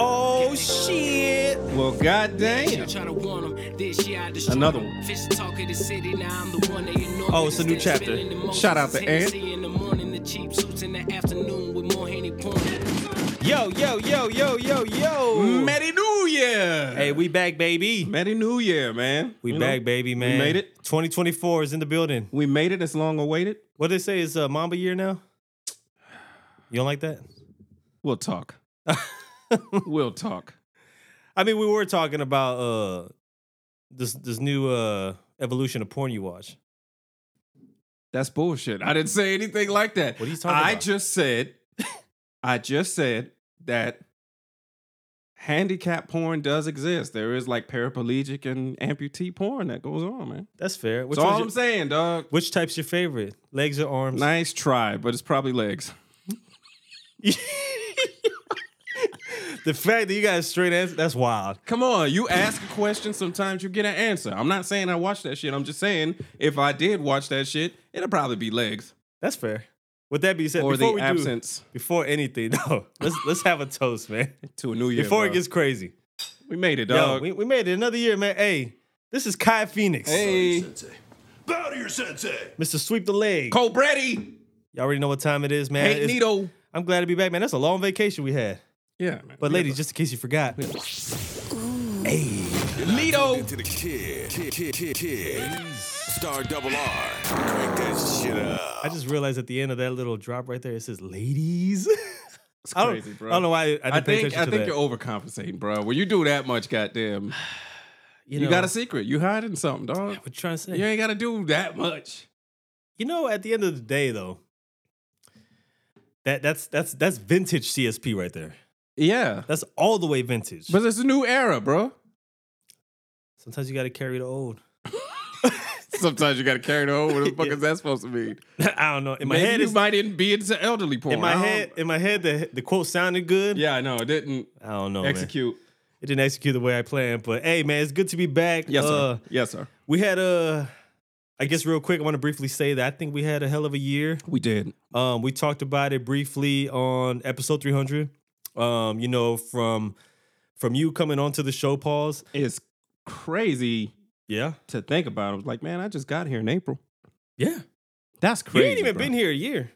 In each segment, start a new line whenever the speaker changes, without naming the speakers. Oh shit! Well, goddamn.
Try to warn 'em, then she I destroy
Another
'em.
one.
Fish talk of the city, now I'm the one they ignore.
Oh, it's a new chapter. Shout out to Ant.
In the morning, the cheap suits in the afternoon with more Henny porn.
Yo, yo, yo, yo, yo, yo.
Merry New Year!
Hey, we back, baby.
Merry New Year, man.
We
You know,
back, baby, man.
made it.
2024 is in the building.
We made it. It's long awaited.
What they say is uh, Mamba year now? You don't like that?
We'll talk. we'll talk.
I mean, we were talking about uh this this new uh evolution of porn you watch.
That's bullshit. I didn't say anything like that.
What are you talking
I
about?
just said, I just said that handicap porn does exist. There is like paraplegic and amputee porn that goes on, man.
That's fair. Which,
That's all
one's
I'm
your-
saying, dog.
which type's your favorite? Legs or arms?
Nice try, but it's probably legs.
The fact that you got a straight answer, that's wild.
Come on, you ask a question, sometimes you get an answer. I'm not saying I watch that shit. I'm just saying if I did watch that shit, it'll probably be legs
That's fair. With that being said,
or
before
the
we do,
absence
before anything, no, let's let's have a toast, man.
to a new year.
Before
bro.
it gets crazy.
we made it,
Yo,
dog.
we, we made it another year, man. Hey, this is Kai Phoenix,
hey,
Bow to your sensei.
Mr. Sweep the Leg.
Colbretti,
Y'all already know what time it is, man.
hey
It's-
Nito.
I'm glad to be back, man. That's a long vacation we had.
Yeah, man.
But, ladies, just in case you forgot,
Nito.
Into the kid, kid, kid, kid, kid. Star double R. Crank that shit up.
I just realized at the end of that little drop right there, it says ladies.
It's
I, don't,
crazy, bro.
I don't know why I didn't
I
pay
think
attention
I
to
think
that.
you're overcompensating, bro. When you do that much, goddamn, you,
know,
got a secret. You hiding something, dog.
What you trying to say?
You ain't gotta do that much.
You know, at the end of the day, though, that that's that's that's vintage CSP right there.
Yeah,
That's all the way vintage.
but it's a new era, bro.
Sometimes you got to carry the old.
Sometimes you gotta carry the over. What the fuck
Yeah.
is that supposed to mean?
I don't know. In my
Maybe
head,
you
it's,
might even be into elderly porn.
in my
I don't-
head, in my head, the the quote sounded good.
Yeah, I know. It didn't
I don't know. Oh, man.
execute.
It didn't execute the way I planned, but hey, man, it's good to be back.
Yes, sir.
Uh,
yes, sir.
We had a. I guess real quick, I want to briefly say that I think we had a hell of a year.
We did.
Um, we talked about it briefly on episode 300. Um, you know, from from you coming onto the show, pause.
It's crazy
Yeah,
to think about. I was like, man, I just got here in April.
yeah.
That's
You
crazy.
ain't even
bro.
been here a year.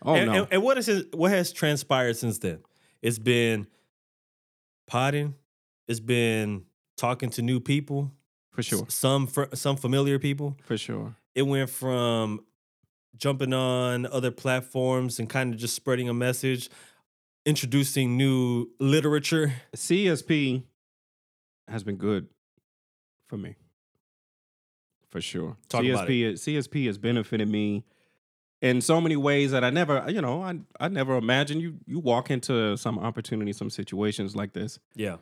Oh
and,
no.
and, and what is what has transpired since then? It's been potting. It's been talking to new people.
for sure.
s- Some fr- some familiar people.
For sure.
it went from jumping on other platforms and kind of just spreading a message, introducing new literature.
CSP has been good for me. For sure.
Talk
CSP
about
CSP has benefited me in so many ways that I never, you know, I I never imagined you you walk into some opportunity, some situations like this.
Yeah.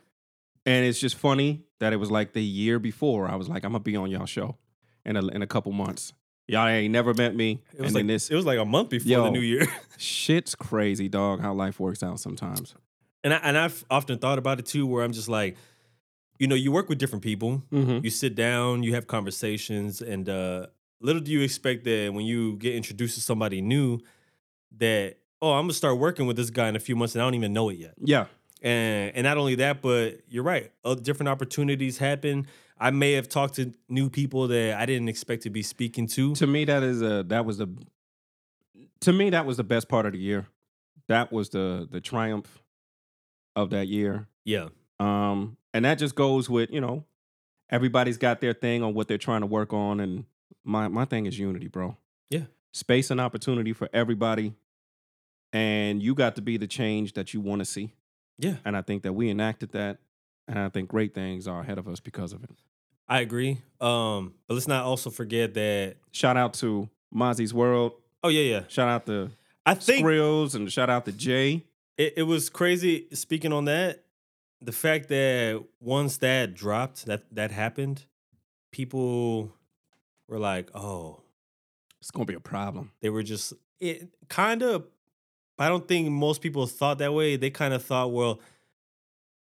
And it's just funny that it was like the year before. I was like, I'm gonna be on y'all show in a, in a couple months. Y'all ain't never met me.
It was
and
like
then this
it was like a month before
Yo.
the new year.
shit's crazy, dog. How life works out sometimes.
And I and I've often thought about it too, where I'm just like, you know, you work with different people.
Mm-hmm.
You sit down, you have conversations, and uh little do you expect that when you get introduced to somebody new, that, oh, I'm gonna start working with this guy in a few months and I don't even know it yet.
Yeah,
And and not only that, but you're right. Uh, different opportunities happen. I may have talked to new people that I didn't expect to be speaking to.
to me that is a that was the to me that was the best part of the year. That was the the triumph of that year.
Yeah,
Um, and that just goes with you know everybody's got their thing on what they're trying to work on, and my my thing is unity, bro.
Yeah.
space and opportunity for everybody, and you got to be the change that you want to see.
yeah,
And I think that we enacted that, and I think great things are ahead of us because of it.
I agree. Um, but let's not also forget that.
Shout out to Mozzie's World.
Oh yeah, yeah.
Shout out to
I think
Skrills, and shout out to Jay.
it, it was crazy. Speaking on that, the fact that once that dropped, that that happened, people were like, oh,
It's gonna be a problem.
they were just it kind of i don't think most people thought that way they kind of thought well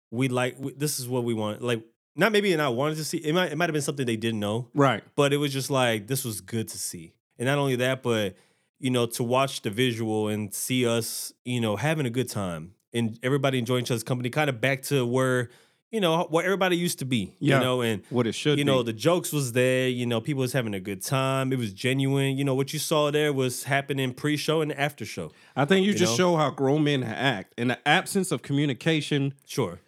we like we, this is what we want like not maybe not wanted to see it might it might have been something they didn't know
Right.
but it was just like this was good to see and not only that but you know to watch the visual and see us you know having a good time and everybody enjoying each other's company, kind of back to where you know where everybody used to be.
Yeah.
You know, and
What it should
you
be.
know the jokes was there. You know, people was having a good time. It was genuine. You know what you saw there was happening pre-show and after show.
I think you,
you
just
know?
show how grown men act. In the absence of communication,
Sure,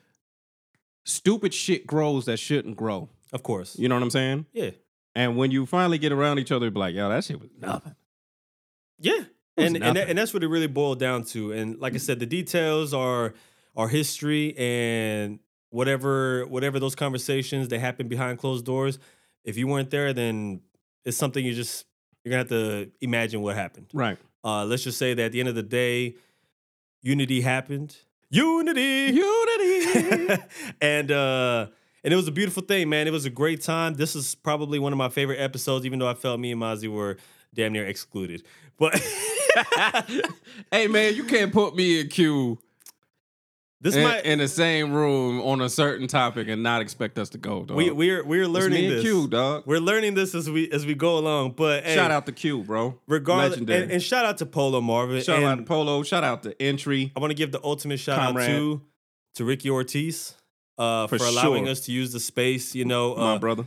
stupid shit grows that shouldn't grow.
of course.
You know what I'm saying?
Yeah,
And when you finally get around each other, be like, yo, that shit was nothing.
yeah.
was
And and, that,
nothing.
and that's what it really boiled down to. And like I said, the details are are history and whatever whatever those conversations that happen behind closed doors. If you weren't there, then it's something you just you're gonna have to imagine what happened.
Right.
Uh, let's just say that at the end of the day, unity happened. Unity,
Unity.
and uh, and it was a beautiful thing, man. It was a great time. This is probably one of my favorite episodes, even though I felt me and Mozzie were damn near excluded. But
hey, man, you can't put me in Q
this
in,
might
in the same room on a certain topic and not expect us to go, dog.
we we're we're
uh, It's
learning
me and
this.
Q, dog.
We're learning this as we as we go along. But hey,
Shout out to Q, bro.
regardless, and,
Legendary.
and shout out to Polo Marvin.
shout out
and
to Polo. Shout out to Entry.
I want to give the ultimate shout
Comrade.
out to to Ricky Ortiz uh,
For
for, allowing
sure.
us to use the space. You know,
My
uh,
brother.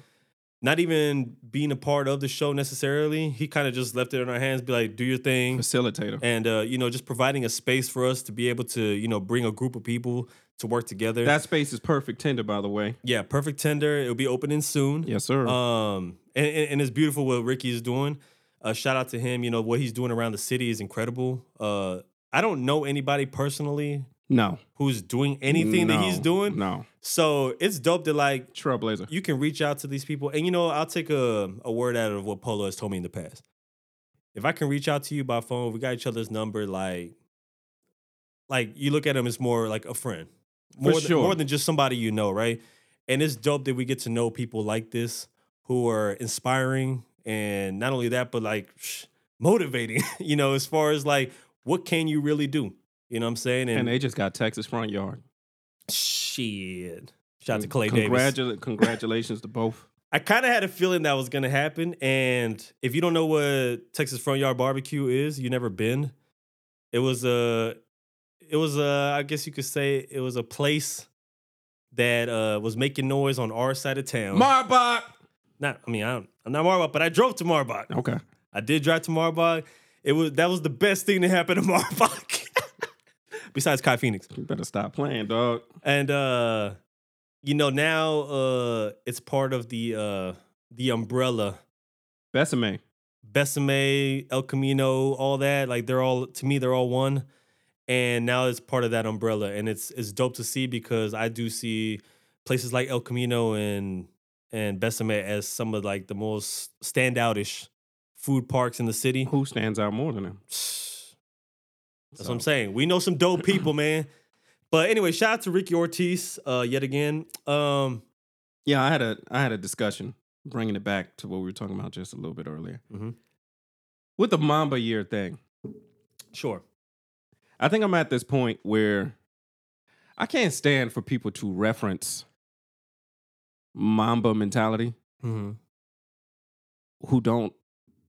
not even being a part of the show necessarily. He kind of just left it in our hands, be like, do your thing.
Facilitator.
And, uh, you know, just providing a space for us to be able to, you know, bring a group of people to work together.
That space is perfect tender, by the way.
yeah, Perfect Tender. It'll be opening soon.
Yes, sir.
Um, and, and, and it's beautiful what Ricky is doing. Uh, shout out to him. You know, what he's doing around the city is incredible. Uh, I don't know anybody personally
no.
who's doing anything that he's
No.
doing.
No.
So it's dope that, like,
Trailblazer.
you can reach out to these people. And you know, I'll take a, a word out of what Polo has told me in the past. If I can reach out to you by phone, we got each other's number, like like you look at him as more like a friend. More than,
sure.
more than just somebody you know, right? And it's dope that we get to know people like this who are inspiring and not only that, but like psh, motivating, you know, as far as like what can you really do? You know what I'm saying?
and they just got Texas front yard.
shit. Shout out to Clay Davis.
Congratula- Congratulations to both.
I kind of had a feeling that was gonna happen. And if you don't know what Texas Front Yard Barbecue is, you never been. It was a, it was a, I guess you could say it was a place that uh, was making noise on our side of town.
Marbach.
not, I mean, I don't, I'm not Marbach, but I drove to Marbach.
Okay.
I did drive to Marbach. It was that was the best thing that happened to Marbach, besides Kai Phoenix.
You better stop playing, dog.
And uh, you know now uh, it's part of the uh, the umbrella.
Besame.
Besame, El Camino, all that. Like they're all to me, they're all one. And now it's part of that umbrella, and it's it's dope to see because I do see places like El Camino and and Besame as some of like the most standoutish food parks in the city.
Who stands out more than him?
That's what I'm saying. We know some dope people, man. But anyway, shout out to Ricky Ortiz uh, yet again. Um,
Yeah, I had a I had a discussion bringing it back to what we were talking about just a little bit earlier
Mhm.
with the Mamba year thing.
sure,
I think I'm at this point where I can't stand for people to reference Mamba mentality Mm-hmm. who don't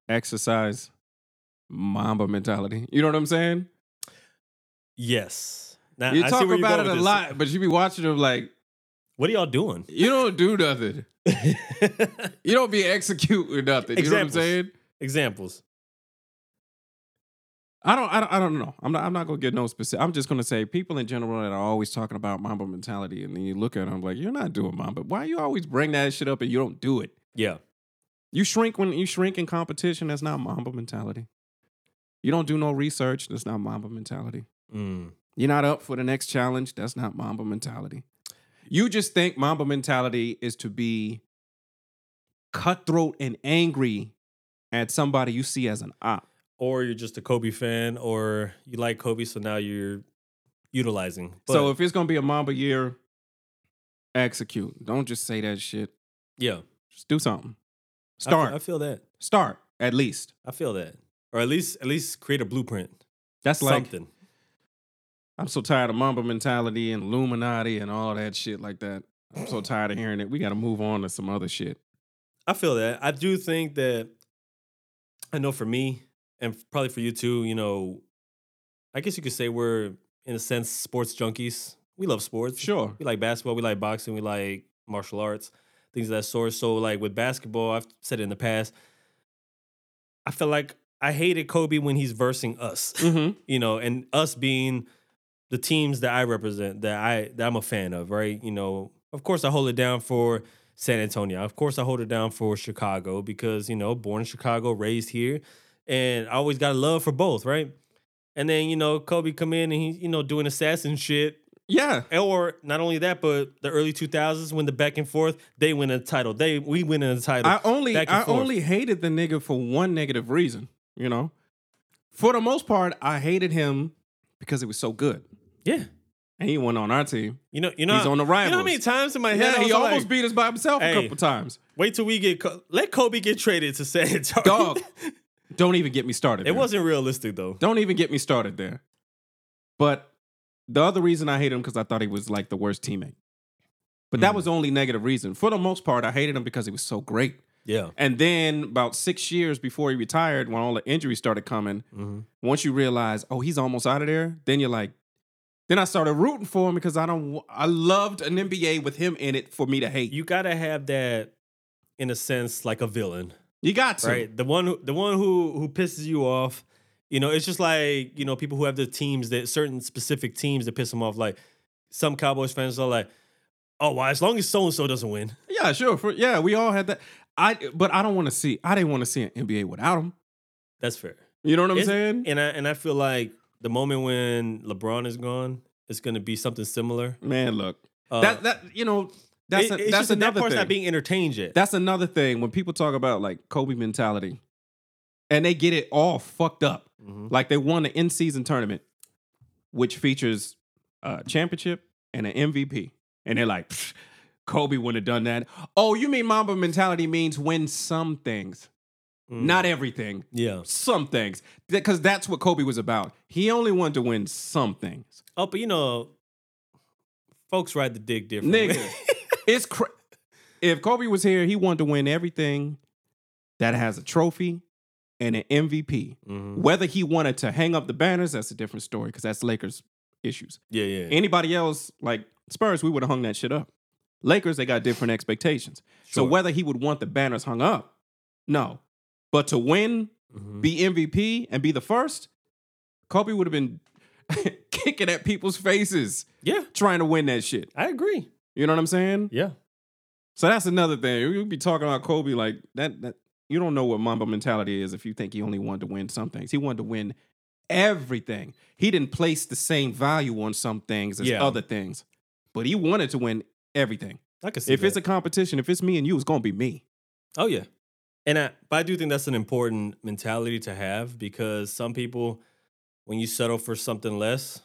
exercise Mamba mentality. You know what I'm saying?
yes. Now,
You
I see
talk
where you're
about
going
it a
with this.
lot, but you be watching them like
What are y'all doing?
you don't do nothing. You don't be executing nothing. You know what I'm
Examples.
saying?
Examples.
I don't, I don't, I don't know. I'm not, I'm not gonna get no specific. I'm just gonna say people in general that are always talking about Mamba mentality, and then you look at them like you're not doing Mamba. Why you always bring that shit up and you don't do it?
Yeah.
You shrink when you shrink in competition. That's not Mamba mentality. You don't do no research. That's not Mamba mentality.
Mm.
You're not up for the next challenge. That's not Mamba mentality. You just think Mamba mentality is to be cutthroat and angry at somebody you see as an op.
Or you're just a Kobe fan, or you like Kobe, so now you're utilizing. But,
so if it's gonna be a Mamba year, execute. Don't just say that shit.
yeah, I fe-
Just do something. Start.
I, feel that.
Start at least.
I feel that. Or at least, at least create a blueprint.
That's like
Something.
I'm so tired of Mamba mentality and Illuminati and all that shit like that. I'm so tired of hearing it. We got to move on to some other shit.
I feel that. I do think that. I know for me, and probably for you too. You know, I guess you could say we're in a sense, sports junkies. We love sports.
Sure.
We like basketball. We like boxing. We like martial arts, things of that sort. So, like with basketball, I've said it in the past. I feel like I hated Kobe when he's versing us,
Mm-hmm.
you know, and us being the teams that I represent, that I that I'm a fan of, right? You know, of course I hold it down for San Antonio. Of course I hold it down for Chicago because you know, born in Chicago, raised here, and I always got a love for both, right? And then you know, Kobe come in and he you know doing assassin shit,
Yeah.
or not only that, but the early 2000s when the back and forth, they win a title. They we win a title.
I only
back and
I
forth.
only hated the nigga for one negative reason, you know. For the most part, I hated him because it was so good.
yeah.
And he wasn't on our team.
You know, you know,
He's on the
You know how
rivals.
many times in my head
Yeah,
I was
he almost
like,
beat us by himself
Hey.
a couple times.
Wait till we get Co- let Kobe get traded to San Antonio.
Dog, don't even get me started.
it
there.
wasn't realistic though.
Don't even get me started there. But the other reason I hated him because I thought he was like the worst teammate. But
Hmm.
that was the only negative reason. For the most part, I hated him because he was so great.
Yeah.
And then about six years before he retired, when all the injuries started coming,
Mm-hmm.
once you realize, oh, he's almost out of there, then you're like, then I started rooting for him because I don't, wa- I loved an NBA with him in it for me to hate. You,
You gotta have that, in a sense, like a villain,
got to.
right? The one, who, the one who who pisses you off. You know, it's just like you know people who have the teams that certain specific teams that piss them off. Like some Cowboys fans are like, "Oh, well, as long as so and so doesn't win,
Yeah, sure. For, yeah, we all had that. I, but I don't want to see, I didn't want to see an NBA without him.
that's fair."
You know what I'm
It's-
saying?
And I and I feel like the moment when LeBron is gone, it's gonna be something similar.
Man, look.
Uh,
that that you know that's
it-
a-
it's
that's
just that that
another
part's
thing.
not being entertained yet.
that's another thing when people talk about like Kobe mentality, and they get it all fucked up.
Mhm.
Like they won the in season tournament, which features a championship and an MVP, and they're like, "Pfft, Kobe wouldn't have done that. Oh, you mean Mamba mentality means win some things,
Mm.
not everything.
yeah.
Some things, because that's what Kobe was about. He only wanted to win some things.
Oh, but you know, folks ride the dick differently.
Nigga, it's cra- if Kobe was here, he wanted to win everything that has a trophy and an MVP.
Mhm.
Whether he wanted to hang up the banners, that's a different story because that's Lakers issues.
Yeah, yeah.
Anybody else like Spurs, we would have hung that shit up. Lakers, they got different expectations. So
Sure.
whether he would want the banners hung up, no. But to win,
Mhm.
be MVP, and be the first, Kobe would have been kicking at people's faces
Yeah,
trying to win that shit.
I agree.
You know what I'm saying?
Yeah.
So that's another thing. You'll be talking about Kobe like that. that you don't know what Mamba mentality is if you think he only wanted to win some things. He wanted to win everything. He didn't place the same value on some things as
Yeah.
other things, but he wanted to win everything.
I can see
if it's a competition, if it's me and you, it's gonna be me.
Oh yeah, and I but I do think that's an important mentality to have because some people, when you settle for something less,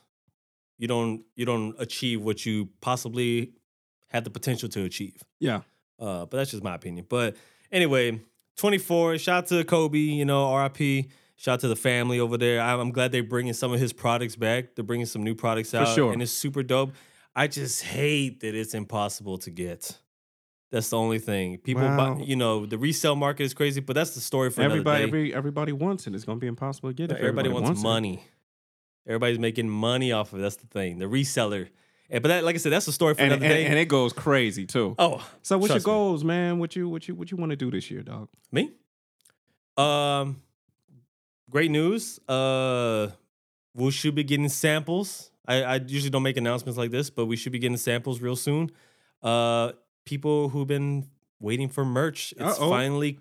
you don't you don't achieve what you possibly had the potential to achieve.
Yeah,
Uh, but that's just my opinion. But anyway, 24. Shout out to Kobe. You know, RIP. Shout out to the family over there. I'm, I'm glad they're bringing some of his products back. They're bringing some new products out,
sure.
and it's super dope. I just hate that it's impossible to get. That's the only thing. People,
Wow.
buy, you know, the resale market is crazy, but that's the story for another
everybody,
day.
every, everybody wants it. It's gonna be impossible to get.
But
if
everybody, wants,
it.
money. Everybody's making money off of it. That's the thing. The reseller. And, but that, like I said, that's the story for
and,
another
and-
day.
and it goes crazy too.
oh,
so what's your
trust me.
goals, man? What you what you what you want to do this year, dog?
Me? Um, great news. Uh, we should be getting samples. I, I usually don't make announcements like this, but we should be getting samples real soon. Uh, people who've been waiting for merch, it's
Uh-oh.
finally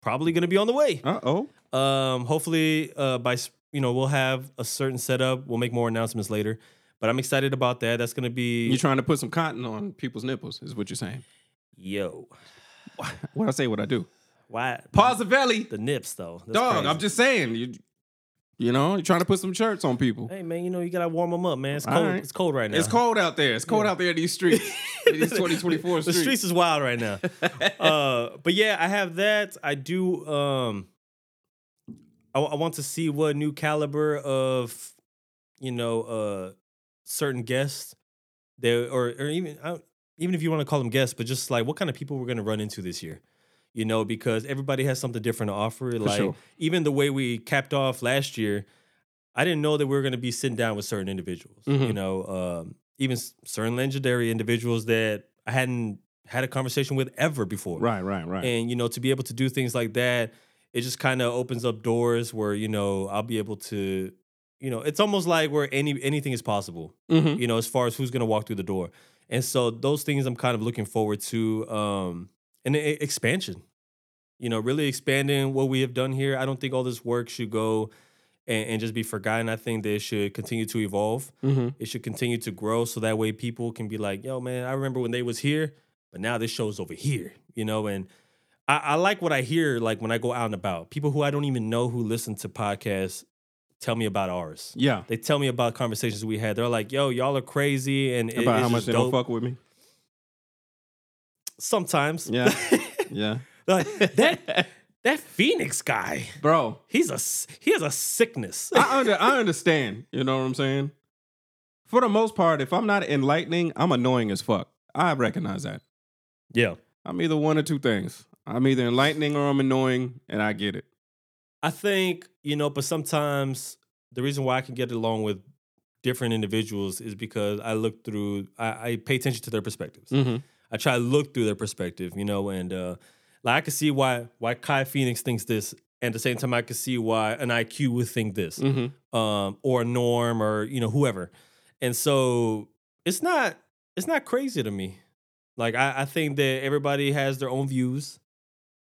probably gonna be on the way.
Uh oh.
Um, hopefully, uh, by s- you know, we'll have a certain setup. We'll make more announcements later, but I'm excited about that. That's gonna be
You're trying to put some cotton on people's nipples, is what you're saying.
yo.
What I say, what I do.
Why
Posivelli,
the nips though? That's
dog.
crazy.
I'm just saying, you, you know, you're trying to put some shirts on people.
Hey man, you know you gotta warm them up, man. It's
All
cold.
right.
It's cold right now.
It's cold out there. It's cold out there in these streets. in these 2024
The
streets.
streets is wild right now. uh, but yeah, I have that. I do. Um, I, I want to see what new caliber of, you know, uh, certain guests there, or or even I, even if you want to call them guests, but just like what kind of people we're gonna run into this year. You know, because everybody has something different to offer. like
sure.
even the way we capped off last year, I didn't know that we were going to be sitting down with certain individuals. You
Mhm.
know, um, even s- certain legendary individuals that I hadn't had a conversation with ever before.
Right, right, right.
And you know, to be able to do things like that, it just kind of opens up doors where you know I'll be able to, you know, it's almost like where any anything is possible
Mhm.
you know, as far as who's going to walk through the door. And so those things I'm kind of looking forward to. Um, and e- expansion, you know, really expanding what we have done here. I don't think all this work should go and, and just be forgotten. I think that it should continue to evolve.
Mhm.
It should continue to grow so that way people can be like, yo, man, I remember when they was here, but now this show's over here, you know, and I, I like what I hear like when I go out and about. People who I don't even know who listen to podcasts tell me about ours
Yeah.
they tell me about conversations we had. They're like, "Yo, y'all are crazy," and it-
About
it's
how much
just
they
dope.
don't fuck with me.
Sometimes,
Yeah. Yeah.
They're like, that that Phoenix guy,
Bro,
he's a s- he has a sickness.
I under I understand. You know what I'm saying? For the most part, if I'm not enlightening, I'm annoying as fuck. I recognize that.
yeah,
I'm either one or two things. I'm either enlightening or I'm annoying, and I get it.
I think you know, but sometimes the reason why I can get along with different individuals is because I look through, I, I pay attention to their perspectives.
Mm-hmm.
I try to look through their perspective, you know, and uh, like I can see why why Kai Phoenix thinks this, and at the same time I can see why an IQ would think this.
Mm-hmm.
um, or Norm or you know whoever. And so it's not it's not crazy to me. Like I, I think that everybody has their own views,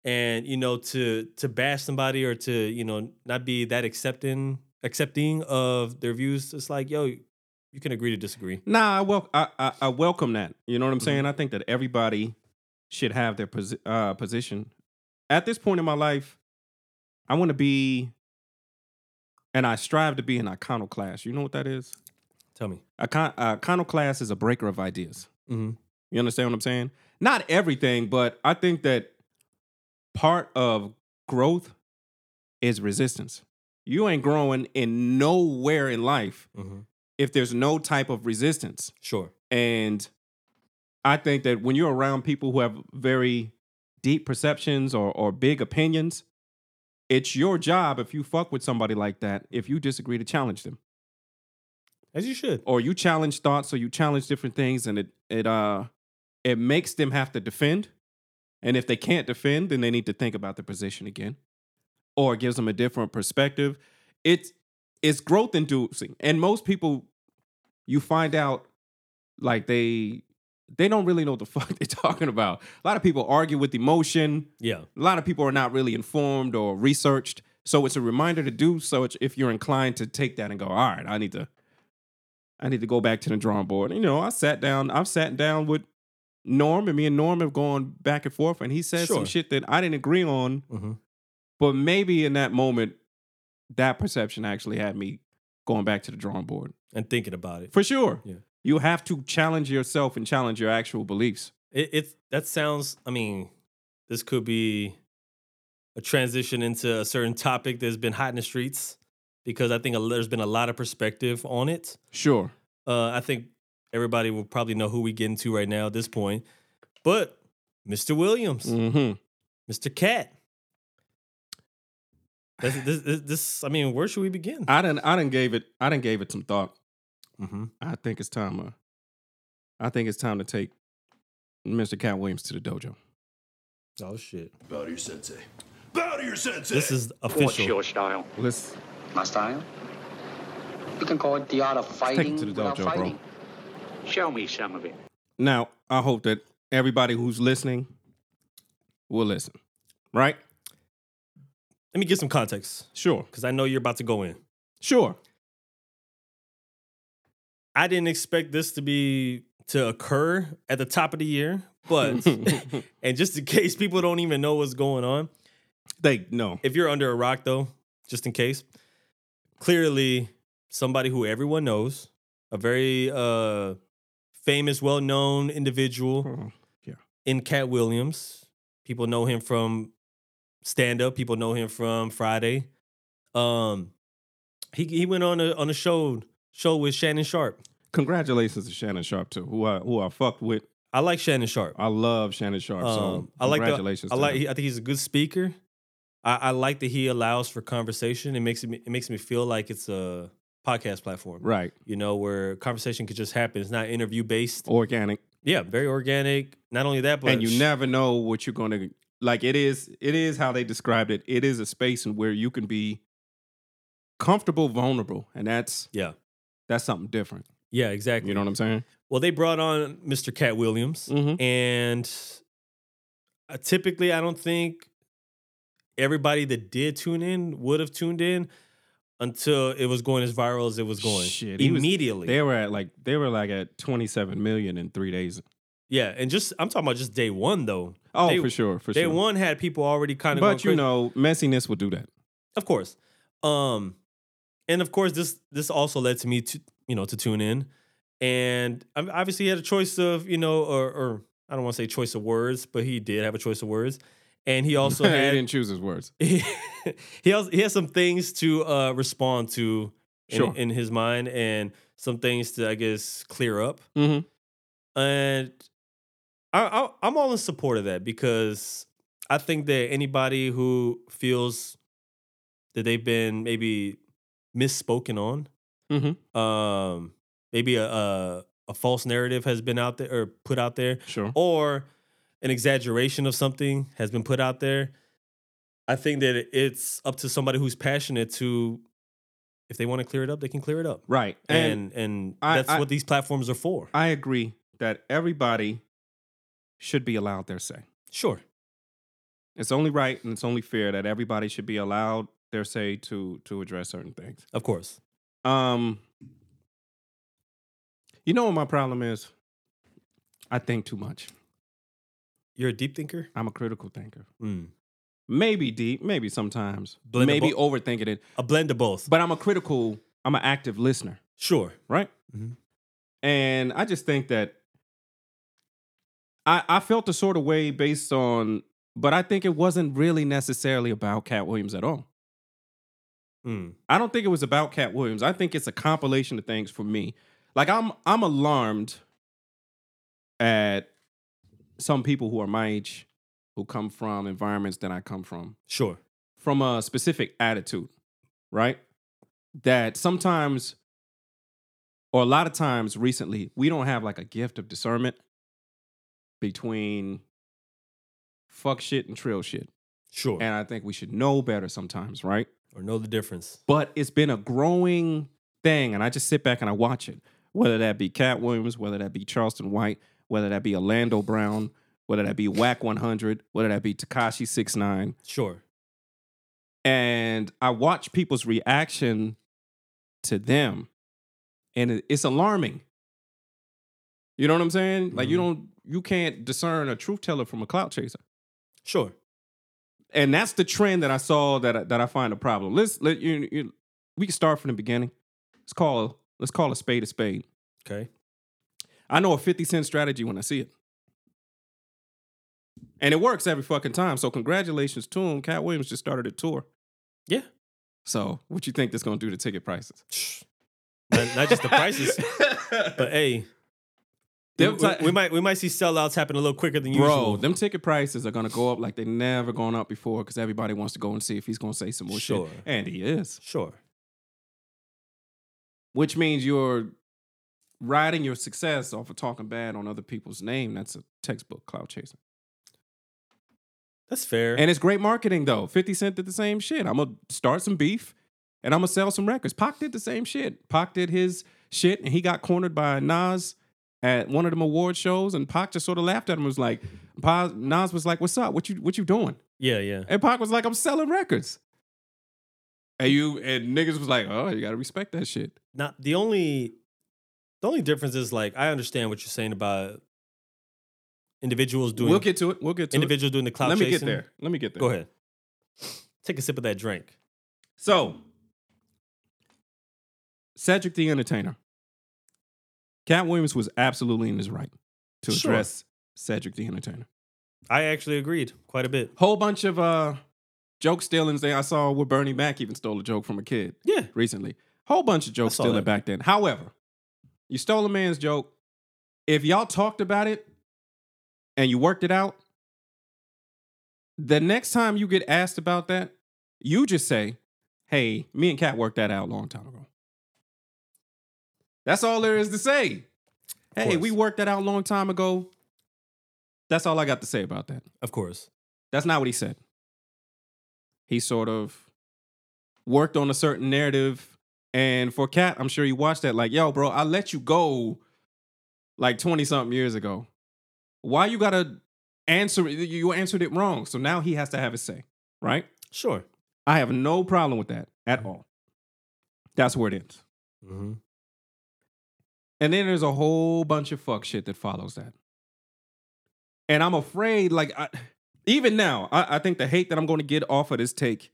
and you know to to bash somebody or to you know not be that accepting accepting of their views. It's like yo, you can agree to disagree.
Nah, I, wel- I, I I welcome that. You know what I'm saying? I think that everybody should have their posi- uh, position. At this point in my life, I want to be, and I strive to be an iconoclast. You know what that is?
Tell me.
Icon- iconoclast is a breaker of ideas.
Mm-hmm.
You understand what I'm saying? Not everything, but I think that part of growth is resistance. You ain't growing in nowhere in life
Mm-hmm.
if there's no type of resistance.
Sure.
And I think that when you're around people who have very deep perceptions or, or big opinions, it's your job if you fuck with somebody like that, if you disagree to challenge them.
As you should.
Or you challenge thoughts or you challenge different things and it it uh it makes them have to defend. And if they can't defend, then they need to think about their position again. Or it gives them a different perspective. It's it's growth inducing. And most people you find out like they they don't really know what the fuck they're talking about. A lot of people argue with emotion.
Yeah.
A lot of people are not really informed or researched. So it's a reminder to do so it's- if you're inclined to take that and go, all right, I need to I need to go back to the drawing board. And, you know, I sat down, I've sat down with Norm and me and Norm have gone back and forth and he said
Sure.
some shit that I didn't agree on.
Mm-hmm.
But maybe in that moment, that perception actually had me going back to the drawing board.
And thinking about it.
For sure.
Yeah.
You have to challenge yourself and challenge your actual beliefs.
It, it's that sounds. I mean, this could be a transition into a certain topic that's been hot in the streets because I think a, there's been a lot of perspective on it.
Sure.
Uh, I think everybody will probably know who we get into right now at this point, but Mr. Williams,
Mm-hmm.
Mr. Cat. This, this, this, this- I mean, where should we begin?
I didn't I didn't gave it I didn't gave it some thought.
mm-hmm.
I think it's time uh, I think it's time to take Mr. Cat Williams to the dojo.
Oh shit!
Bow to your sensei. Bow to your sensei.
This is
What's
official.
your style?
Let's
My style? You can call it the art of
take
fighting
it to the
without
dojo, bro.
fighting. Show me some of it.
Now, I hope that everybody who's listening will listen. Right?
Let me get some context
Sure.
because I know you're about to go in.
Sure.
I didn't expect this to be to occur at the top of the year, but and just in case people don't even know what's going on,
They no.
if you're under a rock though, just in case, clearly somebody who everyone knows, a very uh famous, well-known individual
Oh,
in Cat Williams. People know him from stand up, people know him from Friday. Um he he went on a on a show show with Shannon Sharp.
Congratulations to Shannon Sharp too, who I who I fucked with.
I like Shannon Sharp.
I love Shannon Sharp.
Um,
so
I like
congratulations.
The, I
to
like.
him.
I think he's a good speaker. I, I like that he allows for conversation. It makes me. It makes me feel like it's a podcast platform.
Right.
You know, where conversation could just happen. It's not interview based.
Organic.
Yeah, very organic. Not only that, but
and you never know what you're going to like it is it is how they described it it is a space in where you can be comfortable vulnerable and that's
Yeah.
that's something different
Yeah, exactly.
you know what i'm saying
Well, they brought on Mr. Cat Williams,
Mhm.
and uh, typically, I don't think everybody that did tune in would have tuned in until it was going as viral as it was going.
Shit, he was-
immediately,
they were at like they were like at 27 million in three days
yeah. And just I'm talking about just day one though.
oh
They-
for sure for
day
sure
one had people already kind of,
but you know messiness will do that
of course, um, and of course this this also led to me to you know to tune in, and ob- obviously he had a choice of you know or or I don't want to say choice of words, but he did have a choice of words, and he also
he
had
didn't choose his words
he he has he has some things to uh, respond to in,
Sure.
in his mind and some things to I guess clear up
Mhm.
and I, I I'm all in support of that because I think that anybody who feels that they've been maybe misspoken on
Mhm.
um maybe a, a a false narrative has been out there or put out there
sure
or an exaggeration of something has been put out there, I think that it's up to somebody who's passionate to, if they want to clear it up, they can clear it up.
right
And
and
and
I-
that's
I-
what these platforms are for.
i agree that everybody should be allowed their say
sure.
it's only right and it's only fair that everybody should be allowed their say to to address certain things
Of course.
Um, you know what my problem is? I think too much.
You're a deep thinker?
I'm a critical thinker.
Mm.
Maybe deep, maybe sometimes,
Blend the
maybe
bo-
overthinking it.
A blend of both.
But I'm a critical. I'm an active listener,
sure.
right?
Mhm.
And I just think that I I felt a sort of way based on, but I think it wasn't really necessarily about Cat Williams at all.
Mm.
I don't think it was about Cat Williams. I think it's a compilation of things for me. Like I'm I'm alarmed at some people who are my age who come from environments that I come from
Sure.
from a specific attitude, right? That sometimes or a lot of times recently, we don't have like a gift of discernment between fuck shit and trill shit.
Sure.
And I think we should know better sometimes, right?
or know the difference.
but it's been a growing thing and i just sit back and i watch it whether that be cat williams whether that be charleston white whether that be orlando brown whether that be whack 100 whether that be takashi 69
Sure.
and i watch people's reaction to them and it- it's alarming you know what i'm saying like you
Mhm.
don't you can't discern a truth teller from a clout chaser
Sure.
and that's the trend that I saw that I, that I find a problem. Let's let you, you we can start from the beginning. Let's call let's call a spade a spade.
Okay.
I know a 50 cent strategy when I see it. And it works every fucking time. So congratulations to him. Cat Williams just started a tour.
Yeah.
So what you think that's gonna do to ticket prices?
Not, not just the prices, but hey, we,
Them ti-
we might we might see sellouts happen a little quicker than
Bro,
usual.
them ticket prices are gonna go up like they never gone up before because everybody wants to go and see if he's gonna say some more
Sure.
shit. And he is.
Sure.
which means you're riding your success off of talking bad on other people's name. That's a textbook cloud chasing.
That's fair.
And it's great marketing though. 50 Cent did the same shit. I'm gonna start some beef and I'm gonna sell some records. Pac did the same shit. Pac did his shit and he got cornered by Nas at one of them award shows and Pac just sort of laughed at him and was like, Pa- Nas was like, What's up? What you what you doing?
yeah, yeah.
And Pac was like, I'm selling records. And you and niggas was like, Oh, you gotta respect that shit.
not the only the only difference is like I understand what you're saying about individuals doing
We'll get to it. We'll get to it.
individuals doing the cloud
Let me get
chasing.
there. Let me get there.
Go ahead. Take a sip of that drink.
So, Cedric the Entertainer. Cat Williams was absolutely in his right to
Sure.
address Cedric the Entertainer.
I actually agreed quite a bit.
Whole bunch of uh, joke stealings there. I saw where Bernie Mac even stole a joke from a kid
Yeah.
recently. Whole bunch of joke
saw
stealing
that.
back then. However, you stole a man's joke. If y'all talked about it and you worked it out, the next time you get asked about that, you just say, "Hey, me and Cat worked that out a long time ago." That's all there is to say. Hey,
course.
we worked that out a long time ago. That's all I got to say about that.
Of course.
That's not what he said. He sort of worked on a certain narrative. And for Cat, I'm sure he watched that like, yo, bro, I let you go like 20 something years ago. Why you gotta answer it? You answered it wrong. So now he has to have his say, right?
Sure.
I have no problem with that at all. That's where it ends.
Mm-hmm.
And then there's a whole bunch of fuck shit that follows that. And I'm afraid, like, I, even now, I, I think the hate that I'm going to get off of this take,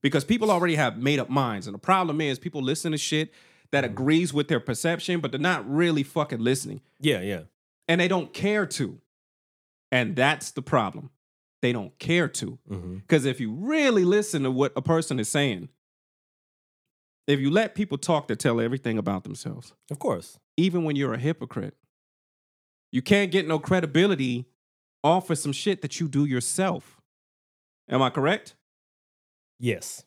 because people already have made up minds. And the problem is, people listen to shit that agrees with their perception, but they're not really fucking listening.
Yeah, yeah.
And they don't care to. And that's the problem. They don't care to.
Mm-hmm.
Because if you really listen to what a person is saying, if you let people talk, they tell everything about themselves
Of course.
even when you're a hypocrite. You can't get no credibility off of some shit that you do yourself. Am I correct?
Yes.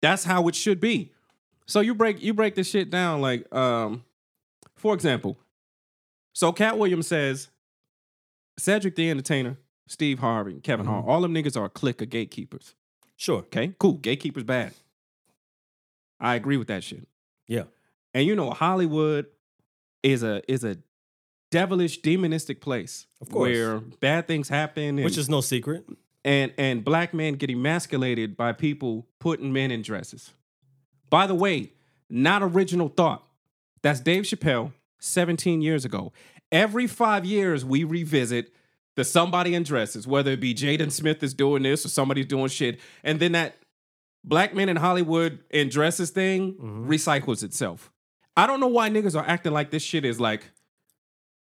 That's how it should be. So you break you break this shit down like um for example. So Cat Williams says Cedric the Entertainer, Steve Harvey, and Kevin Hart, all them niggas are a clique of gatekeepers.
Sure.
Okay? Cool, gatekeepers bad. I agree with that shit.
Yeah.
And you know, Hollywood is a is a devilish, demonistic place.
Of course.
Where bad things happen and,
Which is no secret.
and and black men get emasculated by people putting men in dresses. By the way, not original thought. That's Dave Chappelle 17 years ago. Every five years we revisit the somebody in dresses, whether it be Jaden Smith is doing this or somebody's doing shit. And then that black men in Hollywood in dresses thing recycles itself. I don't know why niggas are acting like this shit is like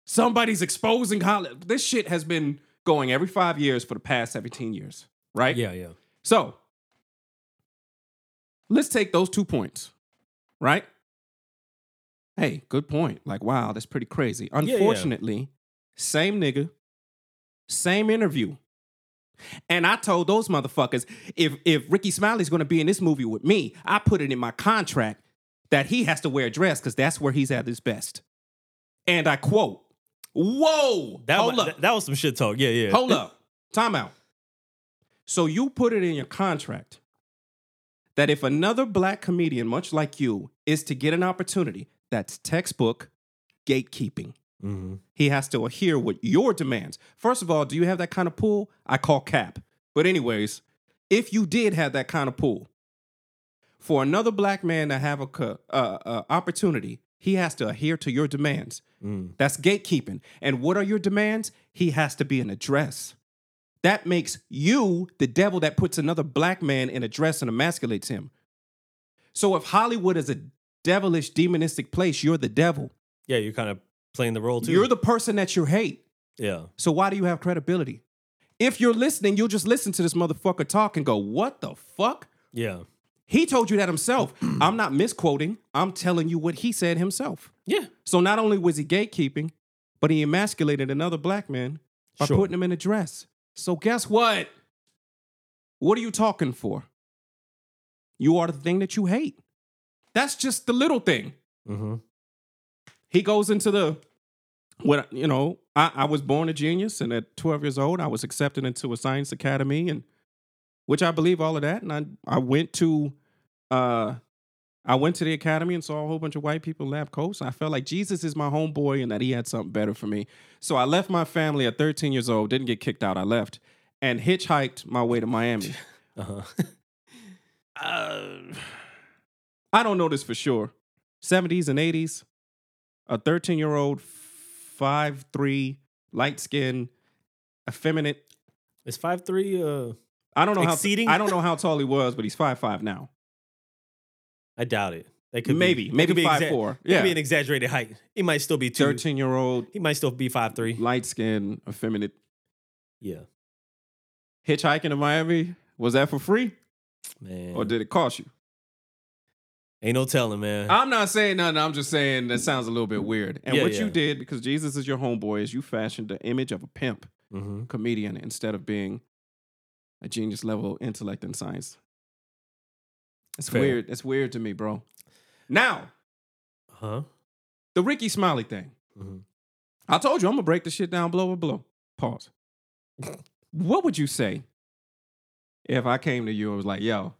somebody's exposing Hollywood. This shit has been going every five years for the past 17 years, right?
Yeah, yeah.
So let's take those two points, right? Hey, good point. Like, wow, that's pretty crazy.
yeah.
Unfortunately, same nigga, same interview. And I told those motherfuckers if if Ricky Smiley's gonna be in this movie with me, I put it in my contract that he has to wear a dress because that's where he's at his best. And I quote, Whoa,
That,
hold
wa-
up.
that, that was some shit talk. Yeah, yeah.
Hold up. Time out. So you put it in your contract that if another black comedian, much like you, is to get an opportunity, that's textbook gatekeeping.
Mm-hmm.
He has to adhere with your demands. First of all, do you have that kind of pool? I call cap. But, anyways, if you did have that kind of pool, for another black man to have a co- uh, uh, opportunity, he has to adhere to your demands. That's gatekeeping. And what are your demands? He has to be in a dress. That makes you the devil that puts another black man in a dress and emasculates him. So if Hollywood is a devilish, demonistic place, you're the devil.
Yeah, you're kind of playing the role too.
You're the person that you hate.
yeah.
So why do you have credibility? If you're listening, you'll just listen to this motherfucker talk and go, what the fuck?
Yeah.
He told you that himself. I'm not misquoting. I'm telling you what he said himself.
Yeah.
So not only was he gatekeeping, but he emasculated another black man by
Sure.
putting him in a dress. So guess what? What are you talking for? You are the thing that you hate. That's just the little thing.
Mm-hmm.
He goes into the when you know, I, I was born a genius, and at 12 years old, I was accepted into a science academy, and which I believe all of that. And I I went to uh I went to the academy and saw a whole bunch of white people in lab coats. And I felt like Jesus is my homeboy and that he had something better for me. So I left my family at 13 years old, didn't get kicked out. I left and hitchhiked my way to Miami.
Uh-huh.
Uh, I don't know this for sure. 70s and 80s, a 13 year old, 5'3, light skinned, effeminate.
Is five three uh
I don't know
Exceeding?
how I don't know how tall he was, but he's 5'5 now.
I doubt it. That could
Maybe.
be, that
Maybe
could be
five four.
Yeah,
Yeah.
could be an exaggerated height. He might still be two.
13 year old,
He might still be five three.
light skinned, effeminate.
Yeah,
Hitchhiking to Miami, was that for free
man.
or did it cost you?
Ain't no telling, man.
I'm not saying nothing. I'm just saying that sounds a little bit weird. And
Yeah,
what
yeah.
you did, because Jesus is your homeboy, is you fashioned the image of a pimp
mm-hmm.
comedian instead of being a genius level intellect in science. It's
Fair. Uh-huh.
weird. It's weird to me, bro. Now,
Huh?
the Ricky Smiley thing.
Mhm.
I told you I'm gonna break the shit down blow by blow. Pause. what would you say if I came to you and was like, yo,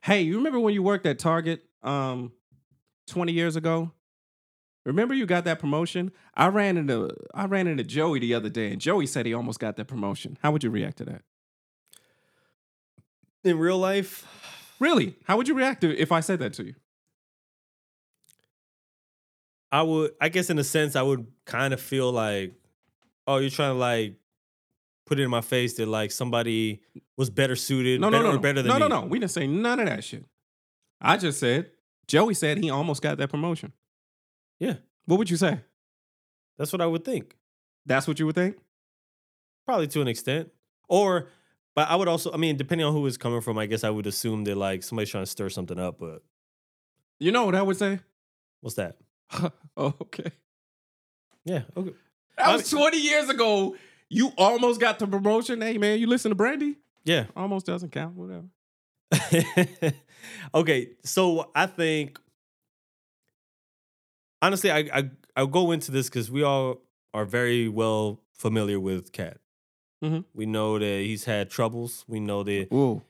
hey, you remember when you worked at Target um 20 years ago? Remember you got that promotion? I ran into I ran into Joey the other day and Joey said he almost got that promotion. How would you react to that?
In real life,
Really? How would you react to if I said that to you?
I would, I guess, in a sense, I would kind of feel like, oh, you're trying to like put it in my face that like somebody was better suited,
No, no,
better,
no,
or
no.
better than
no, no,
me.
no. We didn't say none of that shit. I just said Joey said he almost got that promotion.
Yeah,
What would you say?
that's what I would think,
That's what you would think?
probably to an extent. Or, but I would also, I mean, depending on who it's coming from, I guess I would assume that like somebody's trying to stir something up. But
You know what I would say?
what's that?
oh, okay.
Yeah, okay.
That
I
was 20 years ago. You almost got the promotion. Hey, man, you listen to Brandy?
Yeah.
Almost doesn't count, whatever.
okay, so I think honestly, I I I'll go into this because we all are very well familiar with Cat.
Mhm.
We know that he's had troubles. We know that
Whoa.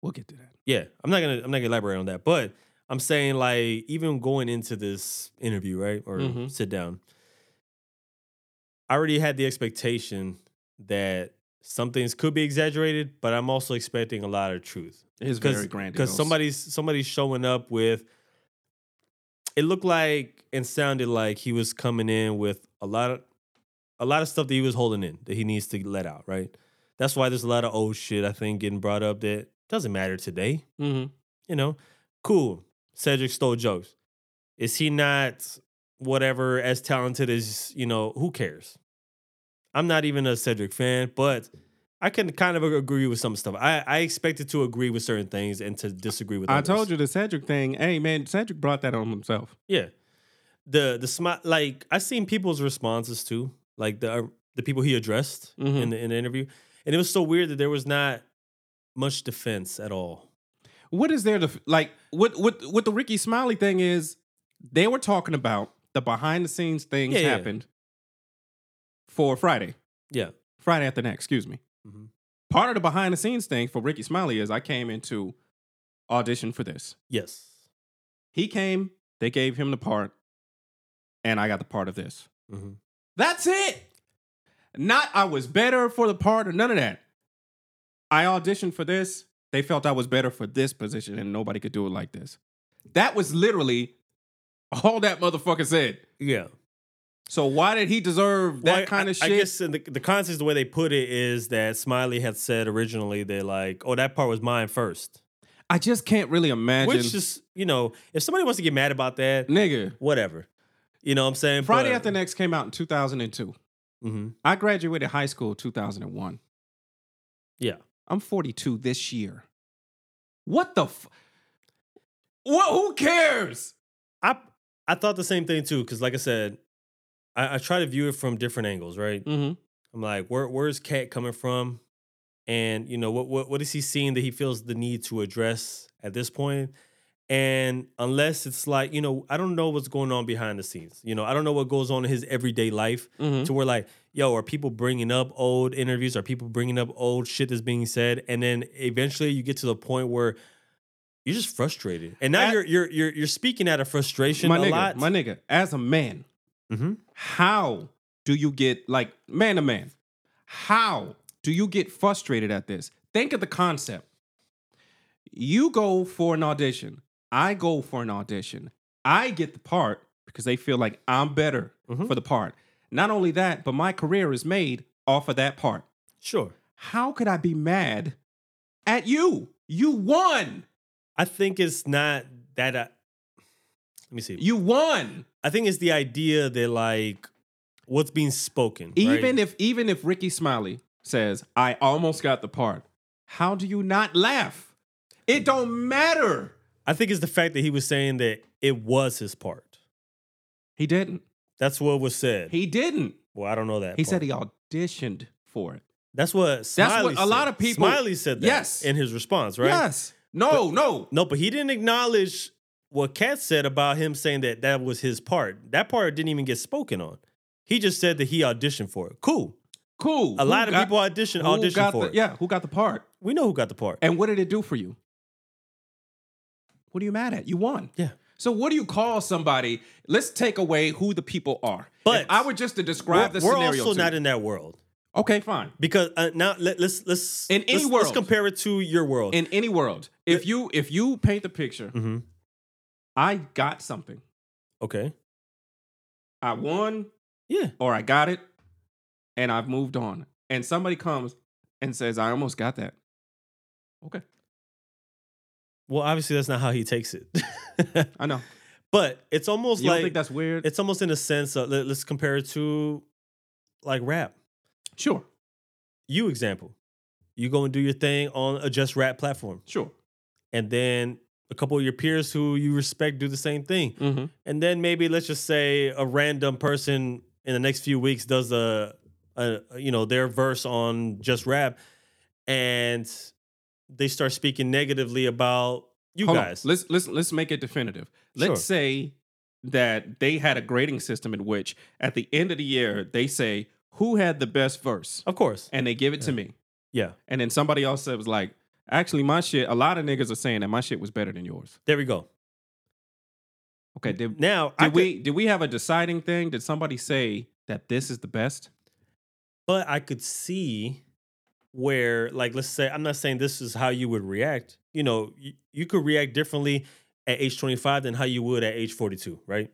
We'll get to that.
yeah. I'm not gonna I'm not gonna elaborate on that, but I'm saying like even going into this interview, right, or
Mhm.
sit down, I already had the expectation that some things could be exaggerated, but I'm also expecting a lot of truth
It's very grandiose.
because somebody's somebody's showing up with it looked like and sounded like he was coming in with a lot of a lot of stuff that he was holding in that he needs to let out right that's why there's a lot of old shit i think getting brought up that doesn't matter today
hmm
you know cool cedric stole jokes is he not whatever as talented as you know who cares i'm not even a cedric fan but i can kind of agree with some stuff i, I expected to agree with certain things and to disagree with
I
others.
told you the Cedric thing. Hey, man, Cedric brought that on himself.
yeah the the smart like i seen people's responses too like the uh, the people he addressed
Mhm.
in the in the interview and it was so weird that there was not much defense at all
what is there to like what what what the Ricky Smiley thing is they were talking about the behind the scenes things
Yeah, yeah.
happened for Friday.
yeah
Friday after next, excuse me.
Mhm.
Part of the behind the scenes thing for Ricky Smiley is I came into audition for this.
yes
He came, they gave him the part, and I got the part of this.
Mhm.
That's it. Not I was better for the part or none of that. I auditioned for this. They felt I was better for this position and nobody could do it like this. That was literally all that motherfucker said.
yeah
So why did he deserve that
Well, I-
kind of
I,
shit?
I guess in the, the context, the way they put it is that Smiley had said originally that like, oh, that part was mine first,
I just can't really imagine.
which is you know, if somebody wants to get mad about that,
nigga.
whatever. You know what I'm saying?
Friday After Next came out in 2002.
hmm
I graduated high school 2001.
Yeah.
I'm 42 this year. What the f- What who cares?
I I thought the same thing too, because like I said, I, I try to view it from different angles, right?
Mhm.
I'm like, where where's Cat coming from? And you know, what what what is he seeing that he feels the need to address at this point? And unless it's like, you know, I don't know what's going on behind the scenes. You know, I don't know what goes on in his everyday life
Mhm.
to where like, yo, are people bringing up old interviews? Are people bringing up old shit that's being said? And then eventually you get to the point where you're just frustrated. And now
At-
you're you're you're you're speaking out of frustration
my
a
nigga,
lot.
my nigga, as a man,
Mhm.
how do you get like man to man? How do you get frustrated at this? Think of the concept. You go for an audition. I go for an audition. I get the part because they feel like I'm better
Mhm.
for the part. Not only that, but my career is made off of that part.
Sure.
How could I be mad at you? You won.
I think it's not that I, let me see.
You won.
I think it's the idea that like what's being spoken.
Even if even if Ricky Smiley says, "I almost got the part," how do you not laugh?
Mm.
It don't matter.
I think it's the fact that he was saying that it was his part.
He didn't.
That's what was said.
He didn't.
well, I don't know that.
He said
part.
he auditioned for it.
That's what Smiley
what a lot
said.
of people-
Smiley said that
Yes.
in his response, right?
Yes. No. no.
No, but he didn't acknowledge what Kat said about him saying that that was his part. That part didn't even get spoken on. He just said that he auditioned for it. Cool.
Cool.
A
Who
lot of
got-
people audition
who
audition
got
for
the-
it.
Yeah, who got the part?
We know who got the part.
And what did it do for you? What are you mad at? You won.
Yeah.
So what do you call somebody? Let's take away who the people are.
But
if I were just to describe
we're,
the
we're
scenario.
also
to
not
you-
in that world
okay, fine.
because uh, now let, let's let's
In any
let's, let's
world.
compare it to your world.
In any world, if you if you paint the picture,
Mhm.
I got something.
okay.
I won
Yeah.
or I got it, and I've moved on. And somebody comes and says, "I almost got that." Okay,
Well, obviously that's not how he takes it.
I know.
but it's almost
You don't
like
think that's weird?
it's almost in a sense of let, let's compare it to like rap.
sure,
You example. You go and do your thing on a just rap platform.
sure.
and then a couple of your peers who you respect do the same thing.
Mm-hmm.
And then maybe let's just say a random person in the next few weeks does a, a you know their verse on just rap, and they start speaking negatively about you
Hold on.
guys.
Let's let's let's make it definitive. Let's
Sure.
say that they had a grading system in which at the end of the year they say who had the best verse
Of course,
and they give it to me.
yeah.
And then somebody else said was like, actually my shit, a lot of niggas are saying that my shit was better than yours.
There we go.
Okay, did, did
Now I could-
we did we have a deciding thing? Did somebody say that this is the best?
but I could see where, like, let's say, I'm not saying this is how you would react. You know, you, you could react differently at age 25 than how you would at age 42, right?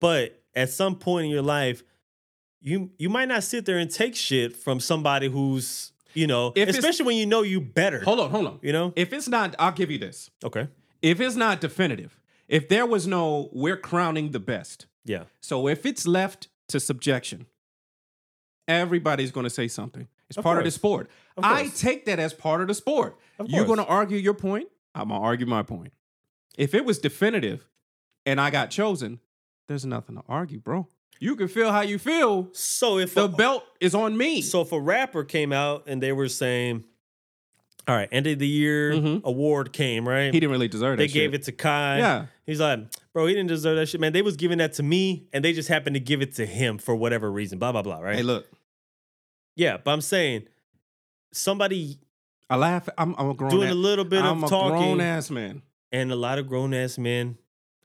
But at some point in your life, you you might not sit there and take shit from somebody who's, you know,
If it's-
especially when you know you better.
Hold on, hold on.
You know?
If it's not, I'll give you this.
Okay.
If it's not definitive, if there was no we're crowning the best,
Yeah.
So if it's left to subjection, everybody's going to say something. It's
Of
part of the
course.
sport.
Of
I
course.
take that as part of the sport.
Of
You're
course.
going to argue your point. I'm going to argue my point. If it was definitive and I got chosen, there's nothing to argue, bro. You can feel how you feel.
So if
The
a-
belt is on me.
So if a rapper came out and they were saying, all right, end of the year
Mhm.
award came, right?
he didn't really deserve
they
that.
gave
shit.
it to Kai.
Yeah.
He's like, bro, he didn't deserve that shit, man. They was giving that to me, and they just happened to give it to him for whatever reason. Blah blah blah. Right?
Hey, look,
yeah, but I'm saying somebody
I laugh. I'm, I'm a grown.
doing
ass,
a little bit
I'm
of
a
talking,
grown ass man.
and a lot of grown ass men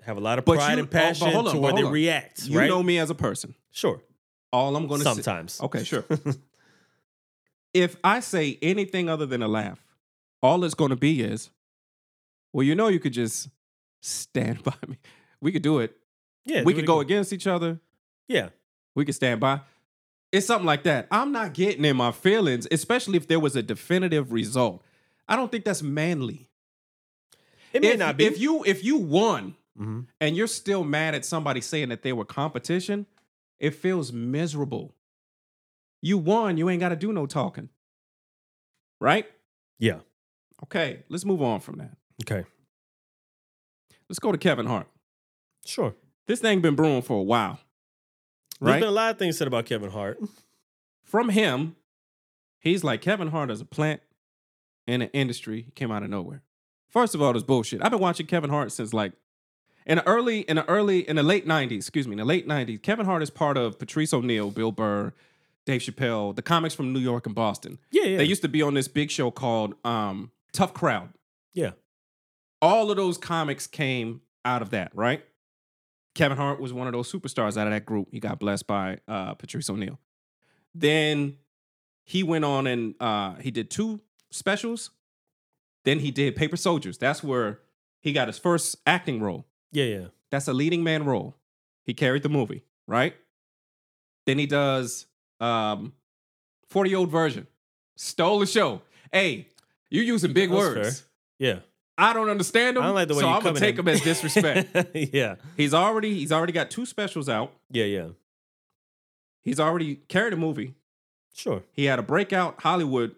have a lot of
But
pride
you-
and passion
oh, but hold on,
to
but
where they
hold on.
react.
You
right?
know me as a person.
sure.
All I'm going to say.
Sometimes.
Okay, sure. if I say anything other than a laugh, all it's going to be is, well, you know, you could just stand by me. We could do it.
yeah,
we
do it
could go
again.
against each other.
Yeah,
We could stand by. It's something like that. I'm not getting in my feelings, especially if there was a definitive result. I don't think that's manly.
it may
if,
not be.
If you if you won
Mhm.
and you're still mad at somebody saying that they were competition, it feels miserable. You won, you ain't got to do no talking. Right?
yeah,
Okay, let's move on from that.
okay,
Let's go to Kevin Hart.
sure.
This thing been brewing for a while,
There's
right?
been a lot of things said about Kevin Hart.
From him, he's like Kevin Hart is a plant in an industry. He came out of nowhere. First of all, this bullshit. I've been watching Kevin Hart since like in the early, in the early, in the late '90s. Excuse me, in the late '90s. Kevin Hart is part of Patrice O'Neill, Bill Burr, Dave Chappelle, the comics from New York and Boston.
Yeah, yeah,
They used to be on this big show called um, Tough Crowd.
yeah.
all of those comics came out of that, right? Kevin Hart was one of those superstars out of that group. He got blessed by uh, Patrice O'Neill. Then he went on and uh, he did two specials. Then he did Paper Soldiers. That's where he got his first acting role.
Yeah, yeah.
That's a leading man role. He carried the movie, right? Then he does um 40 old version. Stole the show. Hey, you using big
That's
words.
fair. Yeah.
I don't understand
I
him.
don't like the way
so
you
I'm gonna
coming
take
at
him
me.
as disrespect.
yeah.
he's already he's already got two specials out.
Yeah, yeah.
He's already carried a movie.
Sure.
He had a breakout Hollywood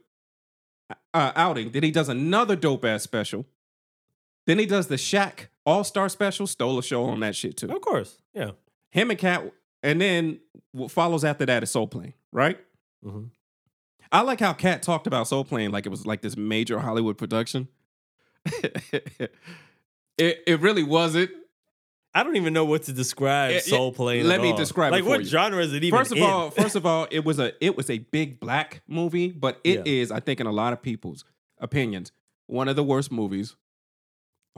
uh, outing. Then he does another dope ass special. Then he does the Shaq All Star special. Stole a show on that shit too.
Of course. Yeah.
Him and Cat, and then what follows after that is Soul Plane, right? Mm-hmm.
Mhm.
I like how Cat talked about Soul Plane like it was like this major Hollywood production. It, it really wasn't.
I don't even know what to describe
Yeah, yeah,
soul playing.
let
at
me
all.
describe it
Like
for
what
you.
genre is it even?
First of
in?
all, first of all, it was a it was a big black movie, but it is,
Yeah.
I think, in a lot of people's opinions, one of the worst movies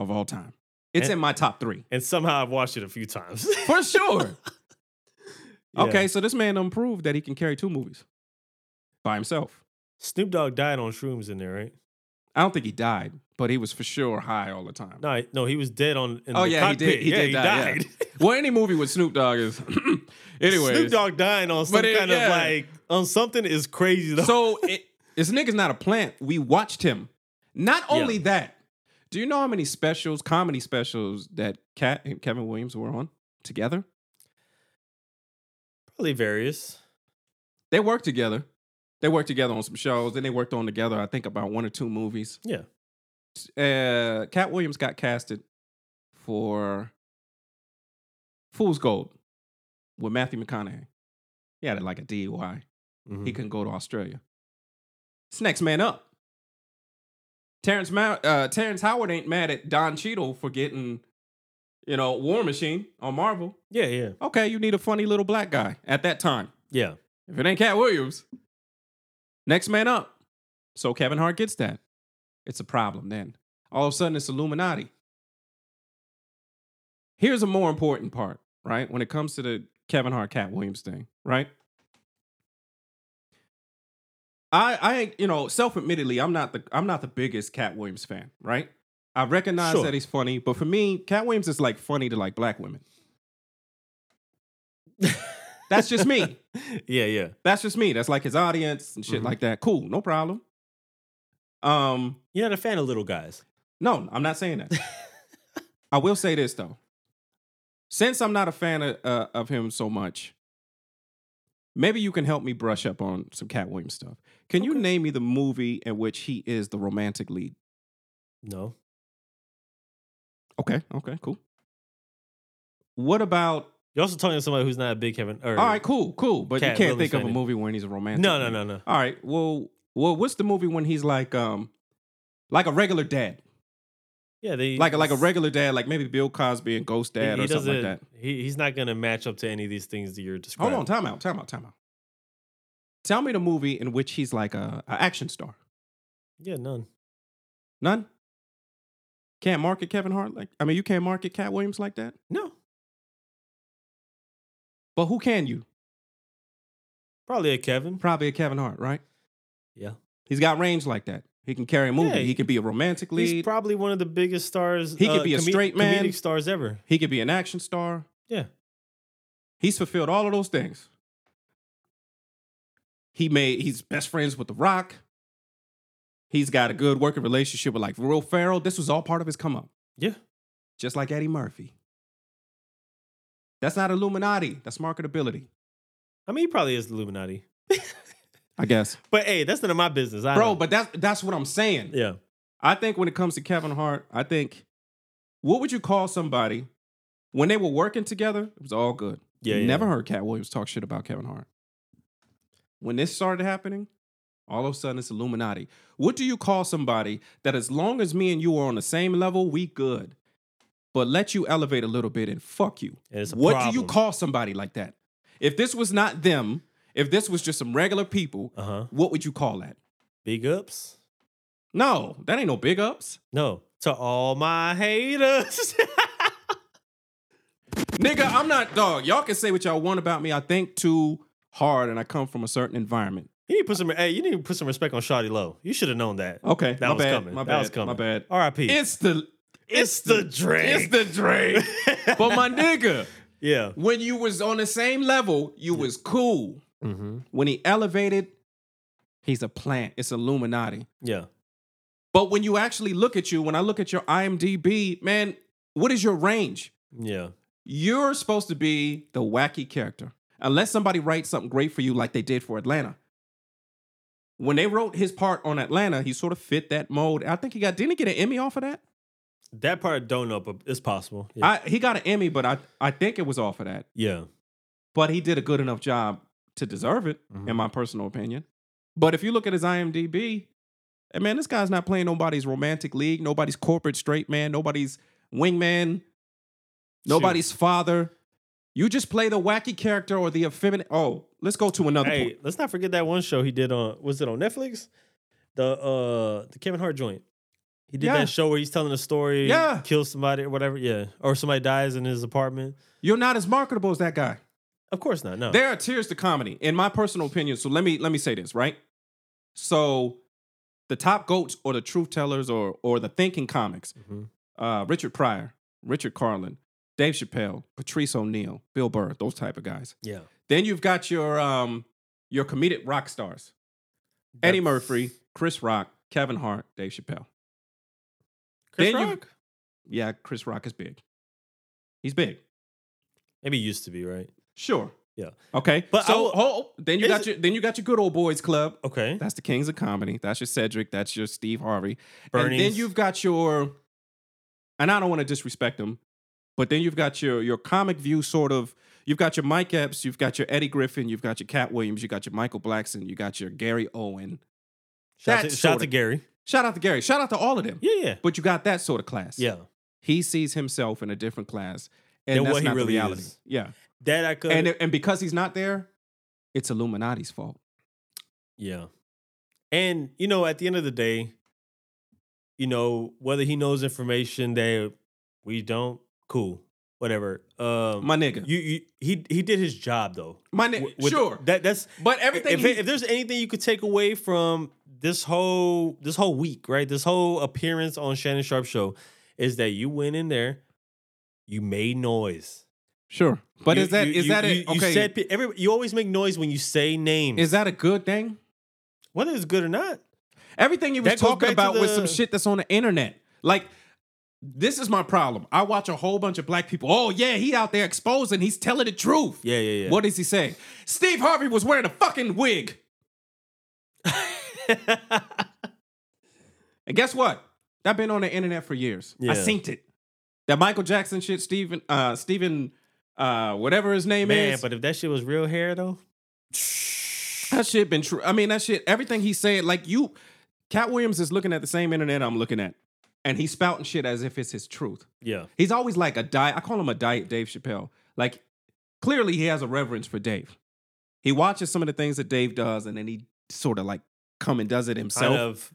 of all time. It's
And-
in my top three
and somehow I've watched it a few times.
for sure.
Yeah.
Okay, so this man done proved that he can carry two movies by himself.
Snoop Dogg died on shrooms in there, right?
I don't think he died, but he was for sure high all the time.
No, no, he was dead on. In
Oh
the
yeah,
cockpit.
he did. He
yeah,
did
he
die, yeah.
died.
well, any movie with Snoop Dogg is. anyway,
Snoop Dogg dying on some
But it-
kind
yeah.
of like on something is crazy though.
So it, this nigga's not a plant. We watched him. Not
Yeah.
only that, do you know how many specials, comedy specials that Cat and Kevin Williams were on together?
Probably various.
They worked together. They worked together on some shows. Then they worked on together. I think about one or two movies.
Yeah.
Uh, Cat Williams got casted for Fool's Gold with Matthew McConaughey. He had like a DUI.
Mhm.
he couldn't go to Australia. It's next man up. Terrence, Ma- uh, Terrence Howard ain't mad at Don Cheadle for getting, you know, War Machine on Marvel.
yeah, yeah,
Okay, you need a funny little black guy at that time.
yeah.
If it ain't Cat Williams, next man up. So Kevin Hart gets that. It's a problem then. All of a sudden, it's Illuminati. Here's a more important part, right? When it comes to the Kevin Hart Cat Williams thing, right? I I ain't, you know, self-admittedly, I'm not the I'm not the biggest Cat Williams fan, right? I recognize
Sure.
that he's funny, but for me, Cat Williams is like funny to like black women. That's just me.
Yeah, yeah.
That's just me. That's like his audience and shit
Mhm.
like that. Cool, no problem. Um,
You're not a fan of little guys.
no, I'm not saying that. I will say this though. Since I'm not a fan of, uh, of him so much, maybe you can help me brush up on some Cat Williams stuff. Can you name me the movie in which he is the romantic lead?
No.
Okay, okay, cool. What about?
You're also talking to somebody who's not a big Kevin. Or,
All right, cool, cool. But
Cat
you can't
Williams
think of a
fan.
movie when he's a romantic.
No, no,
lead.
no, no.
All right. Well, well, what's the movie when he's like, um, like a regular dad?
Yeah, they
like a, like a regular dad, like maybe Bill Cosby and Ghost
he-
Dad
he
or something like that.
doesn't- He, he's not gonna match up to any of these things that you're
Hold
describing.
on, time out, time out, time out. Tell me the movie in which he's like a, a action star.
Yeah, none.
None. Can't market Kevin Hart like I mean, you can't market Cat Williams like that.
No.
But who can you?
Probably a Kevin.
Probably a Kevin Hart, right?
Yeah.
He's got range like that. He can carry a movie.
Yeah,
he can be a romantic
He's
lead.
probably one of the biggest stars. uh,
He could be a straight man.
Comedic stars ever.
he could be an action star.
Yeah.
He's fulfilled all of those things. He made he's best friends with The Rock. He's got a good working relationship with like Will Ferrell. This was all part of his come up,
Yeah.
just like Eddie Murphy. That's not Illuminati. That's marketability,
I mean, he probably is Illuminati.
I guess,
But hey, that's none of my business. I
bro.
don't-
But that's that's what I'm saying.
yeah,
I think when it comes to Kevin Hart, I think what would you call somebody when they were working together? It was all good.
Yeah,
You
yeah.
never heard Cat Williams talk shit about Kevin Hart. When this started happening, all of a sudden it's Illuminati. What do you call somebody that as long as me and you are on the same level, we good, but let you elevate a little bit and fuck you?
And it's a
what do you
problem.
call somebody like that? If this was not them, if this was just some regular people,
Uh-huh.
what would you call that?
big ups.
No, that ain't no big ups.
No, to all my haters.
Nigga, I'm not dog. Y'all can say what y'all want about me. I think too hard and I come from a certain environment.
you need to put some. Hey, you need to put some respect on Shawty Low. You should have known that.
Okay.
that
Oh, my
was
bad,
coming.
My
that
bad.
was coming.
My bad.
R.I.P.
It's the
It's the Drake.
It's the Drake. but my nigga,
yeah.
when you was on the same level, you was cool.
Mm-hmm.
When he elevated, he's a plant. It's Illuminati.
Yeah.
But when you actually look at you, when I look at your IMDb, man, what is your range?
Yeah.
You're supposed to be the wacky character, unless somebody writes something great for you, like they did for Atlanta. When they wrote his part on Atlanta, he sort of fit that mold. I think he got didn't he get an Emmy off of that?
That part don't know, but it's possible. Yeah.
I, he got an Emmy, but I I think it was off of that.
yeah.
But he did a good enough job to deserve it, in my personal opinion. But if you look at his IMDb, and man, this guy's not playing nobody's romantic league, nobody's corporate straight man, nobody's wingman, nobody's father. You just play the wacky character or the effeminate. Oh, let's go to another
Hey,
point.
let's not forget that one show he did on was it on Netflix? The uh the Kevin Hart joint. He did
Yeah.
that show where he's telling a story,
Yeah.
kills somebody or whatever, yeah, or somebody dies in his apartment.
You're not as marketable as that guy.
Of course not. No,
There are tiers to comedy, in my personal opinion. So let me let me say this, right? So the top goats or the truth tellers or or the thinking comics,
Mhm.
uh, Richard Pryor, Richard Carlin, Dave Chappelle, Patrice O'Neill, Bill Burr, those type of guys.
yeah,
Then you've got your um your comedic rock stars. Eddie
That's-
Murphy, Chris Rock, Kevin Hart, Dave Chappelle.
Chris
Then you-
Rock?
Yeah, Chris Rock is big. He's big.
Maybe he used to be right.
Sure.
Yeah.
Okay.
But
But
I
so
will-
oh, then you
is
got
it-
your then you got your good old boys club.
Okay,
That's the Kings of Comedy. That's your Cedric. That's your Steve Harvey. And then
Bernie's.
you've got your, and I don't want to disrespect them, but then you've got your your comic view sort of. You've got your Mike Epps. You've got your Eddie Griffin. You've got your Cat Williams. You got your Michael Blackson. You got your Gary Owen.
shout, to,
that
shout
sorta-
to Gary.
Shout out to Gary. Shout out to all of them.
Yeah, yeah,
But you got that sort of class.
yeah.
He sees himself in a different class, and
Than
that's
what he
not
really
the reality.
is.
Yeah.
That I could.
And it- and because he's not there, it's Illuminati's fault.
Yeah. And, you know, at the end of the day, you know, whether he knows information that we don't, cool. Whatever. Um
My nigga.
You, you he he did his job though.
My name,
Wi- with-
sure.
That that's
but everything.
if,
he-
if there's anything you could take away from this whole this whole week, right? This whole appearance on Shannon Sharp show is that you went in there, you made noise.
Sure, but
You-
is that
you-
is
you-
that a-
you, you
okay?
said pe- every, you always make noise when you say names.
is that a good thing?
whether it's good or not?
Everything you was
That goes
talking
back to
about was some
the-
shit that's on the internet. Like, this is my problem. I watch a whole bunch of black people. Oh yeah, he out there exposing. He's telling the truth.
Yeah, yeah, yeah.
What is he saying? Steve Harvey was wearing a fucking wig. And guess what? That been on the internet for years. I
Yeah.
seen it. That Michael Jackson shit. Stephen. Uh, Stephen. Uh, whatever his name
Man,
is.
but if that shit was real hair though,
That shit been true. I mean, that shit, everything he's saying, like you, Cat Williams is looking at the same internet I'm looking at, and he's spouting shit as if it's his truth.
yeah,
He's always like a diet, I call him a diet Dave Chappelle. Like, clearly he has a reverence for Dave. He watches some of the things that Dave does, and then he sort of like come and does it himself.
kind of.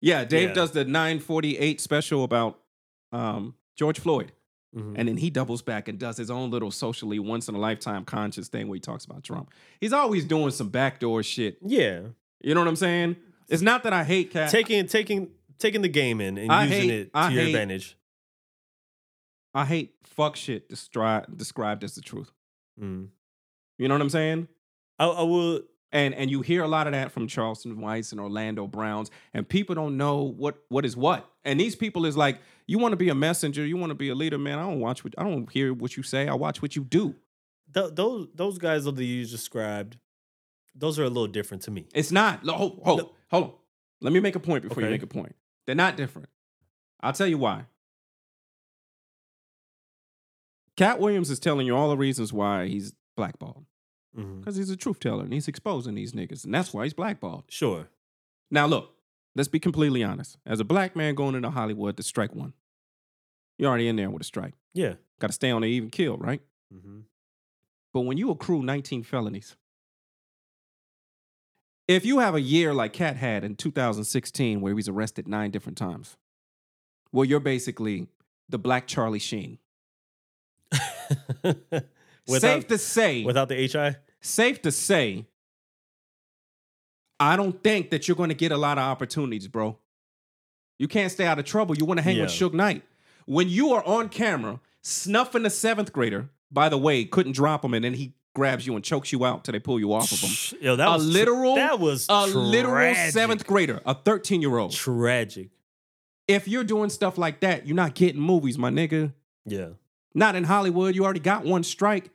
yeah, Dave
yeah.
does the 948 special about um, George Floyd.
Mhm.
And then he doubles back and does his own little socially once in a lifetime conscious thing where he talks about Trump. He's always doing some backdoor shit
Yeah,
you know what I'm saying? It's not that I hate Cat.
taking taking taking the game in and
I
using
hate-
it to
I
your
hate-
advantage.
I hate fuck shit destri- described as the truth.
Mm.
You know what I'm saying?
I, I will.
And and you hear a lot of that from Charleston Whites and Orlando Browns, and people don't know what what is what. And these people is like, you want to be a messenger, you want to be a leader, man. I don't watch what I don't hear what you say. I watch what you do.
Th- those those guys that you described, those are a little different to me.
It's not. lo- Hold, hold,
No.
hold on. Let me make a point before you
Okay.
make a point. They're not different. I'll tell you why. Cat Williams is telling you all the reasons why he's blackballed.
Mhm.
Because he's a truth teller and he's exposing these niggas. And that's why he's blackballed.
Sure.
Now, look, let's be completely honest. As a black man going into Hollywood to strike one, you're already in there with a strike.
Yeah.
Got to stay on the even kill, right?
Mm-hmm.
But when you accrue 19 felonies, if you have a year like Cat had in 2016 where he was arrested nine different times, well, you're basically the black Charlie Sheen. safe
without,
to say,
without the hi.
safe to say, I don't think that you're going to get a lot of opportunities, bro. You can't stay out of trouble. You want to hang with
Yeah.
Suge Knight. When you are on camera snuffing a seventh grader, by the way, couldn't drop him, and then he grabs you and chokes you out till they pull you off of him.
Yo, that
a
was tr-
literal,
That was
a literal
tragic.
seventh grader, a thirteen year old.
Tragic.
If you're doing stuff like that, you're not getting movies, my nigga.
Yeah.
Not in Hollywood. You already got one strike.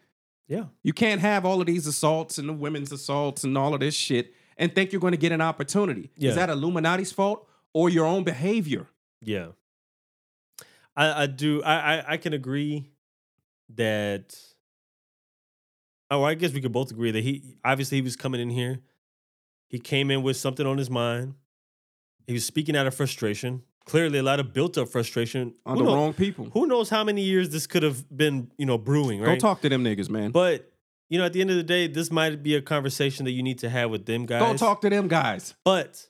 Yeah.
You can't have all of these assaults and the women's assaults and all of this shit and think you're going to get an opportunity.
Yeah.
Is that Illuminati's fault or your own behavior?
Yeah. I, I do I, I I can agree that oh I guess we could both agree that he obviously he was coming in here. He came in with something on his mind. He was speaking out of frustration. clearly a lot of built up frustration
on
Who
the
knows-
wrong people.
Who knows how many years this could have been, you know, brewing, right?
Go talk to them niggas, man.
But you know, at the end of the day, this might be a conversation that you need to have with them guys.
Go talk to them guys.
But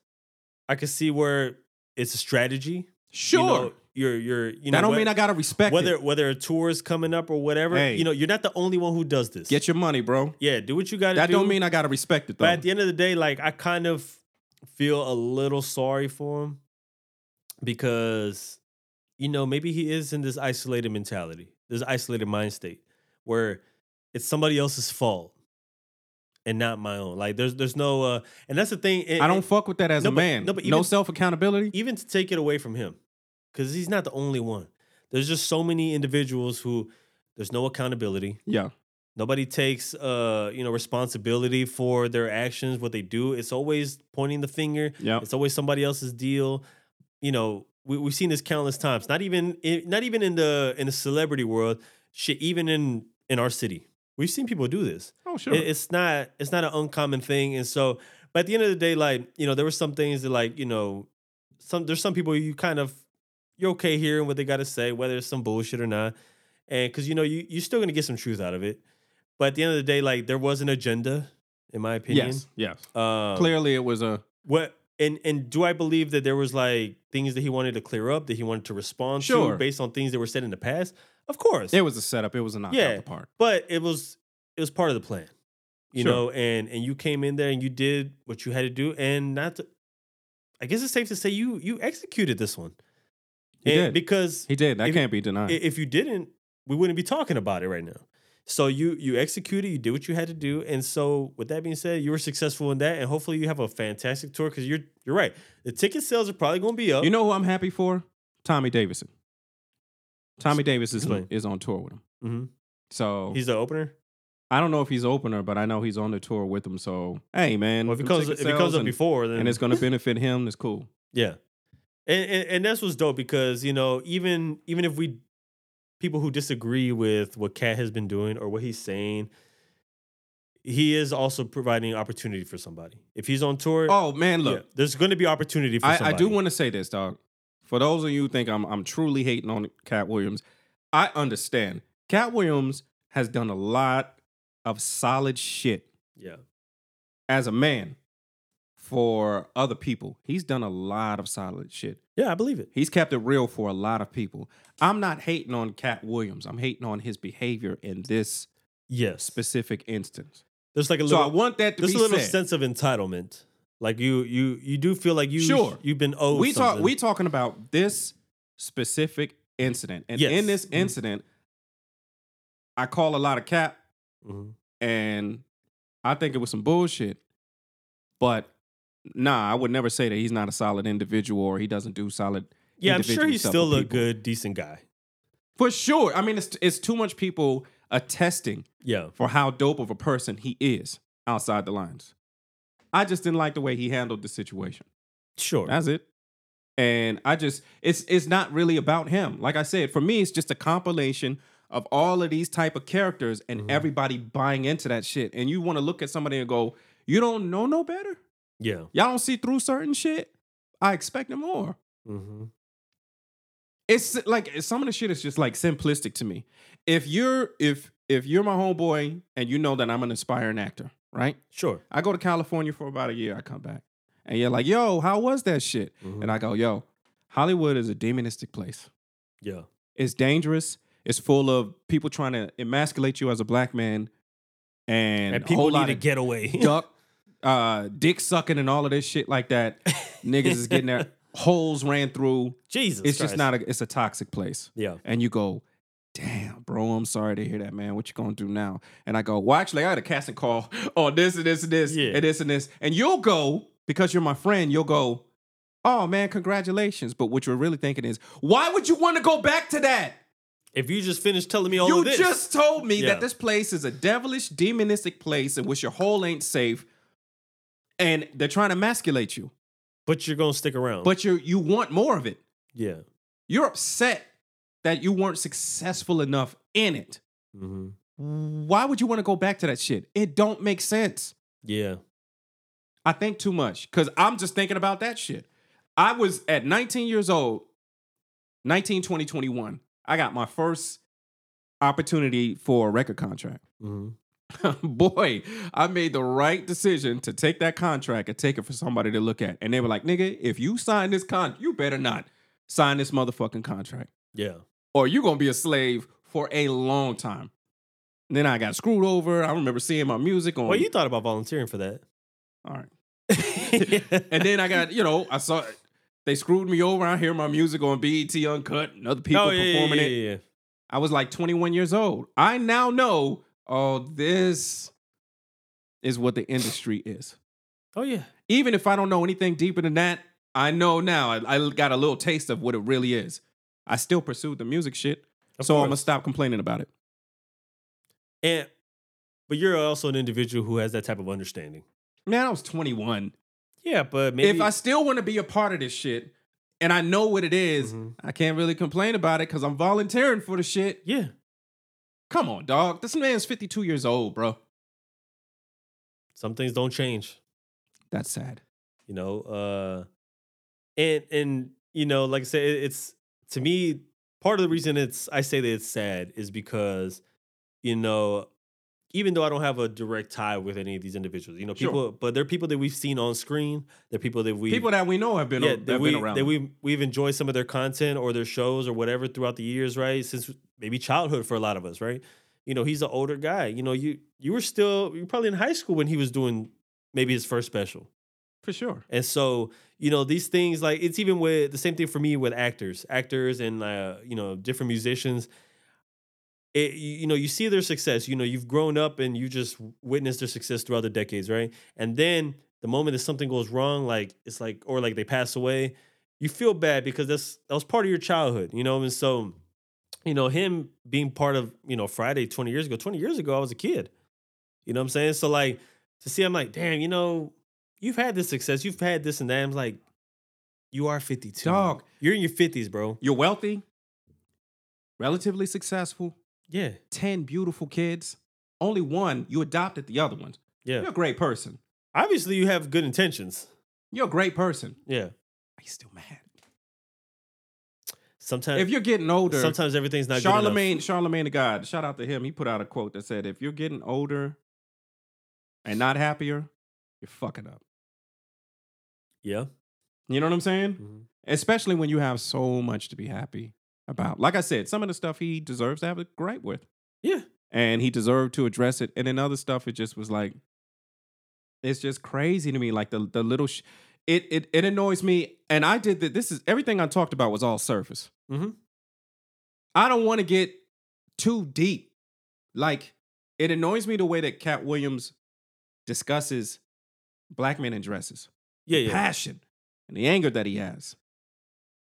I can see where it's a strategy.
Sure.
You know, you're you're you know
that don't
what-
mean I gotta respect
whether
it.
whether a tour is coming up or whatever.
Hey.
You know, you're not the only one who does this.
Get your money, bro.
yeah, do what you got to do.
That don't mean I gotta respect it though.
But at the end of the day, like I kind of feel a little sorry for him because you know maybe he is in this isolated mentality, this isolated mind state where it's somebody else's fault and not my own. Like there's there's no uh, and that's the thing. and-
I don't
and
fuck with that as
No,
a
but-
man.
no, but
no
even-
self accountability.
even to take it away from him because he's not the only one. There's just so many individuals who there's no accountability.
Yeah.
Nobody takes uh, you know, responsibility for their actions, what they do. It's always pointing the finger.
Yep.
It's always somebody else's deal. You know, we, we've seen this countless times. Not even in, not even in the in the celebrity world, shit, even in in our city. We've seen people do this.
Oh sure.
It- it's not it's not an uncommon thing. And so, but at the end of the day, like, you know, there were some things that like, you know, some there's some people you kind of you're okay hearing what they gotta say, whether it's some bullshit or not. And cause you know, you you're still gonna get some truth out of it. But at the end of the day, like there was an agenda, in my opinion.
yes. Yes.
Um,
Clearly it was a
what and and do I believe that there was like things that he wanted to clear up, that he wanted to respond
Sure.
to based on things that were said in the past? Of course.
it was a setup. It was a knockout
Yeah.
the park.
but it was it was part of the plan you
Sure.
know and and you came in there and you did what you had to do and not to, i guess it's safe to say you you executed this one
He
And
did.
because
He did. That
If-
can't be
i-
denied.
if you didn't we wouldn't be talking about it right now so you you executed you did what you had to do and so with that being said you were successful in that and hopefully you have a fantastic tour because you're you're right the ticket sales are probably going to be up
you know who I'm happy for? Tommy Davidson. Tommy Davis is,
explain.
is on tour with him.
Mhm.
So
he's the opener
I don't know if he's opener, but I know he's on the tour with him. So hey man,
well if he
them
comes
ticket
if he comes
sales
up
and-
before then
and it's gonna benefit him, it's cool.
Yeah, and, and and that's what's dope because you know even even if we people who disagree with what Cat has been doing or what he's saying, he is also providing opportunity for somebody. If he's on tour,
Oh man,
yeah,
look,
there's going to be opportunity for
I, I
somebody.
do want to say this, dog. For those of you who think I'm I'm truly hating on Cat Williams, I understand. Cat Williams has done a lot of solid shit
yeah,
as a man for other people. He's done a lot of solid shit.
yeah, I believe it.
He's kept it real for a lot of people. I'm not hating on Cat Williams. I'm hating on his behavior in this
Yes,
specific instance.
there's like a
so
little
I want that to
there's
be
a little
said.
sense of entitlement. Like you you you do feel like you
Sure.
you've been owed.
we talk
something.
we talking about this specific incident and
Yes.
in this
Mhm.
incident i call a lot of cap
Mhm.
and i think it was some bullshit but nah i would never say that he's not a solid individual or he doesn't do solid
Yeah, I'm sure
individual
he's
stuff
still
for
a
people.
good, decent guy.
for sure i mean it's, it's too much people attesting
Yeah,
for how dope of a person he is outside the lines i just didn't like the way he handled the situation
sure.
That's it. And I just it's it's not really about him. Like I said, for me, it's just a compilation of all of these type of characters and everybody buying into that shit. And you want to look at somebody and go, you don't know no better.
yeah.
Y'all don't see through certain shit. I expected more.
hmm
It's like some of the shit is just like simplistic to me. If you're if if you're my homeboy and you know that I'm an aspiring actor, right?
Sure.
I go to California for about a year. I come back. And you're like, yo, how was that shit?
Mm-hmm.
And I go, yo, Hollywood is a demonistic place.
Yeah.
It's dangerous. It's full of people trying to emasculate you as a black man. And,
And
a whole
people
lot
need a
of
getaway.
duck, uh, dick sucking and all of this shit like that. Niggas is getting their holes ran through.
Jesus.
it's just not a, it's a toxic place.
Yeah.
And you go, damn, bro, I'm sorry to hear that, man. What you gonna do now? And I go, well, actually, I had a casting call on this and this and this
Yeah.
and this and this. And you'll go, because you're my friend, you'll go, oh man, congratulations. But what you're really thinking is, why would you want to go back to that?
If you just finished telling me all
you
of Oh, this,
just told me
Yeah.
that this place is a devilish, demonistic place in which your hole ain't safe. And they're trying to emasculate you.
but you're gonna stick around.
But you you want more of it.
yeah.
You're upset that you weren't successful enough in it.
Mm-hmm.
why would you want to go back to that shit? It don't make sense.
Yeah.
I think too much because I'm just thinking about that shit. I was at 19 years old. 19, 20, 21, I got my first opportunity for a record contract.
Mm-hmm.
Boy, I made the right decision to take that contract and take it for somebody to look at. And they were like, nigga, if you sign this con, you better not sign this motherfucking contract
Yeah.
or you're gonna be a slave for a long time. And then I got screwed over. I remember seeing my music on.
Well, you thought about volunteering for that.
All right. And then I got, you know, I saw they screwed me over. I hear my music on BET Uncut and other people
Oh, yeah, yeah,
performing
yeah,
it.
yeah, yeah.
I was like 21 years old. I now know, oh, this is what the industry is.
Oh yeah.
Even if I don't know anything deeper than that, I know now. I, I got a little taste of what it really is. I still pursued the music shit,
Of
so I'm gonna
course.
stop complaining about it.
And but you're also an individual who has that type of understanding.
Man, I was 21.
Yeah, but maybe
if I still want to be a part of this shit and I know what it is,
Mhm.
I can't really complain about it because I'm volunteering for the shit.
yeah,
Come on, dog. This man's 52 years old, bro.
some things don't change.
That's sad.
You know, uh, and and you know, like I said, it, it's to me part of the reason it's I say that it's sad is because you know. Even though I don't have a direct tie with any of these individuals, you know,
Sure.
people, but they're people that we've seen on screen. They're people that we
People that we know have been,
yeah,
have
that
been
we
around.
that we we've enjoyed some of their content or their shows or whatever throughout the years, right? Since maybe childhood for a lot of us, right? You know, he's an older guy. You know, you you were still you were probably in high school when he was doing maybe his first special.
for sure.
And so, you know, these things like it's even with the same thing for me with actors, actors and uh, you know, different musicians. It, you you know, you see their success. You know, you've grown up and you just witnessed their success throughout the decades, right? And then the moment that something goes wrong, like it's like, or like they pass away, you feel bad because that's that was part of your childhood, you know. And so, you know, him being part of you know Friday twenty years ago, twenty years ago, I was a kid. You know what I'm saying? So like to see, I'm like, damn, you know, you've had this success, you've had this and that. I'm like, you are 52,
Dog.
You're in your 50s, bro.
You're wealthy, relatively successful,
Yeah,
10 beautiful kids. Only one, you adopted the other one.
yeah.
You're a great person.
Obviously, you have good intentions.
You're a great person.
Yeah.
Are you still mad?
Sometimes,
If you're getting older,
Uh, sometimes everything's not
Charlemagne, Charlemagne the God, shout out to him. He put out a quote that said, "If you're getting older and not happier, you're fucking up."
good enough.
You know what I'm saying?
Yeah. Mhm.
Especially when you have so much to be happy about. Like I said, some of the stuff he deserves to have a gripe with,
Yeah.
and he deserved to address it. And then other stuff, it just was like, it's just crazy to me. Like the the little, sh- it it it annoys me. And I did that. This is everything I talked about was all surface.
Mhm.
I don't want to get too deep. Like it annoys me the way that Cat Williams discusses black men in dresses,
Yeah, yeah.
passion, and the anger that he has.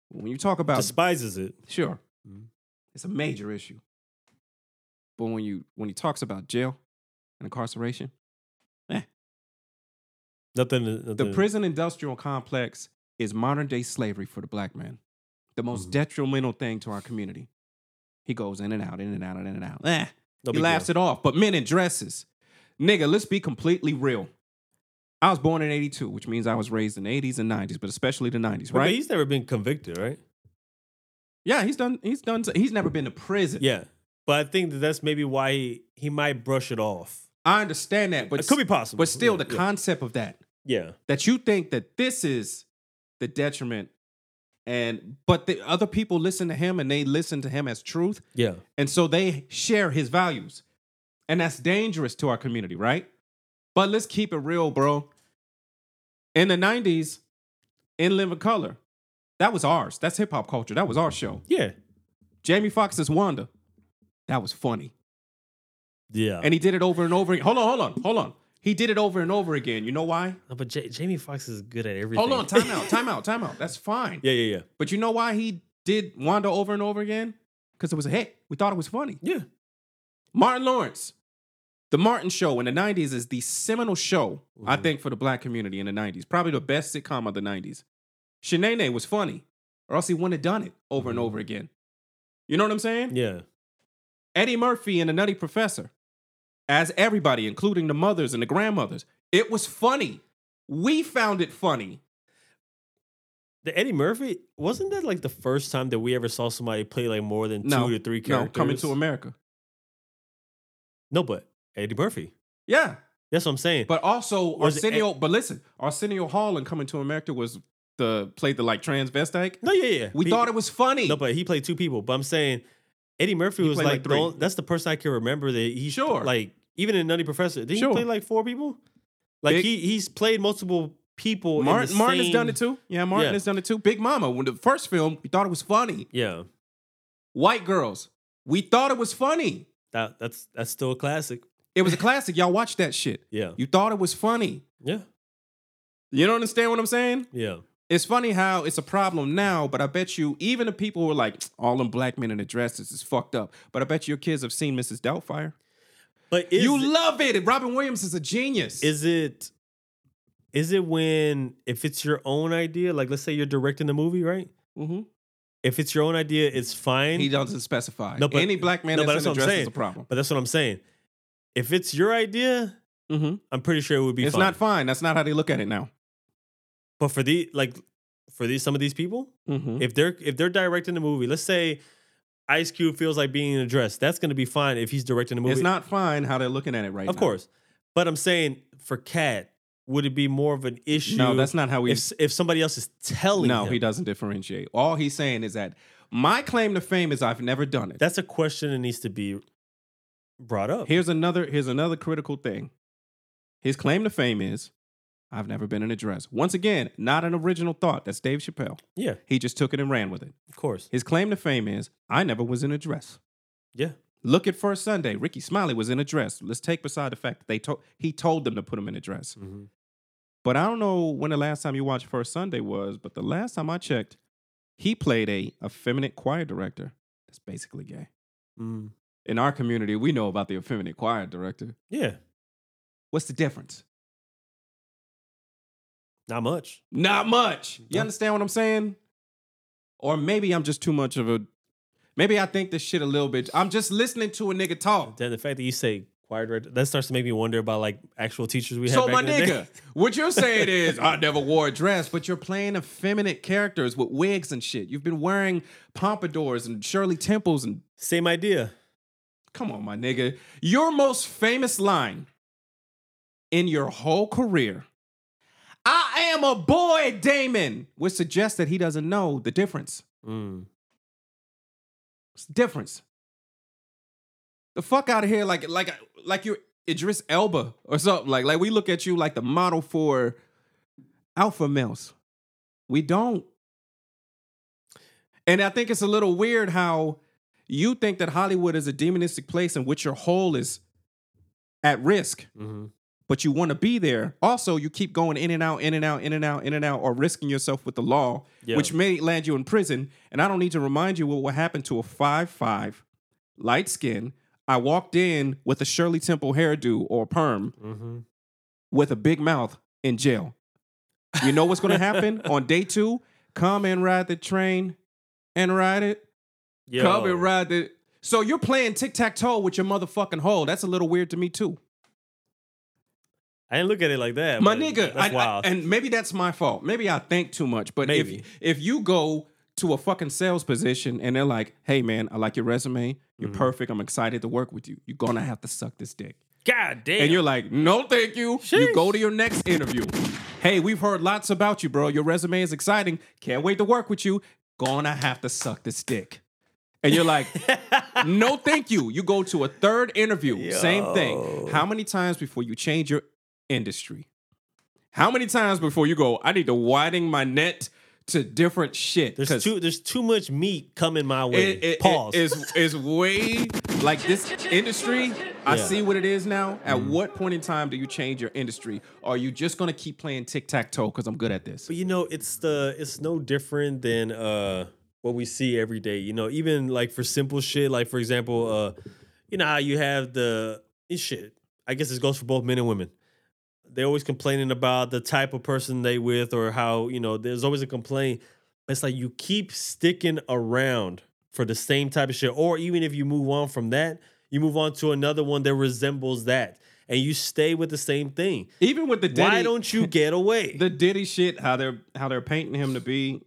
When you talk about
Despises it.
Sure.
Mhm.
It's a major issue. But when you when he talks about jail and incarceration,
Nothing. nothing
the prison industrial complex is modern day slavery for the black man. The most
Mm-hmm.
detrimental thing to our community. He goes in and out, in and out, in and out. Eh,
no
he
big
laughs
deal.
it off. But men in dresses. Nigga, let's be completely real. I was born in 82, which means I was raised in the 80s and 90s, but especially the 90s,
But
right?
he's never been convicted, right?
yeah, he's done he's done he's never been to prison.
Yeah. But I think that that's maybe why he, he might brush it off.
I understand that, but
it could be possible.
But still,
Yeah,
the concept of that,
Yeah.
that you think that this is the detriment, and but the other people listen to him and they listen to him as truth,
Yeah. yeah.
and so they share his values. And that's dangerous to our community, right? But let's keep it real, bro. In the 90s, in Living Color, that was ours. That's hip hop culture. That was our show.
Yeah.
Jamie Foxx's Wanda. That was funny.
Yeah.
And he did it over and over. Hold on, hold on, hold on. He did it over and over again. You know why?
No, but J- Jamie Foxx is good at everything.
Hold on, time out, time out, time out. That's fine.
yeah, yeah, yeah.
But you know why he did Wanda over and over again? Because it was a hit. We thought it was funny.
Yeah.
Martin Lawrence. The Martin Show in the 90s is the seminal show,
Mm-hmm.
I think, for the black community in the 90s. Probably the best sitcom of the 90s. Shanae was funny, or else he wouldn't have done it over
Mm-hmm.
and over again. You know what I'm saying?
Yeah.
Eddie Murphy and the Nutty Professor, as everybody, including the mothers and the grandmothers, it was funny. We found it funny.
The Eddie Murphy wasn't that like the first time that we ever saw somebody play like more than
No,
two to three
no,
characters?
coming to America.
No, but Eddie Murphy.
Yeah,
That's what I'm saying.
but also
Was it-
Arsenio. but listen, Arsenio Hall in Coming to America was the played the like transvestite.
no, yeah, yeah.
We
He-
thought it was funny.
No, but he played two people. But I'm saying Eddie Murphy
He
was
played, like,
like, the
three.
only- that's the person I can remember that he
Sure.
like even in Nutty Professor. Did
Sure.
he play like four people? Like
Big-
he he's played multiple people. in
Martin,
the
Martin has
same-
done it too. Yeah, Martin
Yeah.
has done it too. Big Mama, when the first film, we thought it was funny.
Yeah,
White girls, we thought it was funny.
that that's that's still a classic.
It was a classic. Y'all watched that shit.
Yeah,
You thought it was funny.
yeah,
You don't understand what I'm saying?
yeah.
It's funny how it's a problem now, but I bet you even the people who are like, all them black men in the dresses is fucked up. But I bet your kids have seen Mrs. Doubtfire.
But is
you
it-
love it. Robin Williams is a genius.
is it is it when if it's your own idea? Like let's say you're directing the movie, right?
Mhm.
If it's your own idea, it's fine.
He doesn't specify.
No, but-
Any black man
no, but
that's in a
that's what I'm
dress is
saying.
a problem.
but that's what I'm saying. If it's your idea,
Mhm.
I'm pretty sure it would Mm-hmm. be
It's
fine.
not fine. That's not how they look at it now.
But for the like for these some of these people,
Mhm.
if they're if they're directing the movie, let's say Ice Cube feels like being addressed, that's gonna be fine if he's directing the movie.
It's not fine how they're looking at it right now.
of course. But I'm saying for Cat, would it be more of an issue?
No, that's not how we.
if if somebody else is telling
No,
him?
he doesn't differentiate. All he's saying is that my claim to fame is I've never done it.
That's a question that needs to be brought up.
here's another here's another critical thing. His claim to fame is I've never been in a dress. Once again, not an original thought. That's Dave Chappelle.
yeah,
He just took it and ran with it.
of course.
His claim to fame is I never was in a dress.
Yeah.
Look at First Sunday. Ricky Smiley was in a dress. Let's take beside the fact that they told he told them to put him in a dress.
Mhm.
But I don't know when the last time you watched First Sunday was, but the last time I checked, he played a effeminate choir director. That's basically gay.
Mm.
In our community, we know about the effeminate choir director.
Yeah,
What's the difference?
not much.
Not much. You
No.
understand what I'm saying? Or maybe I'm just too much of a. Maybe I think this shit a little bit. I'm just listening to a nigga talk.
Then the fact that you say choir director, that starts to make me wonder about like actual teachers we had.
So
back
my
in the day.
nigga, what you're saying is I never wore a dress, but you're playing effeminate characters with wigs and shit. You've been wearing pompadours and Shirley Temples and
Same idea.
come on, my nigga. Your most famous line in your whole career. I am a boy, Damon, would suggest that he doesn't know the difference.
Mm.
What's the difference? The fuck out of here, like like like you're Idris Elba or something. Like like we look at you like the model for alpha males. We don't. And I think it's a little weird how you think that Hollywood is a demonistic place in which your whole is at risk,
Mhm.
but you want to be there. Also, you keep going in and out, in and out, in and out, in and out, or risking yourself with the law,
Yeah.
which may land you in prison. And I don't need to remind you what, what happened to a five-five, light skin. I walked in with a Shirley Temple hairdo or perm
Mm-hmm.
with a big mouth in jail. You know what's going to happen on day two? Come and ride the train and ride it. Come and ride the. So you're playing tic tac toe with your motherfucking hole. That's a little weird to me too.
I didn't look at it like that.
my
but
nigga, I- I-
that's wild.
and maybe that's my fault. Maybe I think too much. But
Maybe.
if if you go to a fucking sales position and they're like, "Hey man, I like your resume. You're
Mm-hmm.
perfect. I'm excited to work with you. You're gonna have to suck this dick."
God damn.
And you're like, no, thank you. You
Sheesh.
go to your next interview. Hey, we've heard lots about you, bro. Your resume is exciting. Can't wait to work with you. Gonna have to suck this dick. And you're like, no, thank you. You go to a third interview. Same thing. How many times before you change your industry? How many times before you go, I need to widen my net to different shit?
there's
'Cause
too there's too much meat coming my way.
it, it-
Pause.
It is is way like this industry. I
Yeah. Mm-hmm.
see what it is now. At what point in time do you change your industry? Are you just gonna keep playing tic tac toe because I'm good at this?
But you know, it's the it's no different than uh what we see every day. You know, even like for simple shit, like for example, uh, you know how you have the this shit. I guess this goes for both men and women. They're always complaining about the type of person they with or how, you know, there's always a complaint. But it's like you keep sticking around for the same type of shit. Or even if you move on from that, you move on to another one that resembles that. and you stay with the same thing.
Even with the Diddy,
Why don't you get away?
the Diddy shit? How they're how they're painting him to be,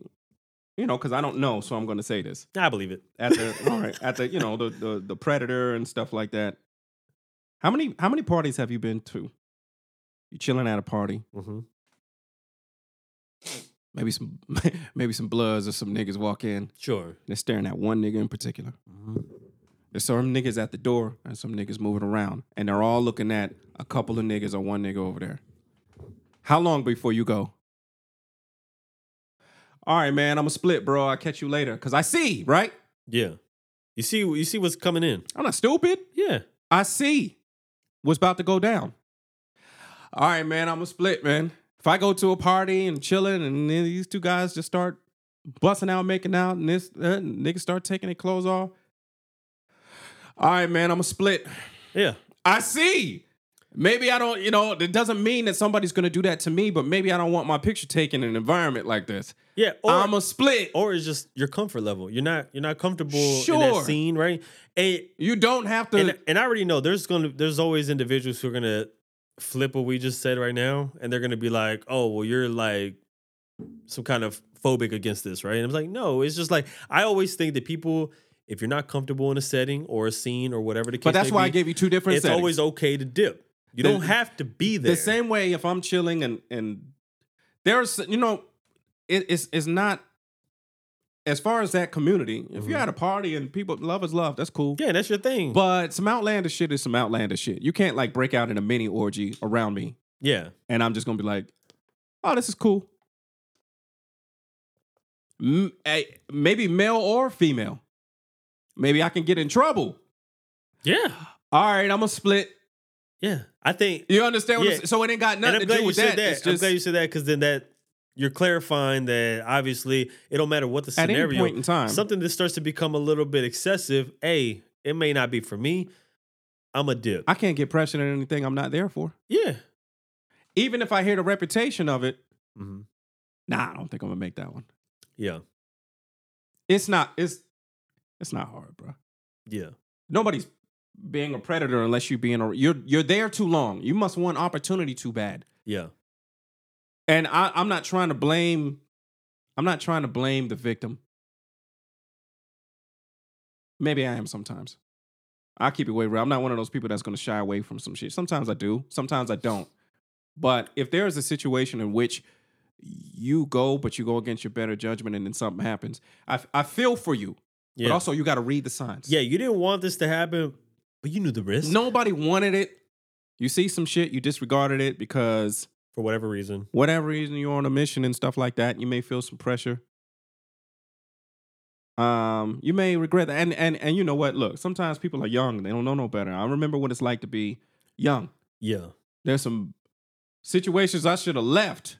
you know? Because I don't know, so I'm going to say this
I believe it.
at the all right at the you know the, the the predator and stuff like that. How many how many parties have you been to? You chilling at a party?
Mhm.
Maybe some maybe some bloods or some niggas walk in.
Sure.
They're staring at one nigga in particular. There's some niggas at the door and some niggas moving around, and they're all looking at a couple of niggas or one nigga over there. How long before you go? All right, man, I'm gonna split, bro. I'll catch you later. Cause I see, right?
Yeah. You see, you see what's coming in.
I'm not stupid.
Yeah.
I see what's about to go down. All right, man, I'm gonna split, man. If I go to a party and chilling, and then these two guys just start busting out, making out, and this uh, niggas start taking their clothes off. All right, man, I'm gonna split.
Yeah.
I see. Maybe I don't, you know, it doesn't mean that somebody's gonna do that to me, but maybe I don't want my picture taken in an environment like this.
Yeah. Or,
I'm a split.
or it's just your comfort level. You're not you're not comfortable in
Sure.
that scene, right? And
you don't have to.
and, and I already know there's gonna there's always individuals who are gonna flip what we just said right now, and they're gonna be like, oh well, you're like some kind of phobic against this, right? And I'm like, no, it's just like I always think that people, if you're not comfortable in a setting or a scene or whatever the case,
but that's
may
why
be,
I gave you two different.
it's
settings.
always okay to dip. You
The-
don't have to be there.
The same way if I'm chilling and and there's you know, it, it's it's not as far as that community. If you're at a party and people love is love, that's cool.
Mm-hmm. Yeah, that's your thing.
But some outlander shit is some outlander shit. You can't like break out in a mini orgy around me,
yeah,
and I'm just gonna be like, oh, this is cool. M- eh, Maybe male or female. Maybe I can get in trouble.
yeah,
All right, I'm gonna split.
yeah. I think
You understand what I'm
Yeah.
saying? So it ain't got
And
nothing
I'm
to
glad
do
you
with
said that.
It's
I'm
just-
glad you said that because then that you're clarifying that obviously it don't matter what the
At any
scenario.
point in time.
something that starts to become a little bit excessive. Hey, it may not be for me. I'm a dip.
I can't get pressured in anything I'm not there for.
yeah.
Even if I hear the reputation of it,
Mhm.
nah, I don't think I'm gonna make that one.
Yeah.
It's not. It's it's not hard, bro.
Yeah.
Nobody's being a predator unless you being a you're you're there too long. You must want opportunity too bad.
Yeah.
And I, I'm not trying to blame. I'm not trying to blame the victim. Maybe I am sometimes. I keep it way real. I'm not one of those people that's going to shy away from some shit. Sometimes I do. Sometimes I don't. But if there is a situation in which you go, but you go against your better judgment, and then something happens, I, I feel for you.
Yeah.
But also, you got to read the signs.
yeah. You didn't want this to happen, but you knew the risk.
Nobody wanted it. You see some shit, you disregarded it because
For whatever reason.
whatever reason you're on a mission and stuff like that, you may feel some pressure. Um, you may regret that. And and and you know what? Look, sometimes people are young, they don't know no better. I remember what it's like to be young.
Yeah.
There's some situations I should have left.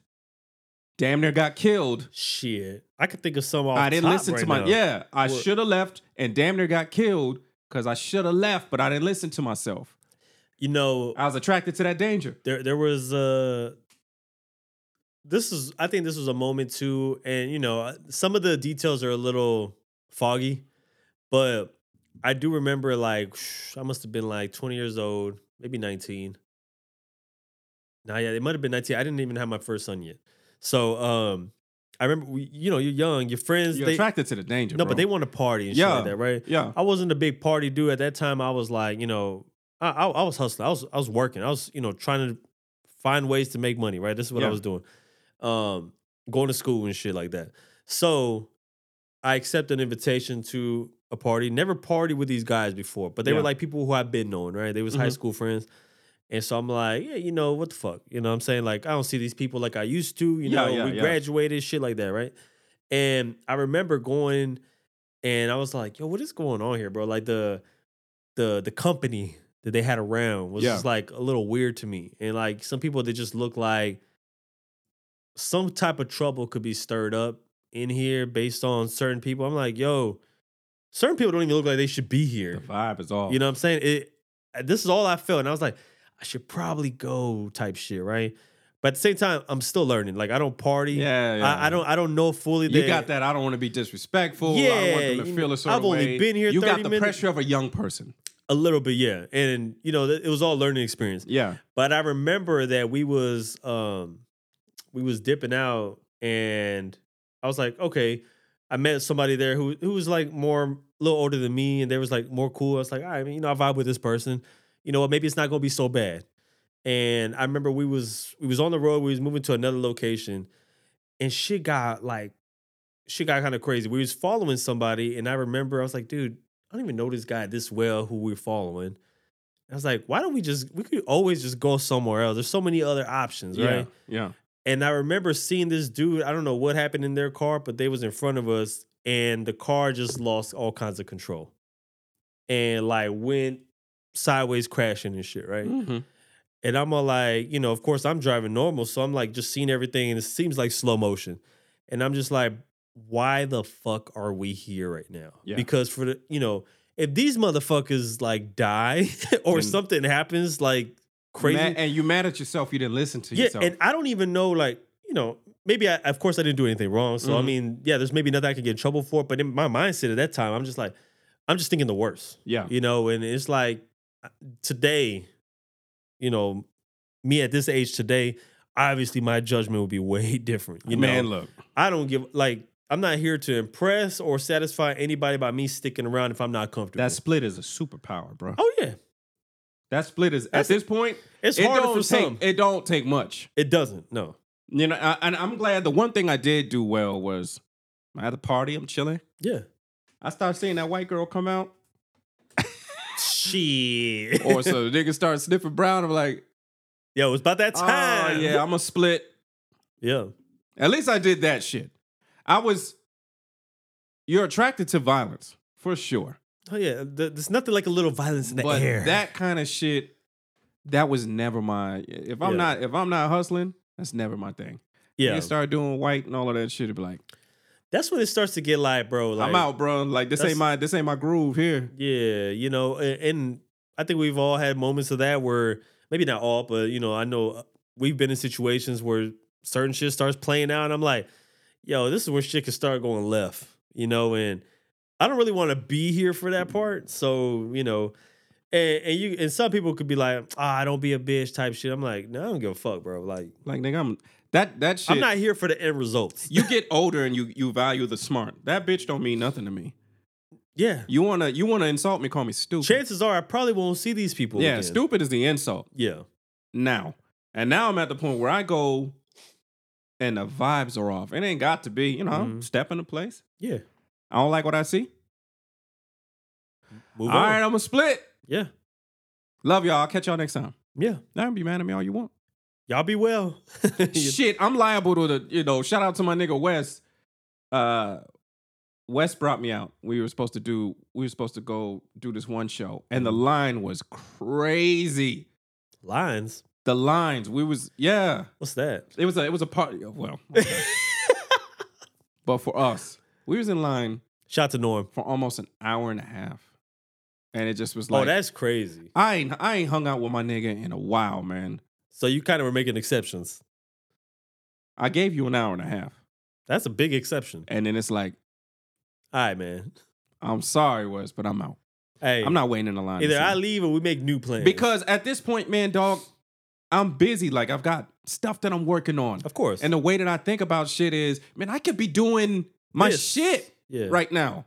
Damn near got killed.
Shit. I could think of some off
I didn't
top
listen to
right
my
now.
yeah, I
What?
should have left and damn near got killed because I should have left, but I didn't listen to myself.
You know,
I was attracted to that danger.
there there was uh this is I think this was a moment too and you know uh, some of the details are a little foggy but I do remember like I must have been like 20 years old maybe 19 nah yeah it might have been 19 I didn't even have my first son yet so um I remember we, you know you're young your friends
You're
they
attracted to the danger.
no
bro.
but they want to party and shit
yeah,
like that right
Yeah.
I wasn't a big party dude at that time. I was like, you know, I, I, I was hustling. I was I was working. I was you know trying to find ways to make money. Right, this is what I
Yeah.
was doing. Um, going to school and shit like that. So I accepted an invitation to a party. Never partied with these guys before, but they were
Yeah.
like people who I've been knowing. Right, they was high
Mhm.
school friends. And so I'm like, yeah, you know, what the fuck? You know what I'm saying? Like, I don't see these people like I used to. You
Yeah,
know,
yeah,
we
yeah.
graduated, shit like that, right? And I remember going and I was like, yo, what is going on here, bro? Like the the the company that they had around was
Yeah.
just like a little weird to me. And like some people that just look like some type of trouble could be stirred up in here based on certain people. I'm like, yo, certain people don't even look like they should be here.
the vibe is off.
You know what I'm saying? It. This is all I felt, and I was like, I should probably go type shit, right? But at the same time, I'm still learning. Like I don't party.
Yeah, yeah.
I, I don't. I don't know fully.
You got that. I don't want to be disrespectful. I don't want
Yeah,
them to
you
feel
know,
a certain
I've only
way.
been here
You got
30
the
minutes.
pressure of a young person.
A little bit, yeah. And you know, th- it was all learning experience.
Yeah.
But I remember that we was um we was dipping out and I was like, okay. I met somebody there who who was like more a little older than me and they was like more cool. I was like, all right, you know, I vibe with this person. You know what, maybe it's not gonna be so bad. And I remember we was we was on the road, we was moving to another location, and shit got like shit got kind of crazy. We was following somebody, and I remember I was like, dude, I don't even know this guy this well who we're following. I was like, why don't we just we could always just go somewhere else? There's so many other options,
Yeah.
right?
Yeah.
And I remember seeing this dude, I don't know what happened in their car, but they was in front of us and the car just lost all kinds of control. And like went sideways crashing and shit, right?
Mhm.
And I'm all like, you know, of course I'm driving normal, so I'm like just seeing everything and it seems like slow motion. And I'm just like, why the fuck are we here right now?
Yeah.
Because for the, you know, if these motherfuckers like die or
And-
something happens like crazy,
Mad- and you mad at yourself. You didn't listen to
yeah,
yourself.
and I don't even know, like, you know, maybe I, of course, I didn't do anything wrong. So, I
Mhm.
mean, yeah, there's maybe nothing I could get in trouble for. But in my mindset at that time, I'm just like, I'm just thinking the worst,
yeah.
you know, and it's like uh, today, you know, me at this age today, obviously my judgment would be way different. You know,
Man, look.
I don't give, like, I'm not here to impress or satisfy anybody by me sticking around if I'm not comfortable.
That split is a superpower, bro.
oh, yeah.
That split is at
That's-
this point.
It's
it
harder for
don't take,
some.
It don't take much.
It doesn't, no.
You know, I, and I'm glad the one thing I did do well was I'm at the party. I'm chilling.
Yeah.
I started seeing that white girl come out,
Shit.
or so the nigga started sniffing brown. I'm like,
Yo, it's about that
oh
time.
yeah, I'm a split.
Yeah.
At least I did that shit. I was. You're attracted to violence for sure,
Oh yeah, th- there's nothing like a little violence in the
but
air.
that kind of shit, that was never my. If I'm
Yeah.
not, if I'm not hustling, that's never my thing.
yeah,
You start doing white and all of that shit. It'd be like,
that's when it starts to get like, bro. Like,
I'm out, bro. Like this
that's-
ain't my this ain't my groove here.
Yeah, you know, and, and I think we've all had moments of that where maybe not all, but you know, I know uh, we've been in situations where certain shit starts playing out, and I'm like, yo, this is where shit can start going left, you know, and I don't really want to be here for that part, so you know. And, and you and some people could be like, ah, don't be a bitch type shit. I'm like, no, I don't give a fuck, bro. Like,
Like nigga, I'm that that shit.
I'm not here for the end results.
you get older and you you value the smart. That bitch don't mean nothing to me.
Yeah,
You wanna you wanna insult me? Call me stupid.
chances are I probably won't see these people.
yeah,
again.
stupid is the insult
Yeah,
now. And now I'm at the point where I go, and the vibes are off. It ain't got to be. You know, I'm
Mhm.
stepping to place.
yeah.
I don't like what I see.
Move
All
on.
right, I'm a split.
yeah,
Love y'all. I'll catch y'all next time.
yeah.
Now be mad at me all you want.
Y'all be well.
shit, I'm liable to the you know. Shout out to my nigga Wes. Uh, Wes brought me out. We were supposed to do. We were supposed to go do this one show, and
Mm-hmm.
the line was crazy.
Lines.
The lines. We was yeah.
What's that?
It was a it was a party. oh, Well, okay. but for us, we was in line
Shout to Norm.
for almost an hour and a half, and it just was like
oh, that's crazy.
I ain't I ain't hung out with my nigga in a while, man.
So you kind of were making exceptions.
I gave you an hour and a half,
That's a big exception.
and then it's like
All right, man.
I'm sorry, Wes, but I'm out.
Hey,
I'm not waiting in the line. to
Either
see
I
you.
leave or we make new plans.
because at this point, man, dog, I'm busy. Like I've got stuff that I'm working on,
of course.
and the way that I think about shit is, man, I could be doing my
This.
shit
yeah.
right now.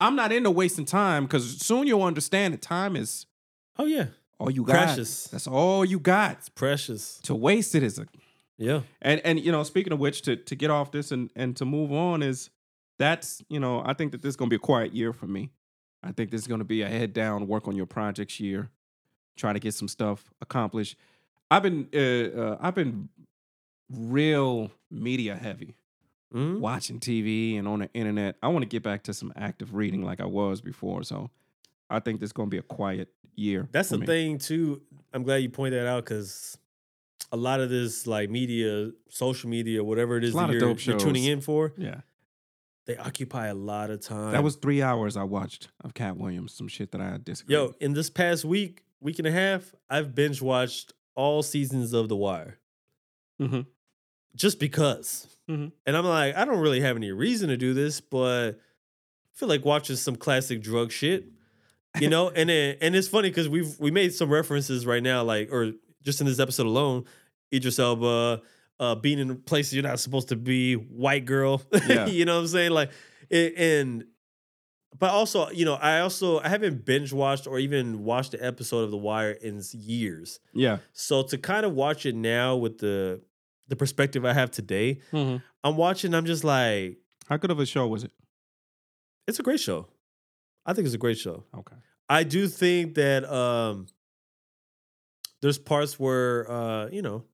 I'm not into wasting time because soon you'll understand that time is
Oh yeah.
all you got.
Precious.
That's all you got.
Precious.
To waste it is a
Yeah.
and and you know speaking of which to to get off this and and to move on is that's you know i think that this is going to be a quiet year for me i think this is going to be a head down work on your projects year try to get some stuff accomplished i've been uh, uh i've been real media heavy
Mhm.
watching tv and on the internet i want to get back to some active reading like i was before so i think this is going to be a quiet year
That's
for
the
me.
thing too. I'm glad you point that out because a lot of this like media, social media, whatever it is
a lot
that
of
you're,
dope
you're tuning
shows.
in for,
yeah
they occupy a lot of time.
that was three hours i watched of cat williams some shit that i disagree
yo. In this past week, week and a half, I've binge watched all seasons of The Wire
mm-hmm.
just because.
Mhm.
And I'm like, I don't really have any reason to do this, but I feel like watching some classic drug shit. you know and then and it's funny because we've we made some references right now like or just in this episode alone idris elba uh being in places you're not supposed to be white girl
Yeah.
you know what i'm saying like a- and but also you know i also i haven't binge watched or even watched the episode of the wire in s- years
Yeah.
so to kind of watch it now with the the perspective i have today i'm watching i'm just like
How good of a show was it?
it's a great show i think it's a great show
Okay.
I do think that um there's parts where uh, you know,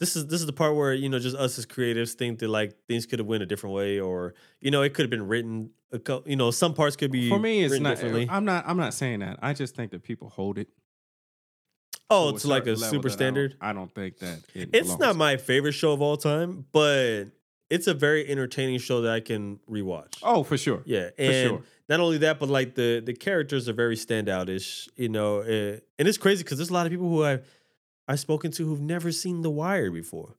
this is this is the part where, you know, just us as creatives think that like things could have went a different way or you know, it could have been written a co- you know, some parts could be
For me, it's
written
not.
differently.
I'm not. I'm not saying that. I just think that people hold it.
oh,
to
it's like a
certain
super
level that I don't-
standard.
I don't, think that. It
It's not
belongs.
my favorite show of all time, but it's a very entertaining show that I can rewatch.
Oh, for sure.
Yeah, and
sure.
not only that, but like the the characters are very standoutish, you know. Uh, and it's crazy because there's a lot of people who I I've spoken to who've never seen The Wire before,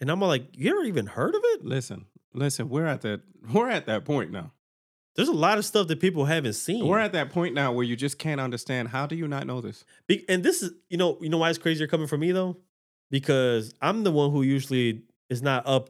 and I'm like, you ever even heard of it?
Listen, listen. We're at that. We're at that point now.
There's a lot of stuff that people haven't seen.
We're at that point now where you just can't understand. How do you not know this?
Be- and this is, you know, you know why it's crazier coming from me though, because I'm the one who usually is not up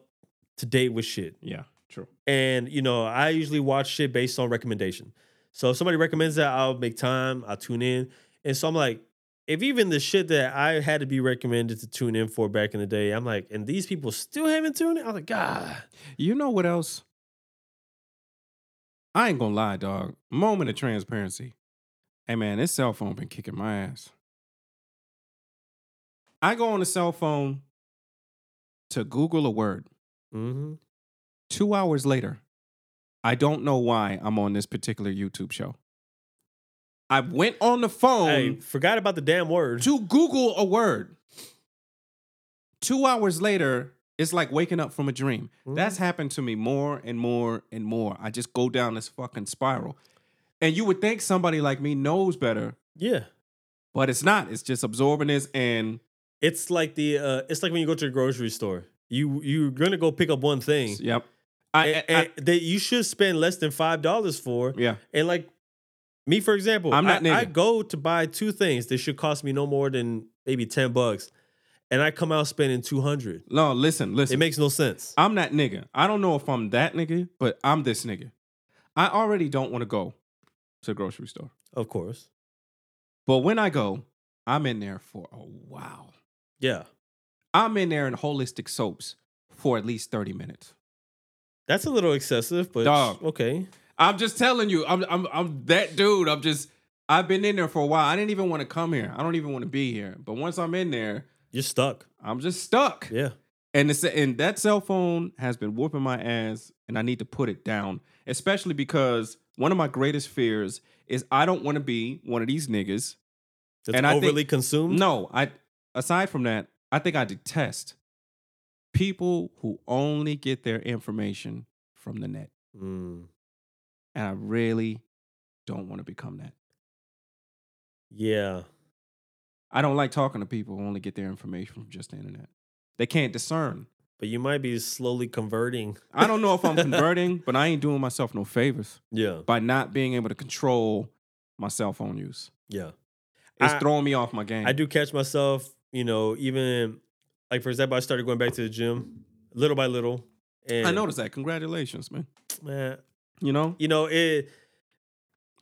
to date with shit.
Yeah. True.
and you know i usually watch shit based on recommendation so if somebody recommends that i'll make time i'll tune in and so i'm like if even the shit that i had to be recommended to tune in for back in the day i'm like and these people still haven't tuned in i'm like god
You know what else? I ain't gonna lie, dog. Moment of transparency. Hey man, this cell phone been kicking my ass. I go on the cell phone to Google a word.
mm-hmm.
Two hours later, I don't know why I'm on this particular YouTube show. I went on the phone
i forgot about the damn word
to Google a word. Two hours later, it's like waking up from a dream.
Mm-hmm.
That's happened to me more and more and more. I just go down this fucking spiral. And you would think somebody like me knows better,
yeah
but it's not. It's just absorbing this and
it's like the uh it's like when you go to the grocery store you you're gonna go pick up one thing
yep. I,
and-
I-
and that you should spend less than five dollars for
yeah.
And like me, for example,
I'm not
I, I
nigga.
go to buy two things that should cost me no more than maybe 10 bucks. And I come out spending 200.
No, listen, listen.
It makes no sense.
I'm that nigga. I don't know if I'm that nigga, but I'm this nigga. I already don't want to go to the grocery store.
Of course.
But when I go, I'm in there for a while.
Yeah.
I'm in there in holistic soaps for at least 30 minutes.
That's a little excessive, but
Dog.
okay.
I'm just telling you, I'm I'm I'm that dude. I'm just I've been in there for a while. I didn't even want to come here. I don't even want to be here. But once I'm in there,
You're stuck.
I'm just stuck.
Yeah.
And it's, and that cell phone has been whooping my ass, and I need to put it down. Especially because one of my greatest fears is I don't want to be one of these niggas.
That's
And I think-
overly consumed.
No, I aside from that, I think I detest people who only get their information from the net.
Mm,
and I really don't want to become that.
yeah.
I don't like talking to people who only get their information from just the internet. They can't discern.
But you might be slowly converting.
I don't know if I'm converting, but I ain't doing myself no favors
Yeah.
by not being able to control my cell phone use.
Yeah.
It's
I-
throwing me off my game.
I do catch myself, you know, even like for example, I started going back to the gym little by little. And
I noticed that. Congratulations, man.
man,
You know,
you know, it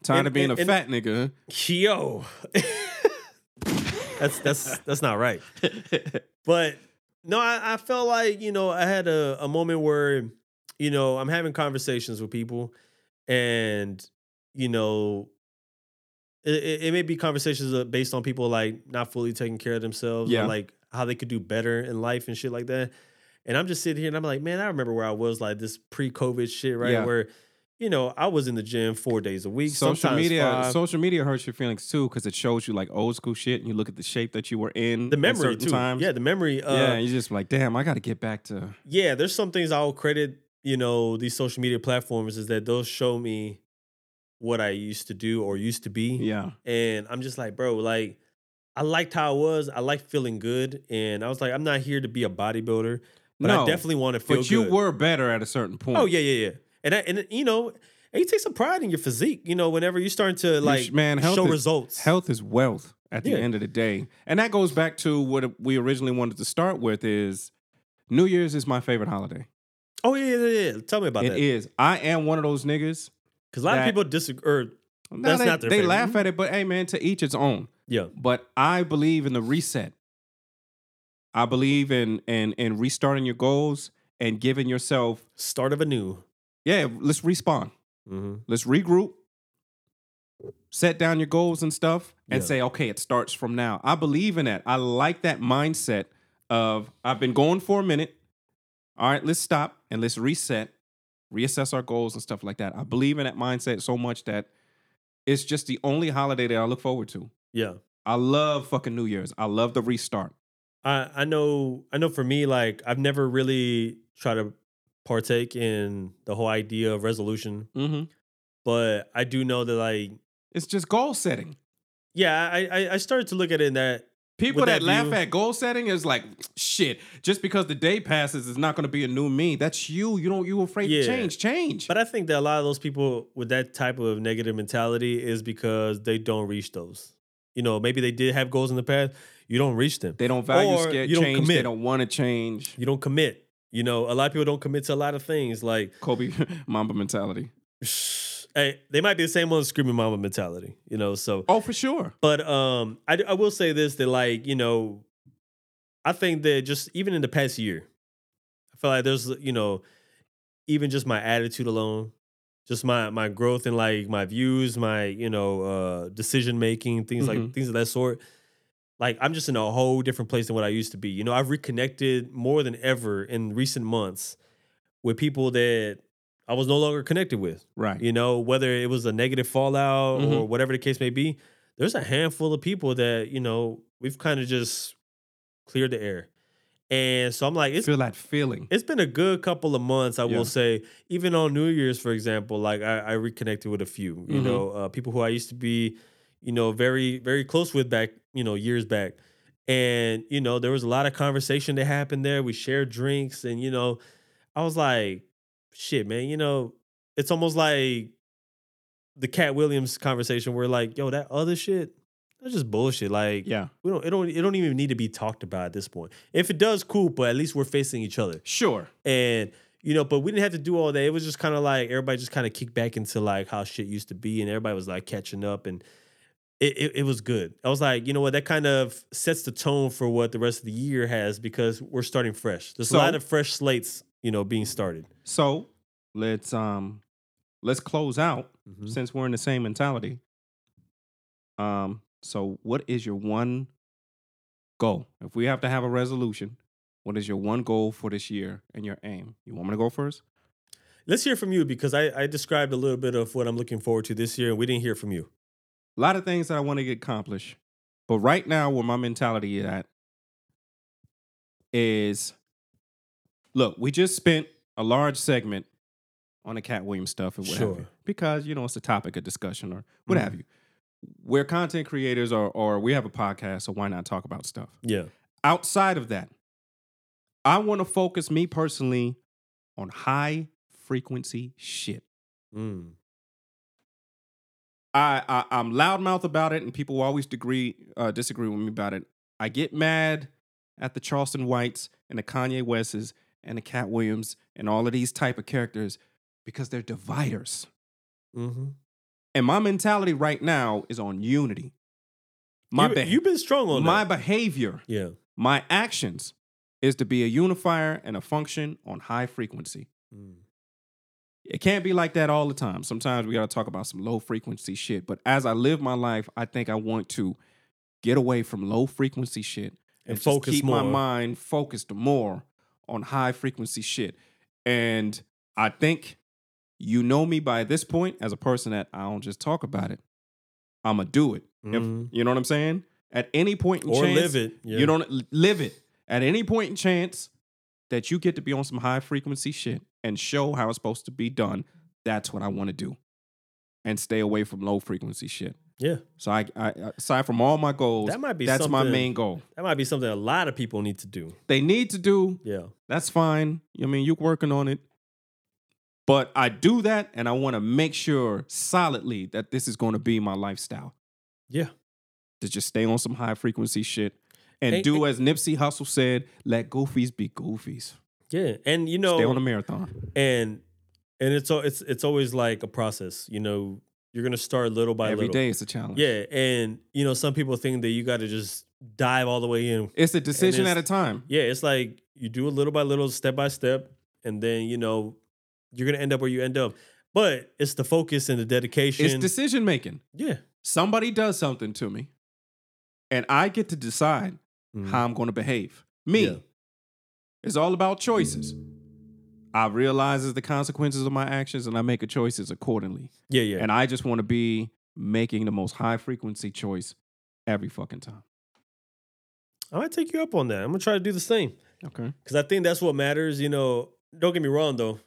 tired
And-
of being
and-
a
and-
fat nigga.
Yo. that's that's that's not right. But no, I, I felt like, you know, I had a, a moment where, you know, I'm having conversations with people and, you know, it, it, it may be conversations uh, based on people like not fully taking care of themselves
Yeah.
or like how they could do better in life and shit like that. And I'm just sitting here and I'm like, man, I remember where I was like this pre-COVID shit, right?
Yeah.
Where, you know, I was in the gym four days a week.
Social
sometimes
media,
five.
social media hurts your feelings too because it shows you like old school shit, and you look at the shape that you were in.
the
at
memory
certain
too.
Times.
Yeah, the memory. Uh,
yeah.
yeah,
You just like, damn, I got to get back to
There's some things I'll credit. You know, these social media platforms is that they'll show me what I used to do or used to be.
yeah.
And I'm just like, bro, like I liked how I was. I liked feeling good, and I was like, I'm not here to be a bodybuilder, but I
No,
definitely want to feel
but
good.
you were better at a certain point.
Oh yeah, yeah, yeah. And I, and you know, And you take some pride in your physique, you know, whenever you're starting to like
man, health
show
is-
results.
Health is wealth at the
Yeah.
end of the day. And that goes back to what we originally wanted to start with is New Year's is my favorite holiday.
Oh yeah, yeah, yeah. yeah. Tell me about
It is.
that.
I am one of those niggas.
Because a lot
that-
of people er, disagree. Or,
Now
That's
they,
not their
They
favorite.
laugh at it, but hey man, to each its own.
yeah,
But I believe in the reset. I believe in in in restarting your goals and giving yourself,
start of a new.
yeah, let's respawn.
Mm-hmm.
Let's regroup, set down your goals and stuff, and
Yeah.
say, okay, it starts from now. I believe in that. I like that mindset of I've been going for a minute. All right, let's stop and let's reset, reassess our goals and stuff like that. I believe in that mindset so much that it's just the only holiday that I look forward to.
Yeah.
I love fucking New Year's. I love the restart.
I I know I know for me like I've never really tried to partake in the whole idea of resolution,
Mm-hmm.
but I do know that like
It's just goal setting.
yeah I I, I started to look at it in that
People
With
that,
that
laugh
view-
at goal setting is like, shit. Just because the day passes, it's not going to be a new me. That's you. You don't. You afraid
Yeah.
to change. Change.
but I think that a lot of those people with that type of negative mentality is because they don't reach those. You know, maybe they did have goals in the past. You don't reach them.
they don't value
Or
scared
you don't
change. They
commit.
don't want to change.
You don't commit. You know, a lot of people don't commit to a lot of things. Like,
Kobe Mamba mentality.
hey, they might be the same ones screaming mama mentality. You know, so
Oh, for sure.
But um, I, I will say this that like you know, I think that just even in the past year, I feel like there's you know, even just my attitude alone, just my my growth and like my views, my you know uh, decision making, things like
Mhm.
things of that sort. Like I'm just in a whole different place than what I used to be. You know, I've reconnected more than ever in recent months with people that I was no longer connected with
Right.
you know whether it was a negative fallout or
Mhm.
whatever the case may be there's a handful of people that you know we've kind of just cleared the air and so i'm like it's
Feel that feeling.
it's been a good couple of months i
Yeah.
will say even on new year's for example like i, I reconnected with a few you
Mhm.
know uh, people who i used to be you know very very close with back you know years back and you know there was a lot of conversation that happened there we shared drinks and you know i was like shit man you know it's almost like the cat williams conversation where like yo that other shit that's just bullshit like
Yeah.
we don't it don't it don't even need to be talked about at this point if it does cool but at least we're facing each other
Sure.
and you know, but we didn't have to do all that. It was just kind of like everybody just kind of kicked back into like how shit used to be, and everybody was like catching up, and it, it it was good. I was like, you know what, that kind of sets the tone for what the rest of the year has because we're starting fresh. There's
So-
a lot of fresh slates, you know, being started.
So let's um let's close out since we're in the same mentality. Um, so what is your one goal? If we have to have a resolution, what is your one goal for this year and your aim? You want me to go first?
Let's hear from you because I, I described a little bit of what I'm looking forward to this year, and we didn't hear from you.
A lot of things that I want to get accomplished. But right now, where my mentality is at is look, we just spent a large segment on the Cat Williams stuff and what have you.
Sure.
Because, you know, it's a topic of discussion or what have you. We're content creators or, or we have a podcast, so why not talk about stuff?
Yeah.
Outside of that, I want to focus me personally on high frequency shit.
Mm.
I, I I'm loudmouth about it, and people always degree uh, disagree with me about it. I get mad at the Charleston Whites and the Kanye Wests and the Cat Williams and all of these type of characters because they're dividers.
hmm
And my mentality right now is on unity. My
you,
beh-
you've been strong on
my
that.
behavior,
yeah.
my actions is to be a unifier and a function on high frequency.
Mm.
it can't be like that all the time. Sometimes we got to talk about some low frequency shit. But as I live my life, I think I want to get away from low frequency shit
And
just
focus
keep my
more.
mind focused more on high frequency shit. And I think you know me by this point as a person that I don't just talk about it. I'm gonna do it. If-
Mhm.
you know what I'm saying? At any point in
Or
chance,
live it. Yeah.
you don't l- live it. At any point in chance that you get to be on some high frequency shit and show how it's supposed to be done, that's what I want to do. And stay away from low frequency shit.
Yeah.
So I, I aside from all my goals,
That might be
that's my
something-
main goal.
That might be something a lot of people need to do.
They need to do,
Yeah.
that's fine. I mean, you're working on it. But I do that and I want to make sure solidly that this is going to be my lifestyle.
Yeah.
To just stay on some high frequency shit and
Hey,
do
hey.
as Nipsey Hussle said, let goofies be goofies.
Yeah. And you know
Stay on the marathon.
and and it's al- it's it's always like a process. You know, you're gonna start little by
Every
little.
day is a challenge.
Yeah, and you know, some people think that you got to just dive all the way in.
It's a decision
it's-
at a time.
Yeah, it's like you do it little by little, step by step, and then you know you're gonna end up where you end up. But it's the focus and the dedication.
It's decision making.
yeah,
Somebody does something to me and I get to decide how I'm going to behave. Me.
Mm-hmm. Yeah. Mm-hmm.
It's all about choices. I realizes the consequences of my actions and I make a choices accordingly.
yeah, yeah.
And I just want to be making the most high frequency choice every fucking time.
I might take you up on that. I'm gonna try to do the same
Okay.
because I think that's what matters. You know, don't get me wrong though.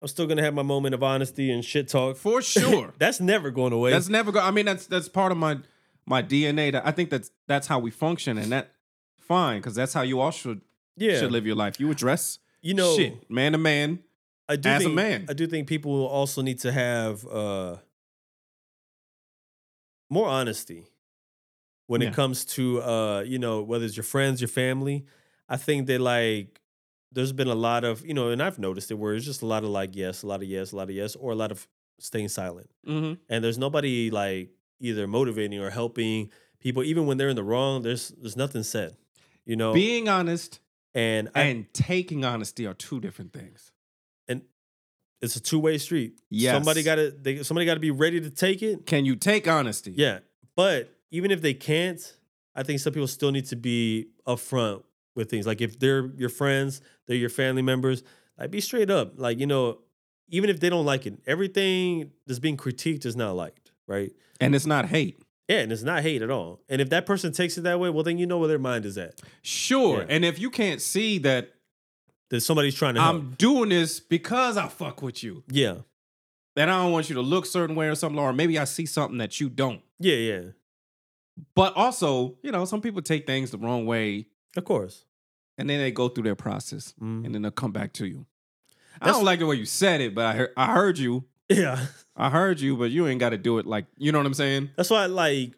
I'm still gonna have my moment of honesty and shit talk.
For sure.
That's never going away.
that's never go I mean that's that's part of my my DNA that I think that's that's how we function and that fine cuz that's how you all should
yeah,
should live your life. You address
you know,
shit man to man.
I do
as a
think,
man.
I do think people will also need to have uh, more honesty when
Yeah.
it comes to uh, you know whether it's your friends, your family. I think that like there's been a lot of you know, and I've noticed it where it's just a lot of like yes, a lot of yes, a lot of yes, or a lot of staying silent,
Mhm.
and there's nobody like either motivating or helping people, even when they're in the wrong. There's there's nothing said, you know,
Being honest
and I,
and taking honesty are two different things.
it's a two way street.
Yes.
somebody got to they somebody got to be ready to take it.
Can you take honesty?
Yeah, but even if they can't, I think some people still need to be upfront with things. Like if they're your friends, they're your family members, like be straight up. Like you know, even if they don't like it, everything that's being critiqued is not liked, right?
And it's not hate.
Yeah, and it's not hate at all. And if that person takes it that way, well, then you know where their mind is at.
Sure.
Yeah.
And if you can't see that
That somebody's trying to help.
I'm doing this because I fuck with you,
yeah,
that I don't want you to look certain way or something, or maybe I see something that you don't.
yeah, yeah.
But also, you know, some people take things the wrong way
Of course.
and then they go through their process
Mhm.
and then they'll come back to you. I
That's-
don't like the way you said it, but I heard, I heard you.
Yeah.
I heard you, but you ain't got to do it like, you know what I'm saying?
That's why, like,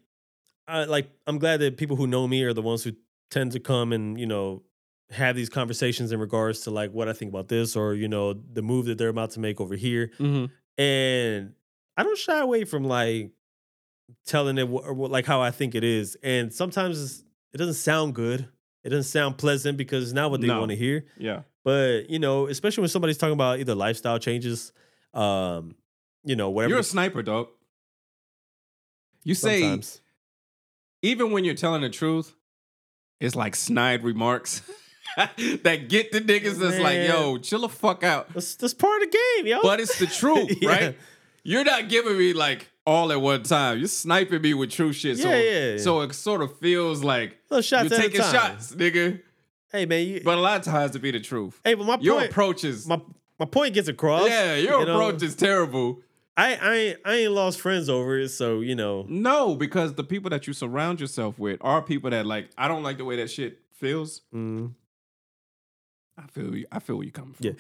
I like. I'm glad that people who know me are the ones who tend to come and you know have these conversations in regards to like what I think about this or you know the move that they're about to make over here.
Mm-hmm.
And I don't shy away from like telling it wh- or what- like how I think it is. And sometimes it's, it doesn't sound good. It doesn't sound pleasant because it's not what they
No.
want to hear.
Yeah.
But you know, especially when somebody's talking about either lifestyle changes, um, you know, whatever.
You're a
the-
sniper, dog. You say,
sometimes.
even when you're telling the truth, it's like snide remarks that get the niggas that's like,
Man.
yo, chill the fuck out.
That's, that's part of the game, yo.
But it's the truth,
Yeah.
right? You're not giving me like all at one time. You're sniping me with true shit. so,
Yeah, yeah, yeah.
so it sort of feels like
Little shots
you're
at a
taking
time.
shots, nigga.
Hey man, you,
But a lot of times to be the truth.
hey, but my
your
point,
approach is
my my point gets across.
yeah, your
you know?
approach is terrible.
I I ain't, I ain't lost friends over it, so you know.
No, because the people that you surround yourself with are people that like. I don't like the way that shit feels.
mm,
I feel you. I feel where you coming from.
Yeah.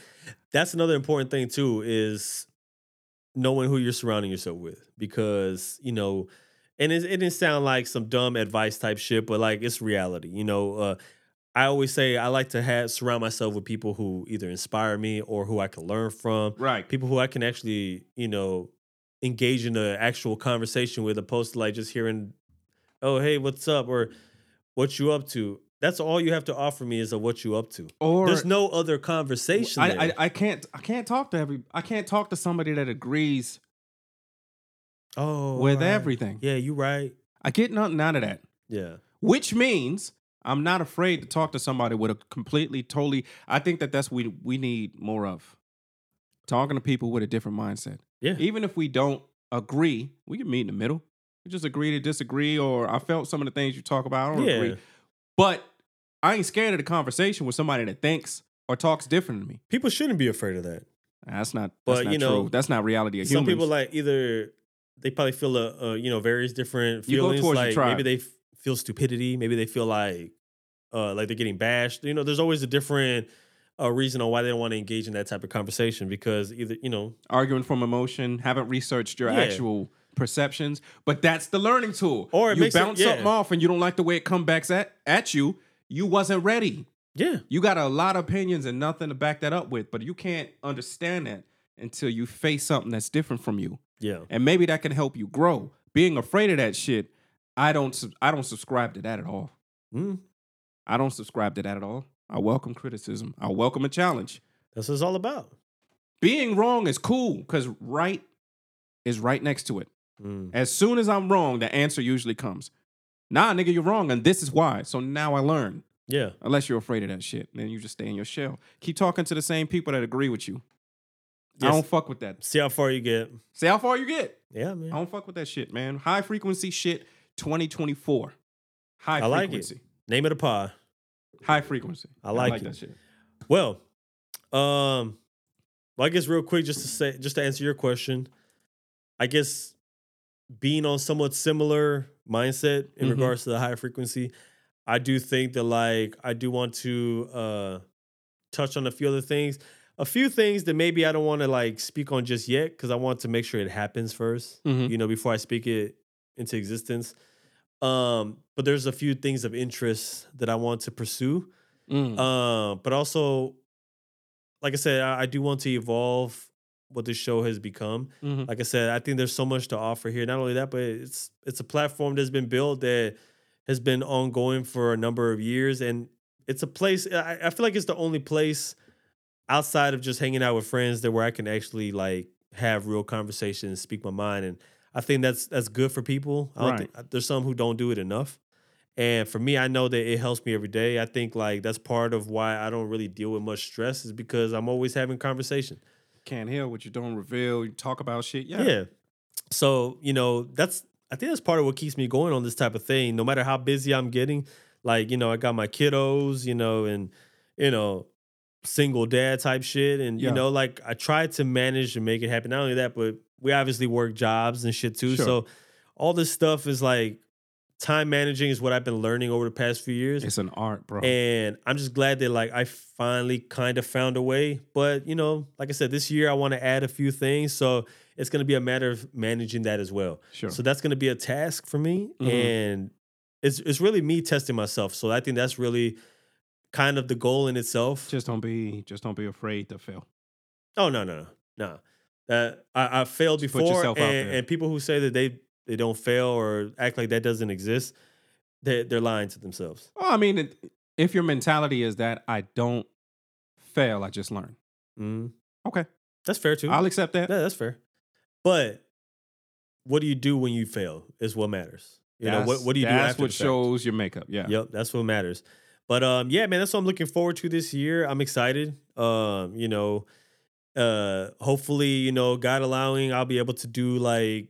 That's another important thing too is knowing who you're surrounding yourself with because you know, and it, it didn't sound like some dumb advice type shit, but like it's reality. You know, uh, I always say I like to have surround myself with people who either inspire me or who I can learn from.
Right.
people who I can actually, you know, engage in an actual conversation with, opposed to like just hearing, "Oh, hey, what's up?" or "What you up to?" That's all you have to offer me is a "What you up to."
Or
There's no other conversation.
I,
there.
I I can't I can't talk to every I can't talk to somebody that agrees
oh,
with
alright.
everything.
Yeah, you right.
I get nothing out of that,
Yeah,
which means I'm not afraid to talk to somebody with a completely totally. I think that that's we we need more of talking to people with a different mindset.
yeah,
Even if we don't agree, we can meet in the middle. We just agree to disagree, or I felt some of the things you talk about. I don't
yeah.
agree, but I ain't scared of the conversation with somebody that thinks or talks different than me.
People shouldn't be afraid of that.
That's not. That's
But,
not
you know,
true. that's not reality of
Some
humans.
people like either they probably feel a, uh you know various different
You go
feelings.
towards your
like
tribe.
maybe they f- feel stupidity. Maybe they feel like uh like they're getting bashed. You know, there's always a different a reason on why they don't want to engage in that type of conversation because either you know
arguing from emotion, haven't researched your
Yeah.
actual perceptions, but that's the learning tool.
Or it
you
makes it-
bounce
yeah.
something off and you don't like the way it comes back at, at you, you wasn't ready.
yeah
You got a lot of opinions and nothing to back that up with, but you can't understand that until you face something that's different from you.
yeah
And maybe that can help you grow. Being afraid of that shit, I don't sub- I don't subscribe to that at all.
Mm,
I don't subscribe to that at all. I welcome criticism. I welcome a challenge.
that's what it's all about.
Being wrong is cool because right is right next to it.
Mm,
As soon as I'm wrong, the answer usually comes. Nah, nigga, you're wrong, and this is why. So now I learn.
yeah,
Unless you're afraid of that shit, then you just stay in your shell. Keep talking to the same people that agree with you. I
Yes.
don't fuck with that.
see how far you get.
See how far you get.
Yeah,
I
man.
don't fuck with that shit, man. High frequency shit, 2024. High
I like
frequency.
it. Name of the pod.
High frequency.
I like it.
that shit.
Well, um, well, I guess real quick, just to say, just to answer your question, I guess being on somewhat similar mindset in
Mhm.
regards to the high frequency, I do think that like I do want to uh touch on a few other things, a few things that maybe I don't want to like speak on just yet because I want to make sure it happens 1st
Mhm.
you know, before I speak it into existence. Um, but there's a few things of interest that I want to pursue.
Mm.
Uh, but also, like I said, I, I do want to evolve what this show has become.
Mhm.
Like I said, I think there's so much to offer here. Not only that, but it's it's a platform that's been built that has been ongoing for a number of years, and it's a place. I, I feel like it's the only place outside of just hanging out with friends that where I can actually like have real conversations, speak my mind, and I think that's that's good for people. I don't
Right.
think, there's some who don't do it enough. And for me, I know that it helps me every day. I think like that's part of why I don't really deal with much stress is because I'm always having conversation.
Can't hear what you don't reveal. You talk about shit. Yeah.
Yeah. So, you know, that's I think that's part of what keeps me going on this type of thing. No matter how busy I'm getting, like, you know, I got my kiddos, you know, and you know, single dad type shit. And
Yeah.
you know, like I try to manage and make it happen. Not only that, but we obviously work jobs and shit too.
Sure.
So all this stuff is like time managing is what I've been learning over the past few years.
It's an art, bro.
And I'm just glad that like I finally kind of found a way. But you know, like I said, this year I want to add a few things. So it's gonna be a matter of managing that as well.
Sure.
So that's gonna be a task for me.
Mhm.
And it's it's really me testing myself. So I think that's really kind of the goal in itself.
just don't be just don't be afraid to fail.
oh no, no, no. no. Uh, I, I failed
Just put
before
yourself out
and,
there.
and people who say that they they don't fail or act like that doesn't exist, they they're lying to themselves.
Well, I mean, it- if your mentality is that I don't fail, I just learn.
Mm.
Okay.
That's fair too.
I'll accept that.
Yeah, that's fair. But what do you do when you fail is what matters. You know, what,
That's-
what do you do
That's
after
what
the fact?
shows your makeup. Yeah.
Yep, that's what matters. But um, yeah, man, that's what I'm looking forward to this year. I'm excited. Um, you know, uh, hopefully, you know, God allowing, I'll be able to do like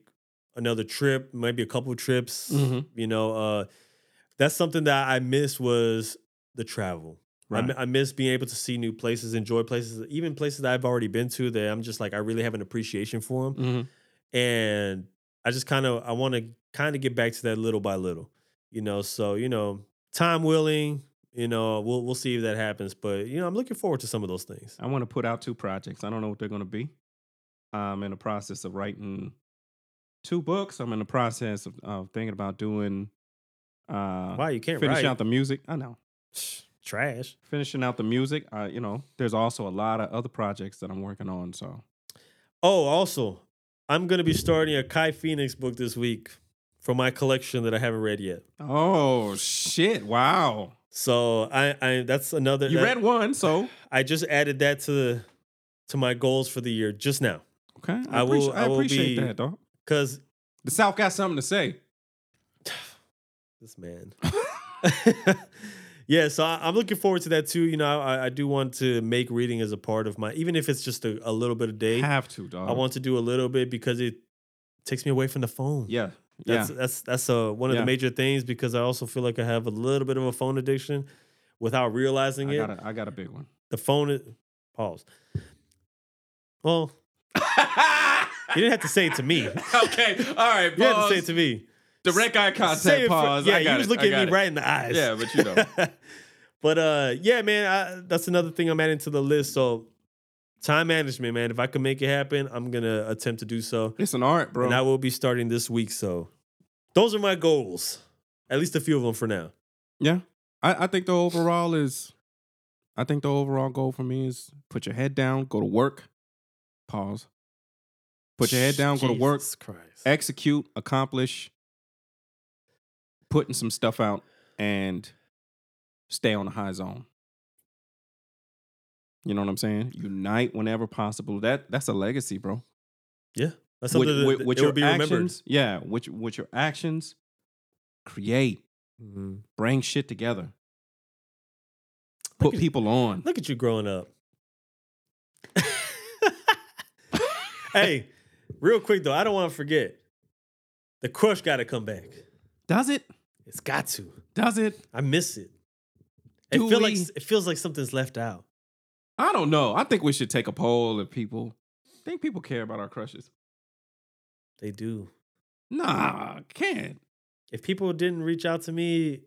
another trip, maybe a couple trips.
Mhm.
You know, uh, that's something that I miss was the travel. I, mi-
Right.
I miss being able to see new places, enjoy places, even places that I've already been to that I'm just like I really have an appreciation for them
hmm
and I just kind of I want to kind of get back to that little by little, you know. So you know, time willing, you know, we'll we'll see if that happens. But you know, I'm looking forward to some of those things.
I want to put out two projects. I don't know what they're going to be. I'm in the process of writing two books. I'm in the process of, of thinking about doing. Uh,
Wow, you can't
finish
write.
out the music. I know.
trash.
Finishing out the music. Uh, you know, there's also a lot of other projects that I'm working on. So
Oh, also, I'm gonna be starting a Kai Phoenix book this week from my collection that I haven't read yet.
Oh shit! Wow,
So I, I that's another.
you
that-
read one, so
I just added that to the to my goals for the year just now
okay.
I will-
appreciate-
I will
appreciate
be-
that, dog.
because
The South got something to say.
this man. yeah, so I, I'm looking forward to that too. You know, I, I do want to make reading as a part of my, even if it's just a, a little bit a day.
Have to, dog.
I want to do a little bit because it takes me away from the phone.
Yeah, yeah.
that's that's that's uh one of
Yeah.
the major things because I also feel like I have a little bit of a phone addiction without realizing
I
it.
got, a, I got a big one.
The phone is pause. Well, you didn't have to say it to me. You
okay, all right.
didn't have to say it to me.
Direct eye contact.
Say it for-
pause.
yeah,
I got
you was
it, I
looking at
got
me
it.
right in the eyes.
Yeah, but you know.
But uh, yeah, man, I, that's another thing I'm adding to the list. So time management, man. If I can make it happen, I'm gonna attempt to do so,
It's an art, bro.
and I will be starting this week. So those are my goals, at least a few of them for now.
yeah. I, I think the overall is I think the overall goal for me is put your head down, go to work. Pause. Put your head down, go to work,
Jesus Christ.
execute, accomplish, putting some stuff out, and stay on the high zone. You know what I'm saying? Unite whenever possible. That that's a legacy, bro.
Yeah, that's something that, that will be remembered.
actions, yeah. With with your actions, create,
Mm-hmm.
bring shit together,
Look
put
at-
people on.
Look at you growing up. hey, real quick though, I don't want to forget. The crush got to come back.
Does it?
It's got to.
Does it?
I miss it. It
Do
feel like
we-
it feels like something's left out.
I don't know. I think we should take a poll of people. Think people care about our crushes?
They do.
Nah, can't.
If people didn't reach out to me,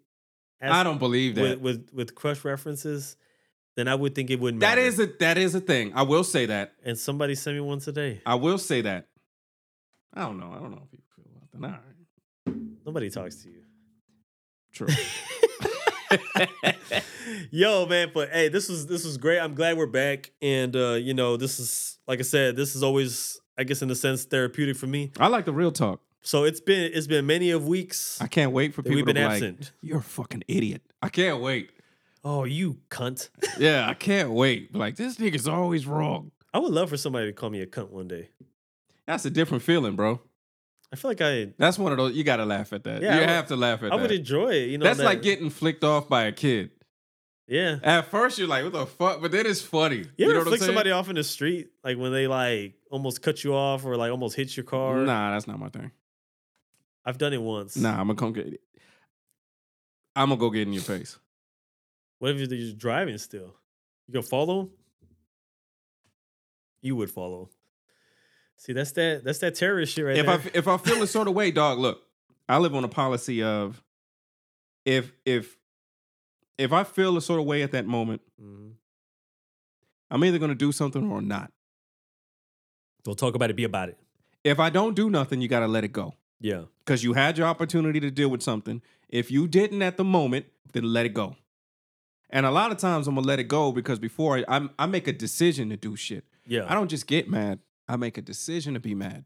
as-
I don't believe
with,
that.
with with crush references, then I would think it wouldn't.
That
matter.
is a that is a thing. I will say that.
And somebody sent me one today.
I will say that. I don't know. I don't know if people feel about that. All right.
Nobody talks to you.
True.
Yo, man, but hey, this was this was great. I'm glad we're back. And uh, you know, this is like I said, this is always, I guess in a sense, therapeutic for me.
I like the real talk.
So it's been it's been many of weeks
I can't wait for
that
people
we've been
to be like,
absent.
"You're a fucking idiot." I can't wait.
Oh, you cunt.
Yeah, I can't wait. Like this nigga's always wrong.
I would love for somebody to call me a cunt one day.
That's a different feeling, bro.
I feel like I
That's one of those you gotta laugh at that.
Yeah, I
you
would-
have to laugh at
I
that.
would enjoy it, you know.
That's
that-
like getting flicked off by a kid.
Yeah.
At first, you're like, "What the fuck?" But then it's funny.
You ever
know what I'm
flick
saying?
somebody off in the street, like when they like almost cut you off or like almost hit your car?
Nah, that's not my thing.
I've done it once.
Nah, I'm gonna come get. I'm gonna go get in your face.
What if you're just driving still? You gonna follow? 'em? You would follow. See, that's that that's that terrorist shit right
if
there.
I if I feel a sort of way, dog, look, I live on a policy of if if if I feel a sort of way at that moment,
Mhm.
I'm either gonna do something or not.
Don't talk about it, be about it.
If I don't do nothing, you gotta let it go.
Yeah.
Cause you had your opportunity to deal with something. If you didn't at the moment, then let it go. And a lot of times I'm gonna let it go because before I I'm, I make a decision to do shit.
Yeah.
I don't just get mad. I make a decision to be mad.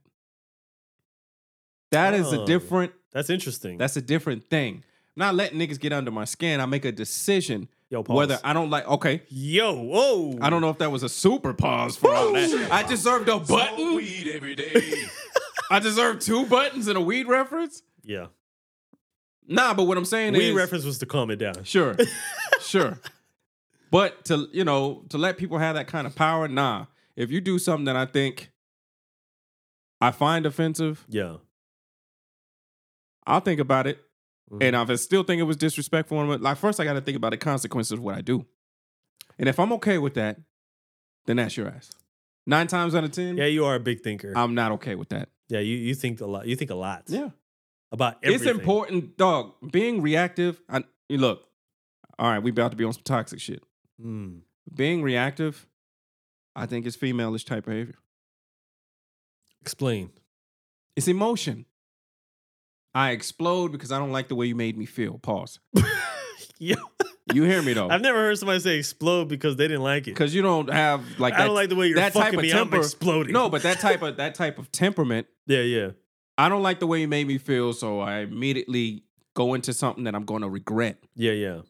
That is
Oh.
a different
that's interesting.
That's a different thing. I'm not letting niggas get under my skin. I make a decision
Yo, pause.
whether I don't like. Okay,
Yo, whoa.
I don't know if that was a super pause for all that. I deserved a
Smoke
button.
weed every day.
I deserved two buttons and a weed reference.
Yeah.
Nah, but what I'm saying
We
is,
reference was to calm it down.
sure, sure. But to you know, to let people have that kind of power, nah. If you do something that I think I find offensive,
Yeah.
I'll think about it.
Mhm.
And if I still think it was disrespectful, I'm like first I got to think about the consequences of what I do. And if I'm okay with that, then that's your ass. Nine times out of ten,
Yeah, you are a big thinker.
I'm not okay with that.
yeah, you, you think a lot. You think a lot. About
it's
everything.
important, dog. Being reactive. I you look. All right, we about to be on some toxic shit.
Mm.
Being reactive, I think is femaleish type behavior.
Explain.
It's emotion. I explode because I don't like the way you made me feel. Pause.
Yo,
You hear me though?
I've never heard somebody say explode because they didn't like it.
Oh. because you don't have like
I
that,
don't like the way you're
that type
fucking
of
me.
temper.
I'm exploding.
No, but that type of that type of temperament,
yeah, yeah,
I don't like the way you made me feel, so I immediately go into something that I'm going to regret.
yeah, yeah.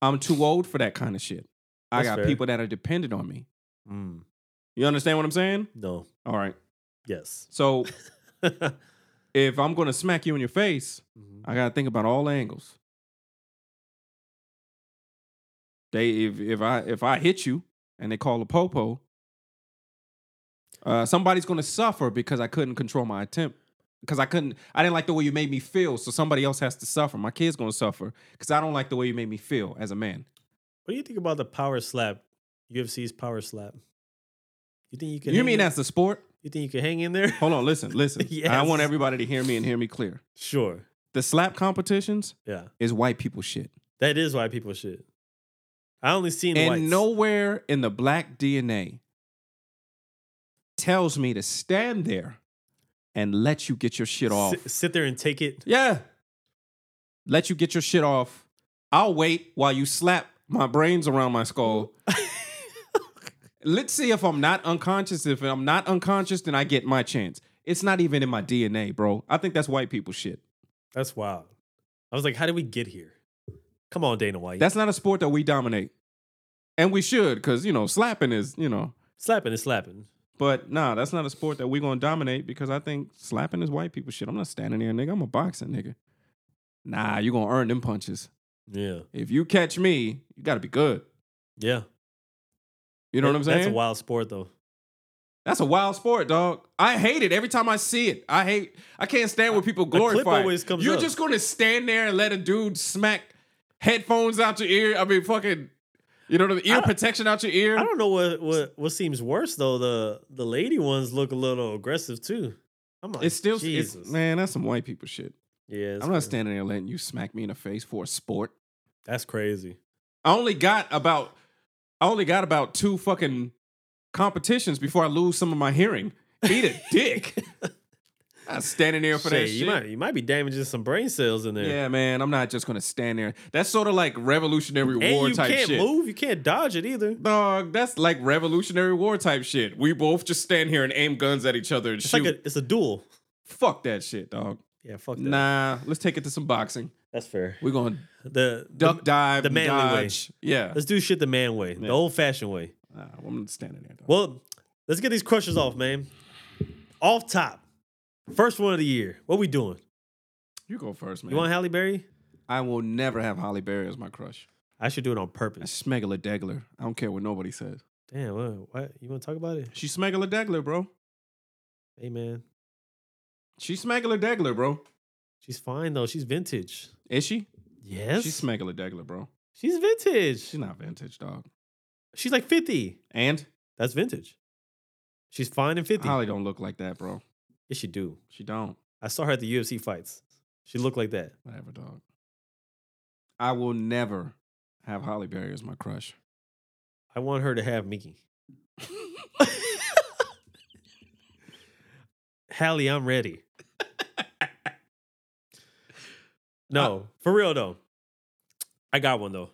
I'm too old for that kind of shit. I
That's
got
fair.
people that are dependent on me.
Mm.
You understand what I'm saying?
No.
All right.
Yes.
So
Mhm.
if I'm going to smack you in your face,
Mm-hmm.
I got to think about all angles. They if if I if I hit you and they call a popo, uh, somebody's going to suffer because I couldn't control my attempt. Because I couldn't, I didn't like the way you made me feel. So somebody else has to suffer. My kid's gonna suffer because I don't like the way you made me feel as a man.
What do you think about the power slap? UFC's power slap. You think you can?
You
hang
mean
in-
that's a sport?
You think you can hang in there?
Hold on, listen, listen. I want
Yes.
everybody to hear me and hear me clear.
sure.
The slap competitions
Yeah.
is white people shit.
That is why people shit. I only seen
and
whites.
nowhere in the black DNA tells me to stand there and let you get your shit off.
sit, sit there and take it.
Yeah. Let you get your shit off. I'll wait while you slap my brains around my skull. Let's see if I'm not unconscious. If I'm not unconscious, then I get my chance. It's not even in my DNA, bro. I think that's white people shit.
That's wild. I was like, how did we get here? Come on, Dana White.
That's not a sport that we dominate. And we should, because, you know, slapping is, you know.
slapping is slapping.
But nah, that's not a sport that we're gonna dominate because I think slapping is white people shit. I'm not standing there, nigga. I'm a boxing nigga. Nah, you gonna earn them punches.
Yeah.
If you catch me, you gotta be good.
Yeah.
You know what I'm saying?
That's a wild sport though.
That's a wild sport, dog. I hate it every time I see it. I hate. I can't stand when people glorify. it.
always comes
You're
up.
just gonna stand there and let a dude smack headphones out your ear. I mean, fucking. You know what I mean? Ear
don't-
protection out your ear.
I don't know what what what seems worse though. The the lady ones look a little aggressive too. I'm like,
It's still,
Jesus.
it's, man, that's some white people shit.
Yeah, it's
I'm not
weird.
standing there letting you smack me in the face for a sport.
That's crazy.
I only got about I only got about two fucking competitions before I lose some of my hearing. Eat a dick. I'm standing there for
Shay,
that shit.
you might you might be damaging some brain cells in there.
yeah, man, I'm not just gonna stand there. That's sort of like Revolutionary
and
War
you
type
can't
shit.
move. You can't dodge it either.
Dog, that's like Revolutionary War type shit. We both just stand here and aim guns at each other and
It's
shoot.
like a it's a duel.
Fuck that shit, dog.
Yeah, fuck that.
Nah, let's take it to some boxing.
That's fair.
We're gonna
The
duck,
the,
dive,
the manly way.
dodge. Yeah,
Let's do shit the man way, the old fashioned way.
nah, I'm standing there. Dog.
Well, let's get these crushes off, man. Off top, first one of the year. What we doing?
you go first, man.
You want Halle Berry?
I will never have Holly Berry as my crush.
I should do it on purpose.
That's smegula degler. I don't care what nobody says.
Damn, what, what? You want to talk about it?
She's smegula degler, bro.
Hey, man,
She's smegula degler, bro.
she's fine though. She's vintage.
Is she?
Yes,
She's smegula degler, bro.
she's vintage.
She's not vintage, dog.
She's like fifty.
And
That's vintage. She's fine and fifty.
Holly don't look like that, bro.
Yes, she do.
She don't.
I saw her at the UFC fights. She looked like that.
Whatever, dog. I will never have Holly Berry as my crush.
I want her to have Mickey. Hallie, I'm ready. no, for real though. I got one though.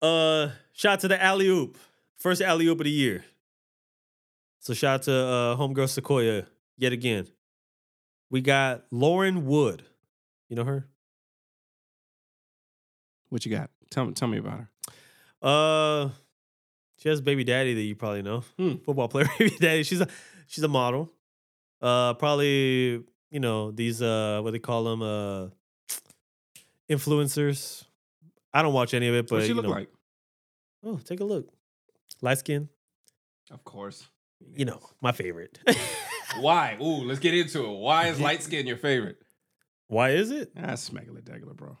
Uh, shout out to the alley oop, first alley oop of the year. So shout out to uh, homegirl Sequoia yet again. We got Lauren Wood. You know her?
What you got? Tell me, tell me about her.
Uh, she has a baby daddy that you probably know,
Hmm.
football player baby daddy. She's a she's a model. Uh, probably you know these uh what they call them uh influencers. I don't watch any of it, but
what she
you
look
know-
like?
Oh, take a look. Light skin,
Of course.
you know my favorite.
Why? Ooh, let's get into it. Why is light skin your favorite?
Why is it?
That's smegula degler, bro.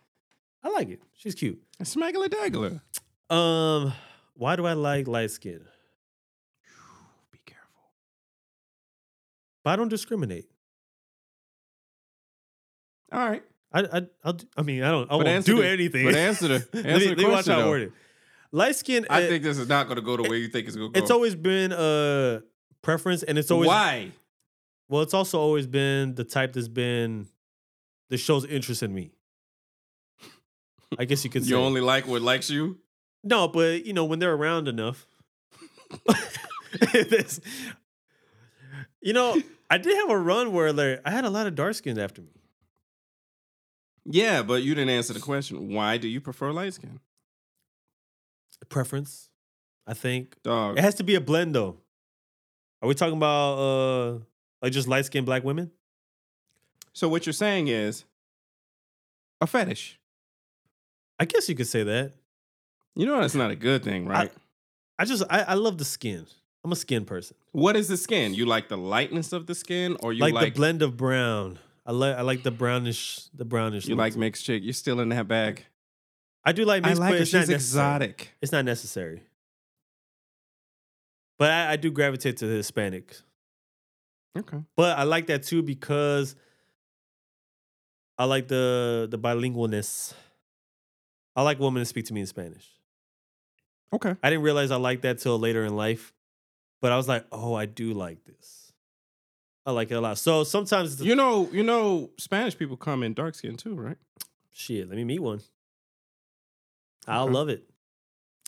I like it. She's cute.
Smegula degler.
Um, why do I like light skin?
Be careful.
But I don't discriminate.
All right.
I I I'll, do- I mean I don't I
But
won't
answer
do
the-
anything.
but answer the-
Let
answer
me,
the
let me watch
question,
how I
though.
word it. Light skin.
I
uh,
think this is not going to go the way you think it's going to go.
it's always been a preference, and it's always
why
well. It's also always been the type that's been that shows interest in me. I guess you could say
you only like what likes you.
no, but you know when they're around enough. This- you know, I did have a run where like, I had a lot of dark skins after me.
Yeah, but you didn't answer the question. Why do you prefer light skin,
Preference, I think.
dog?
It has to be a blend though. Are we talking about uh like just light skinned black women?
So what you're saying is a fetish.
I guess you could say that.
You know that's not a good thing, right?
I just I, I love the skin. I'm a skin person.
what is the skin? You like the lightness of the skin, or you
like,
like,
the blend of brown. I like I like the brownish the brownish.
you
look.
like mixed chick? You're still in that bag.
I do like
I
mixed,
like
but
her.
it's not
She's
necessary.
exotic.
It's not necessary. But I, I do gravitate to the Hispanic.
Okay.
But I like that too because I like the the bilingualness. I like women to speak to me in Spanish.
Okay.
I didn't realize I liked that till later in life, but I was like, oh, I do like this. I like it a lot. So sometimes it's a-
You know, you know, Spanish people come in dark skin too, right?
shit. Let me meet one. I'll
Okay.
love it.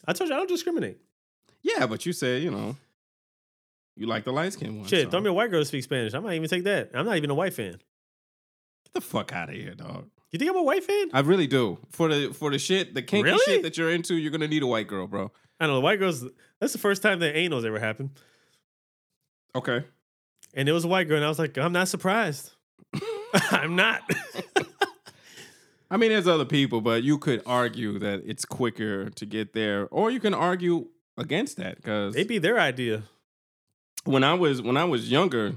I told you I don't discriminate.
Yeah, but you said you know, you like the light skin one.
Shit,
so-
throw me a white girl to speak Spanish. I might even take that. I'm not even a white fan.
Get the fuck out of here, dog.
You think I'm a white fan?
I really do. For the for the shit, the kinky
Really?
shit that you're into, you're gonna need a white girl, bro.
I don't know. White girls. That's the first time that anal's ever happened,
Okay.
and it was a white girl, and I was like, I'm not surprised. I'm not.
I mean, there's other people, but you could argue that it's quicker to get there, or you can argue against that because
It'd be their idea.
when I was when I was younger,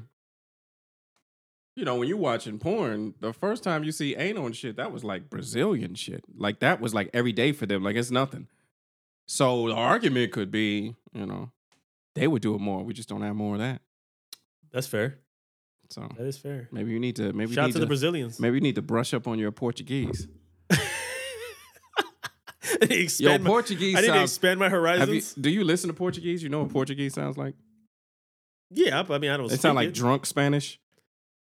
you know, when you watching porn, the first time you see anal and shit, that was like Brazilian shit. Like that was like every day for them. Like it's nothing. So the argument could be, you know, they would do it more. We just don't have more of that.
That's fair.
So
That is fair.
maybe you need to maybe you
Shout out
need
to, the Brazilians.
maybe you need to brush up on your Portuguese. Yo,
expand my-
Portuguese
I need to
sounds.
expand my
Have you,
horizons.
do you listen to Portuguese? You know what Portuguese sounds like?
yeah, I I mean, I don't.
It sounds like
it.
drunk Spanish.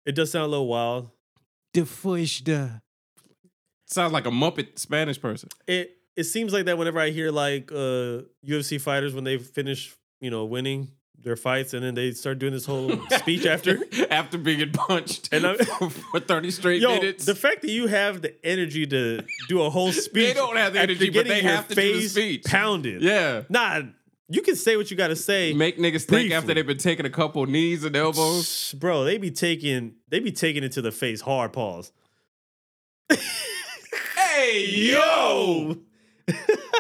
it does sound a little wild.
De fuista. Sounds like a Muppet Spanish person.
It it seems like that whenever I hear like uh, UFC fighters when they finish, you know, winning their fights, and then they start doing this whole speech after.
after being punched
And I'm-
for, for 30 straight
Yo,
minutes.
the fact that you have the energy to do a whole speech.
don't have the
after
energy, but
getting
they
your
have to do the
face
speech.
Pounded.
yeah.
Nah, you can say what you got to say.
Make niggas think after
Briefly.
they've been taking a couple knees and elbows.
Bro, they be taking they be taking it to the face hard pause.
Hey, yo!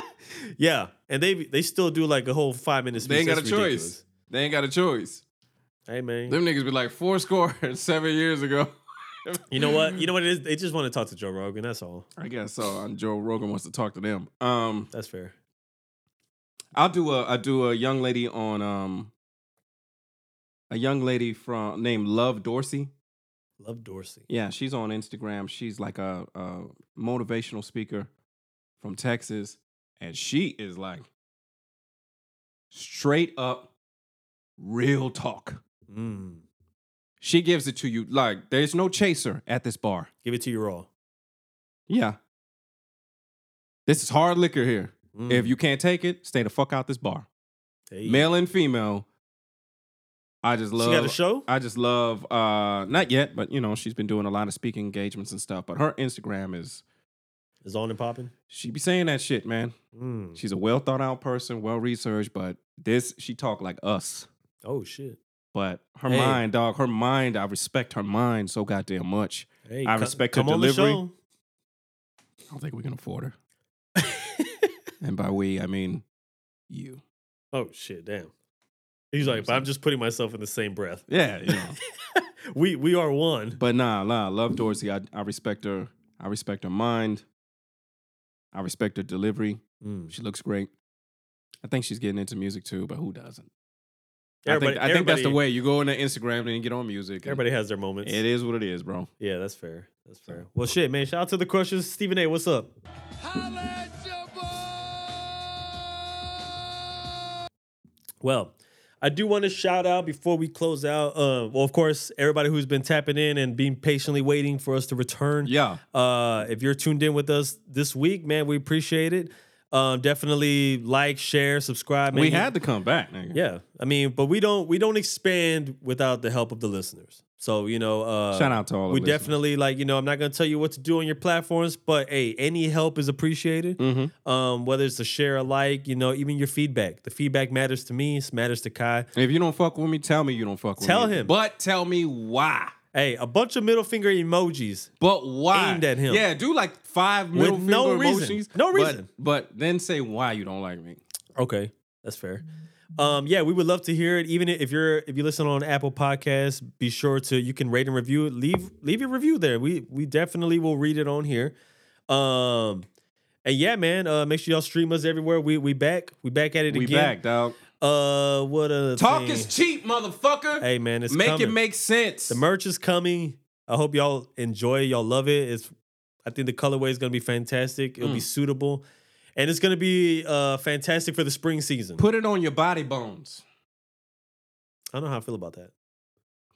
yeah, and they they still do like a whole five minute speech.
They ain't got a
That's
choice.
ridiculous.
They ain't got a choice.
Hey man,
Them niggas be like four score seven years ago.
you know what? You know what it is? They just want to talk to Joe Rogan. That's all.
I guess so. And Joe Rogan wants to talk to them. Um,
That's fair.
I'll do a I do a young lady on um a young lady from named Love Dorsey.
Love Dorsey.
Yeah, she's on Instagram. She's like a, a motivational speaker from Texas, and she is like straight up real talk.
Mm.
She gives it to you like there's no chaser at this bar.
Give it to you raw.
Yeah. This is hard liquor here.
Mm.
If you can't take it, stay the fuck out this bar.
Hey.
Male and female. I just
She
love
got a show.
I just love uh not yet, but you know, she's been doing a lot of speaking engagements and stuff, but her Instagram is
Is on and popping.
she be saying that shit, man.
Mm.
She's a well thought out person, well researched, but this she talk like us.
Oh shit.
But her
Hey.
mind, dog, her mind, I respect her mind so goddamn much.
Hey,
I
co-
respect her
come on the
delivery.
show.
I don't think we can afford her. and by we, I mean you.
Oh shit! Damn. He's like, but I'm just putting myself in the same breath.
Yeah, you know.
We we are one.
but nah, nah, love Dorsey. I, I respect her. I respect her mind. I respect her delivery.
Mm.
She looks great. I think she's getting into music too, but who doesn't? I
Everybody-
think, I think that's the
everybody-
way you go into Instagram and you get on music. and
Everybody has their moments.
It is what it is, bro.
Yeah, that's fair. That's fair. Well, shit, man. Shout out to the crushers. Stephen A, what's up? Well, I do want to shout out before we close out. Uh, well, of course, everybody who's been tapping in and being patiently waiting for us to return.
Yeah.
Uh, if you're tuned in with us this week, man, we appreciate it. Um, definitely like, share, subscribe. Man.
We had to come back, nigga.
yeah. I mean, but we don't we don't expand without the help of the listeners. So you know, uh,
Shout out to all the
we
listeners.
definitely like you know i'm not going to tell you what to do on your platforms but hey any help is appreciated
Mm-hmm.
um, whether it's a share a like you know even your feedback the feedback matters to me it matters to kai
If you don't fuck with me, tell me you don't fuck with
Tell
me.
him.
But tell me why.
hey a bunch of middle finger emojis
But why?
Aimed at him.
Yeah, do like five middle finger
no reason.
emotions.
No
but-
reason.
But, then say why you don't like me.
okay that's fair um, yeah we would love to hear it even if you're if you listen on apple Podcasts, be sure to you can rate and review it leave leave your review there we we definitely will read it on here um and yeah man uh make sure y'all stream us everywhere we we back we back at it
We
again
back, dog.
Uh, what a
Talk is cheap, motherfucker.
Hey man, it's
make
coming.
it make sense.
the merch is coming. I hope
Mm.
y'all enjoy. it. Y'all love it. It's I think the colorway is gonna be fantastic. It'll be suitable. and it's gonna be uh fantastic for the spring season.
Put it on your body bones.
I don't know how I feel about that.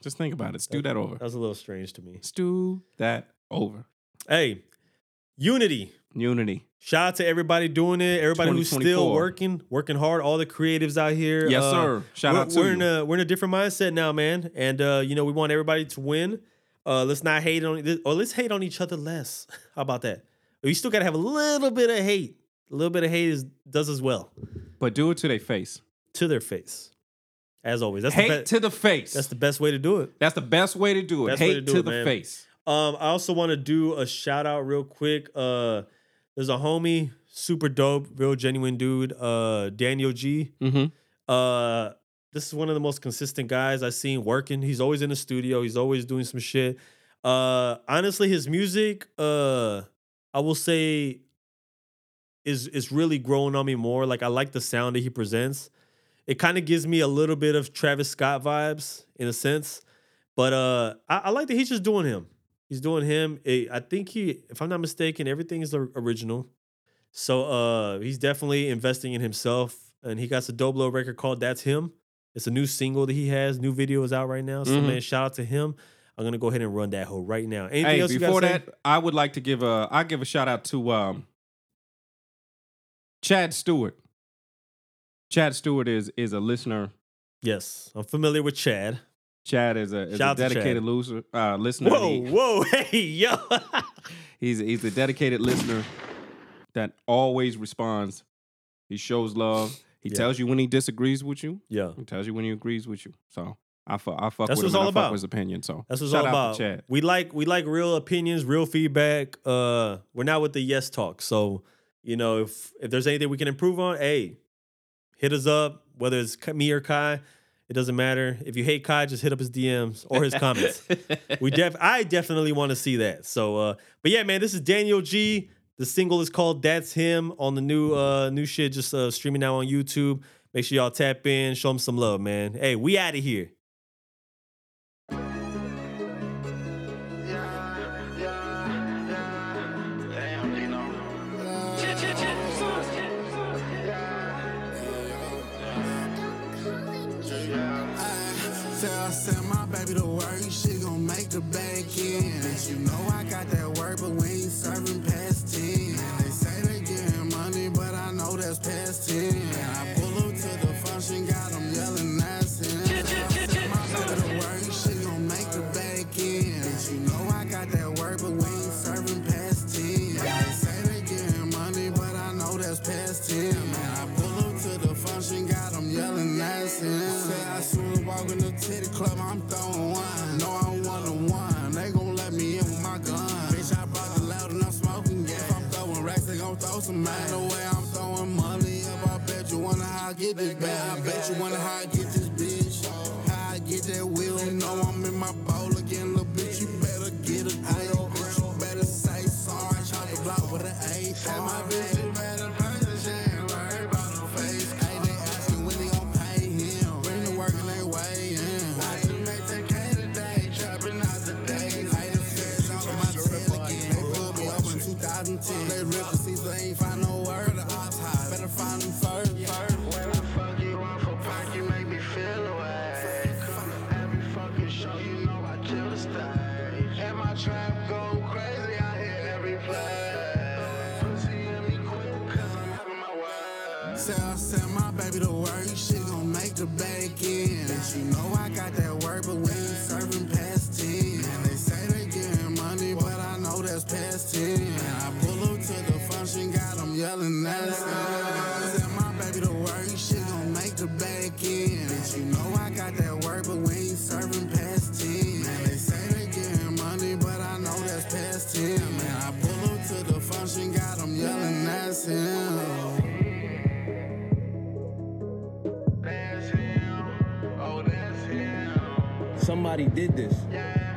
Just think about it. Stew that over.
That was a little strange to me.
Stew that over.
Hey, unity.
Unity.
Shout out to everybody doing it. Everybody who's still
2024.
working, working hard. All the creatives out here.
Yes,
Uh,
sir. Shout
we're,
out to
we're
you.
in a we're in a different mindset now, man. And uh, you know we want everybody to win. Uh, let's not hate on or let's hate on each other less. How about that? We still gotta have a little bit of hate. A little bit of hate is, does as well
but do it to their face.
to their face. As always, that's the
Hate
be-
to the face.
that's the best way to do it.
That's the best way to do it.
Best way
Hate
to
to,
do it,
the
man.
face.
Um, I also want to do a shout out real quick. Uh, there's a homie, super dope, real genuine dude, uh, Daniel G.
Mm-hmm.
Uh, this is one of the most consistent guys I've seen working. He's always in the studio. He's always doing some shit. Uh, honestly, his music, uh, I will say, is is really growing on me more. Like I like the sound that he presents. It kind of gives me a little bit of Travis Scott vibes in a sense, but uh, I, I like that he's just doing him. He's doing him. Eh, I think he, if I'm not mistaken, everything is or- original. So uh he's definitely investing in himself and he got a dope little record called That's Him. It's a new single that he has, new video is out right now. So
Mhm.
man, shout out to him. I'm gonna go ahead and run that hoe right now. Anything
Hey,
else you
before
gotta
that, I would like to give a I give a shout out to um, Chad Stewart. Chad Stewart is is a listener.
Say? Yes, I'm familiar with Chad.
Chad is a, is
Shout
a
out to Chad.
dedicated loser, uh, listener.
Whoa,
He-
whoa, hey, yo.
He's he's a dedicated listener that always responds. He shows love. He
Yeah.
tells you when he disagrees with you.
yeah.
He tells you when he agrees with you. So I fuck I fuck
That's what it's
with him. and
all
I
about.
fuck with his opinion. So
That's what
shout
it's all
out
about.
to Chad.
We like we like real opinions, real feedback. Uh we're not with the yes talk. So, you know, if if there's anything we can improve on, hey, hit us up, whether it's Ka- me or Kai, it doesn't matter. If you hate Kai, just hit up his DMs or his comments. we def I definitely want to see that. So uh but yeah, man, this is Daniel G. The single is called That's Him on the new uh new shit just uh streaming now on YouTube. Make sure y'all tap in, show him some love, man. Hey, we out of here.
Tell send my baby to work, she gon' make a back end. You know I got that work, but we ain't serving past 10. They say they getting money, but I know that's past 10. I pull up to the function, got 'em yelling nonsense. Send my baby to work, she gon' make a back end. You know I got that work, but we ain't serving past 10. They say they getting money, but I know that's past 10. Man, I pull up to the function, got 'em yelling nonsense. Say I soon walk in the titty club, I'm throwing wine. No, I'm one on one. They gon' let me in with my gun. Bitch, I brought the loud and I'm smoking gas. If I'm throwing racks, they gon' throw some man. The way I'm throwing money up, I bet you wonder how I get this back. I bet you wonder how I get this bitch. How I get that wheel. You know I'm in my bowl again, little bitch. You better get a grill. Bitch, you better say sorry. Chop the block with an A. And my bitch, you better purchase shit. Worry about her face. Hey, they asking when they gon' pay him. Bring the work and they weigh in. I just make that K today. Trapping out the days. Hey, the feds out my tail again. They put me up in 2010. They rip the seats, they ain't find no word. The ops high. Better find them first. When the fuck you want for park, you make me feel away. Every fucking show, you know I chill the stage. And my trap go crazy, I hit every play. Pussy in me quick, cause I'm having my way. So I send my baby to work, she gon' make the back end. You know I got that work, but we ain't serving past 10. And they say they getting money, but I know that's past 10. And I pull up to the function, got 'em yelling at us. Send my baby to work, she gon' make the back end. You know I got that work, but we ain't serving past 10. And they say they getting money, but I know that's past 10. Man, I pull up to the function, got 'em yelling that's him.
Somebody did this.